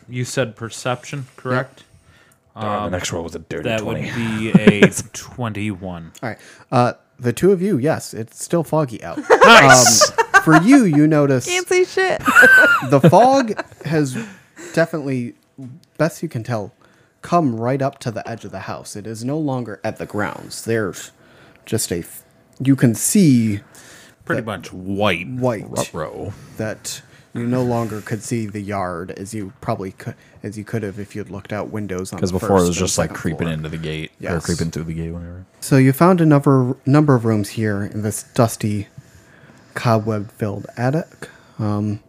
S7: You said perception, correct?
S6: Alright, the next roll was a dirty
S7: That
S6: 20.
S7: would be a twenty-one.
S5: All right. Uh, the two of you, yes, it's still foggy out. Nice. Um, for you, you notice
S13: Can't see shit.
S5: the fog has definitely, best you can tell, come right up to the edge of the house. It is no longer at the grounds. There's just a, f- you can see
S1: Pretty much white.
S5: white
S1: row.
S5: that you no longer could see the yard as you probably could, as you could have if you'd looked out windows on
S8: Because
S5: the
S8: before it
S5: first
S8: was
S5: and
S8: just like
S5: second
S8: creeping
S5: floor.
S8: into the gate or
S5: Yes.
S8: creeping through the gate, whatever.
S5: So you found a number number of rooms here in this dusty, cobweb-filled attic. Um,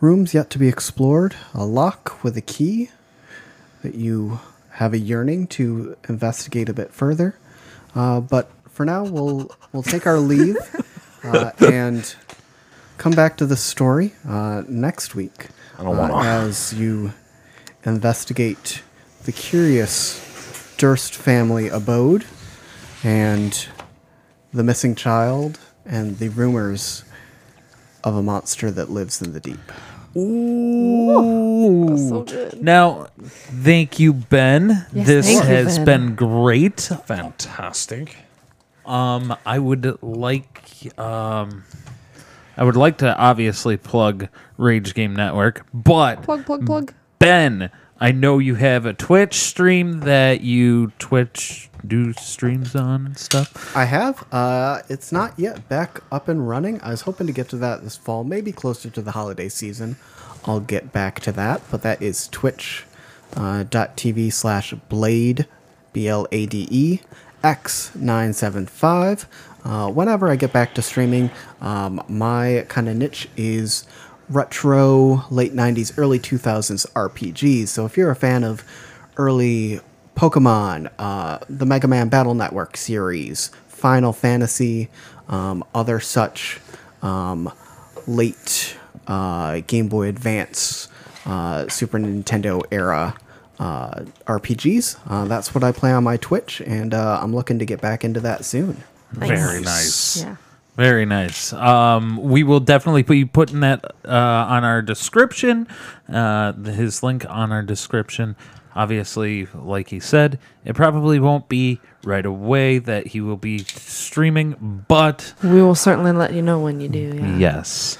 S5: rooms yet to be explored. A lock with a key that you have a yearning to investigate a bit further. Uh, but for now, we'll we'll take our leave uh, and come back to the story uh, next week
S6: I don't
S5: uh,
S6: wanna.
S5: as you investigate the curious Durst family abode and the missing child and the rumors of a monster that lives in the deep.
S13: That's so good.
S1: Now, thank you, Ben. this
S13: thank you,
S1: has
S13: Ben.
S1: been great.
S6: Fantastic.
S1: Um, I would like um, I would like to obviously plug Rage Game Network, but
S13: Plug,
S5: Mm.
S13: plug, plug.
S1: Ben, I know you have a Twitch stream that you Twitch do streams on and stuff.
S5: I have. Uh, it's not yet back up and running. I was hoping to get to that this fall, maybe closer to the holiday season. I'll get back to that, but that is twitch uh, dot TV slash blade, B L A D E, X975. Uh, whenever I get back to streaming, um, my kind of niche is retro, late 90s, early 2000s RPGs. So if you're a fan of early Pokemon, uh, the Mega Man Battle Network series, Final Fantasy, um, other such um, late uh, Game Boy Advance, uh, Super Nintendo era uh, RPGs. Uh, that's what I play on my Twitch, and uh, I'm looking to get back into that soon.
S1: Very nice.
S13: Yeah.
S1: Very nice. Um, we will definitely be putting that uh, on our description, uh, the- his link on our description. Obviously, like he said, it probably won't be right away that he will be streaming, but
S13: We will certainly let you know when you do. Yeah.
S5: Mm.
S1: yes.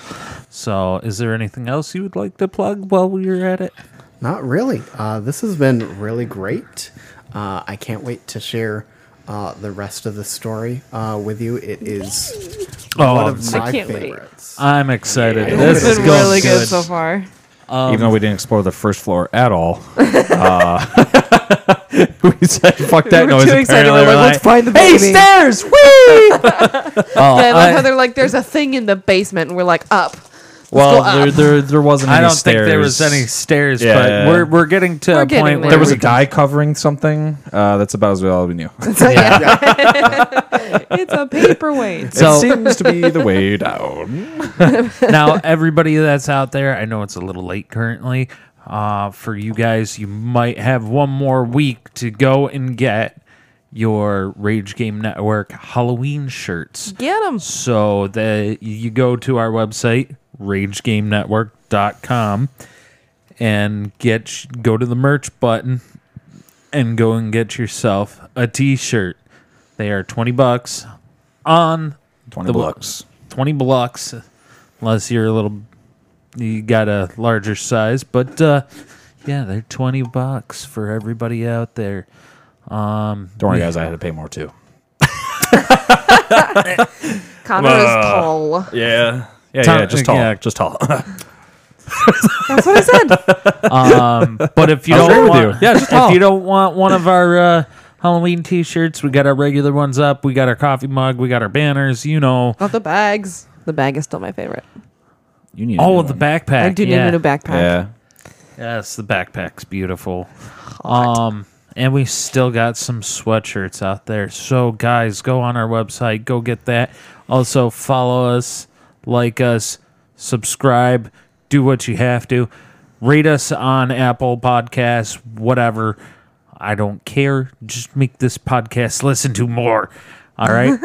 S1: So, is there anything else you would like to plug while you're at it?
S5: Not really. Uh, this has been really great. Uh, I can't wait to share uh, the rest of the story uh, with you. It is one
S1: Oh,
S5: of my
S13: can't wait.
S5: favorites.
S1: I'm excited.
S13: It's
S1: This is
S13: been
S1: going
S13: really good.
S1: good.
S13: so far.
S1: Um,
S8: Even though we didn't explore the first floor at all, uh, we said fuck that
S13: We were
S8: noise.
S13: too excited.
S8: apparently. We're
S13: We're like,
S8: like,
S13: let's find the baby. Hey,
S1: Stairs! Whee!
S13: I love how they're like, there's a thing in the basement, and we're like, up.
S3: Well, there, there there wasn't.
S1: I
S3: any
S1: don't think there
S3: stairs.
S1: was any stairs,
S3: Yeah.
S1: but we're we're getting to
S4: We're
S1: a
S4: getting
S1: point where
S3: There
S4: there.
S3: was
S1: we
S3: a die covering something. Uh, that's about as well as we knew.
S4: it's a paperweight.
S1: So-
S3: it seems to be the way down.
S1: now everybody that's out there i know it's a little late currently uh, for you guys you might have one more week to go and get your rage game network halloween shirts
S4: Get them.
S1: so that you go to our website ragegamenetwork.com and get go to the merch button and go and get yourself a t-shirt they are 20 bucks on The
S3: Twenty
S1: wo-
S3: bucks.
S1: 20 blocks unless you're a little you got a larger size but uh yeah they're 20 bucks for everybody out there
S3: Don't worry, guys. I had to pay more too.
S4: Connor is tall.
S3: Yeah. Yeah,
S1: Tom-
S3: yeah, just tall,
S1: yeah.
S3: just tall.
S4: That's what I said.
S1: but if you
S3: I agree
S1: don't
S3: with
S1: want,
S3: you. Oh. Yeah, just
S1: if you don't want one of our uh Halloween t-shirts, we got our regular ones up, we got our coffee mug, we got our banners, you know,
S4: Not the bags. The bag is still my favorite.
S3: you need. a
S1: all
S3: new
S1: of the
S3: one.
S1: backpack.
S4: I do
S1: yeah.
S4: need a new backpack.
S3: Yeah.
S1: Yes, the backpack's beautiful. Um, and we still got some sweatshirts out there. So guys, go on our website, go get that. Also follow us, like us, subscribe, do what you have to. Rate us on Apple Podcasts, whatever. I don't care. Just make this podcast listen to more. All right.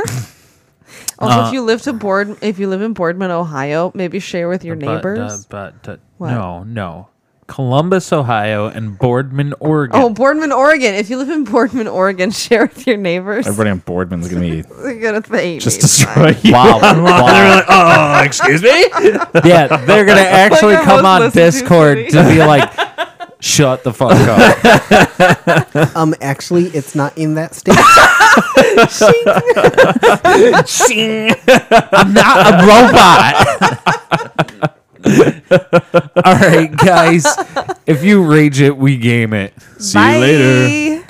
S4: Also, if you live to board, if you live in Boardman, Ohio, maybe share with your neighbors.
S1: But, uh, but uh,
S4: What?
S1: no, no. Columbus, Ohio, and Boardman, Oregon.
S4: oh, Boardman, Oregon. If you live in Boardman, Oregon, share with your neighbors.
S3: Everybody on Boardman's gonna be
S4: They're gonna thank
S3: just
S4: me.
S3: destroy you.
S1: Wow. wow.
S3: oh, excuse me.
S1: Yeah, they're gonna actually
S4: our
S1: come
S4: most
S1: on
S4: listened to
S1: Discord to be like, "Shut the fuck up."
S5: Um, actually, it's not in that state.
S1: I'm not a robot. All right, guys. If you rage it, we game it.
S3: See you later.
S4: Bye.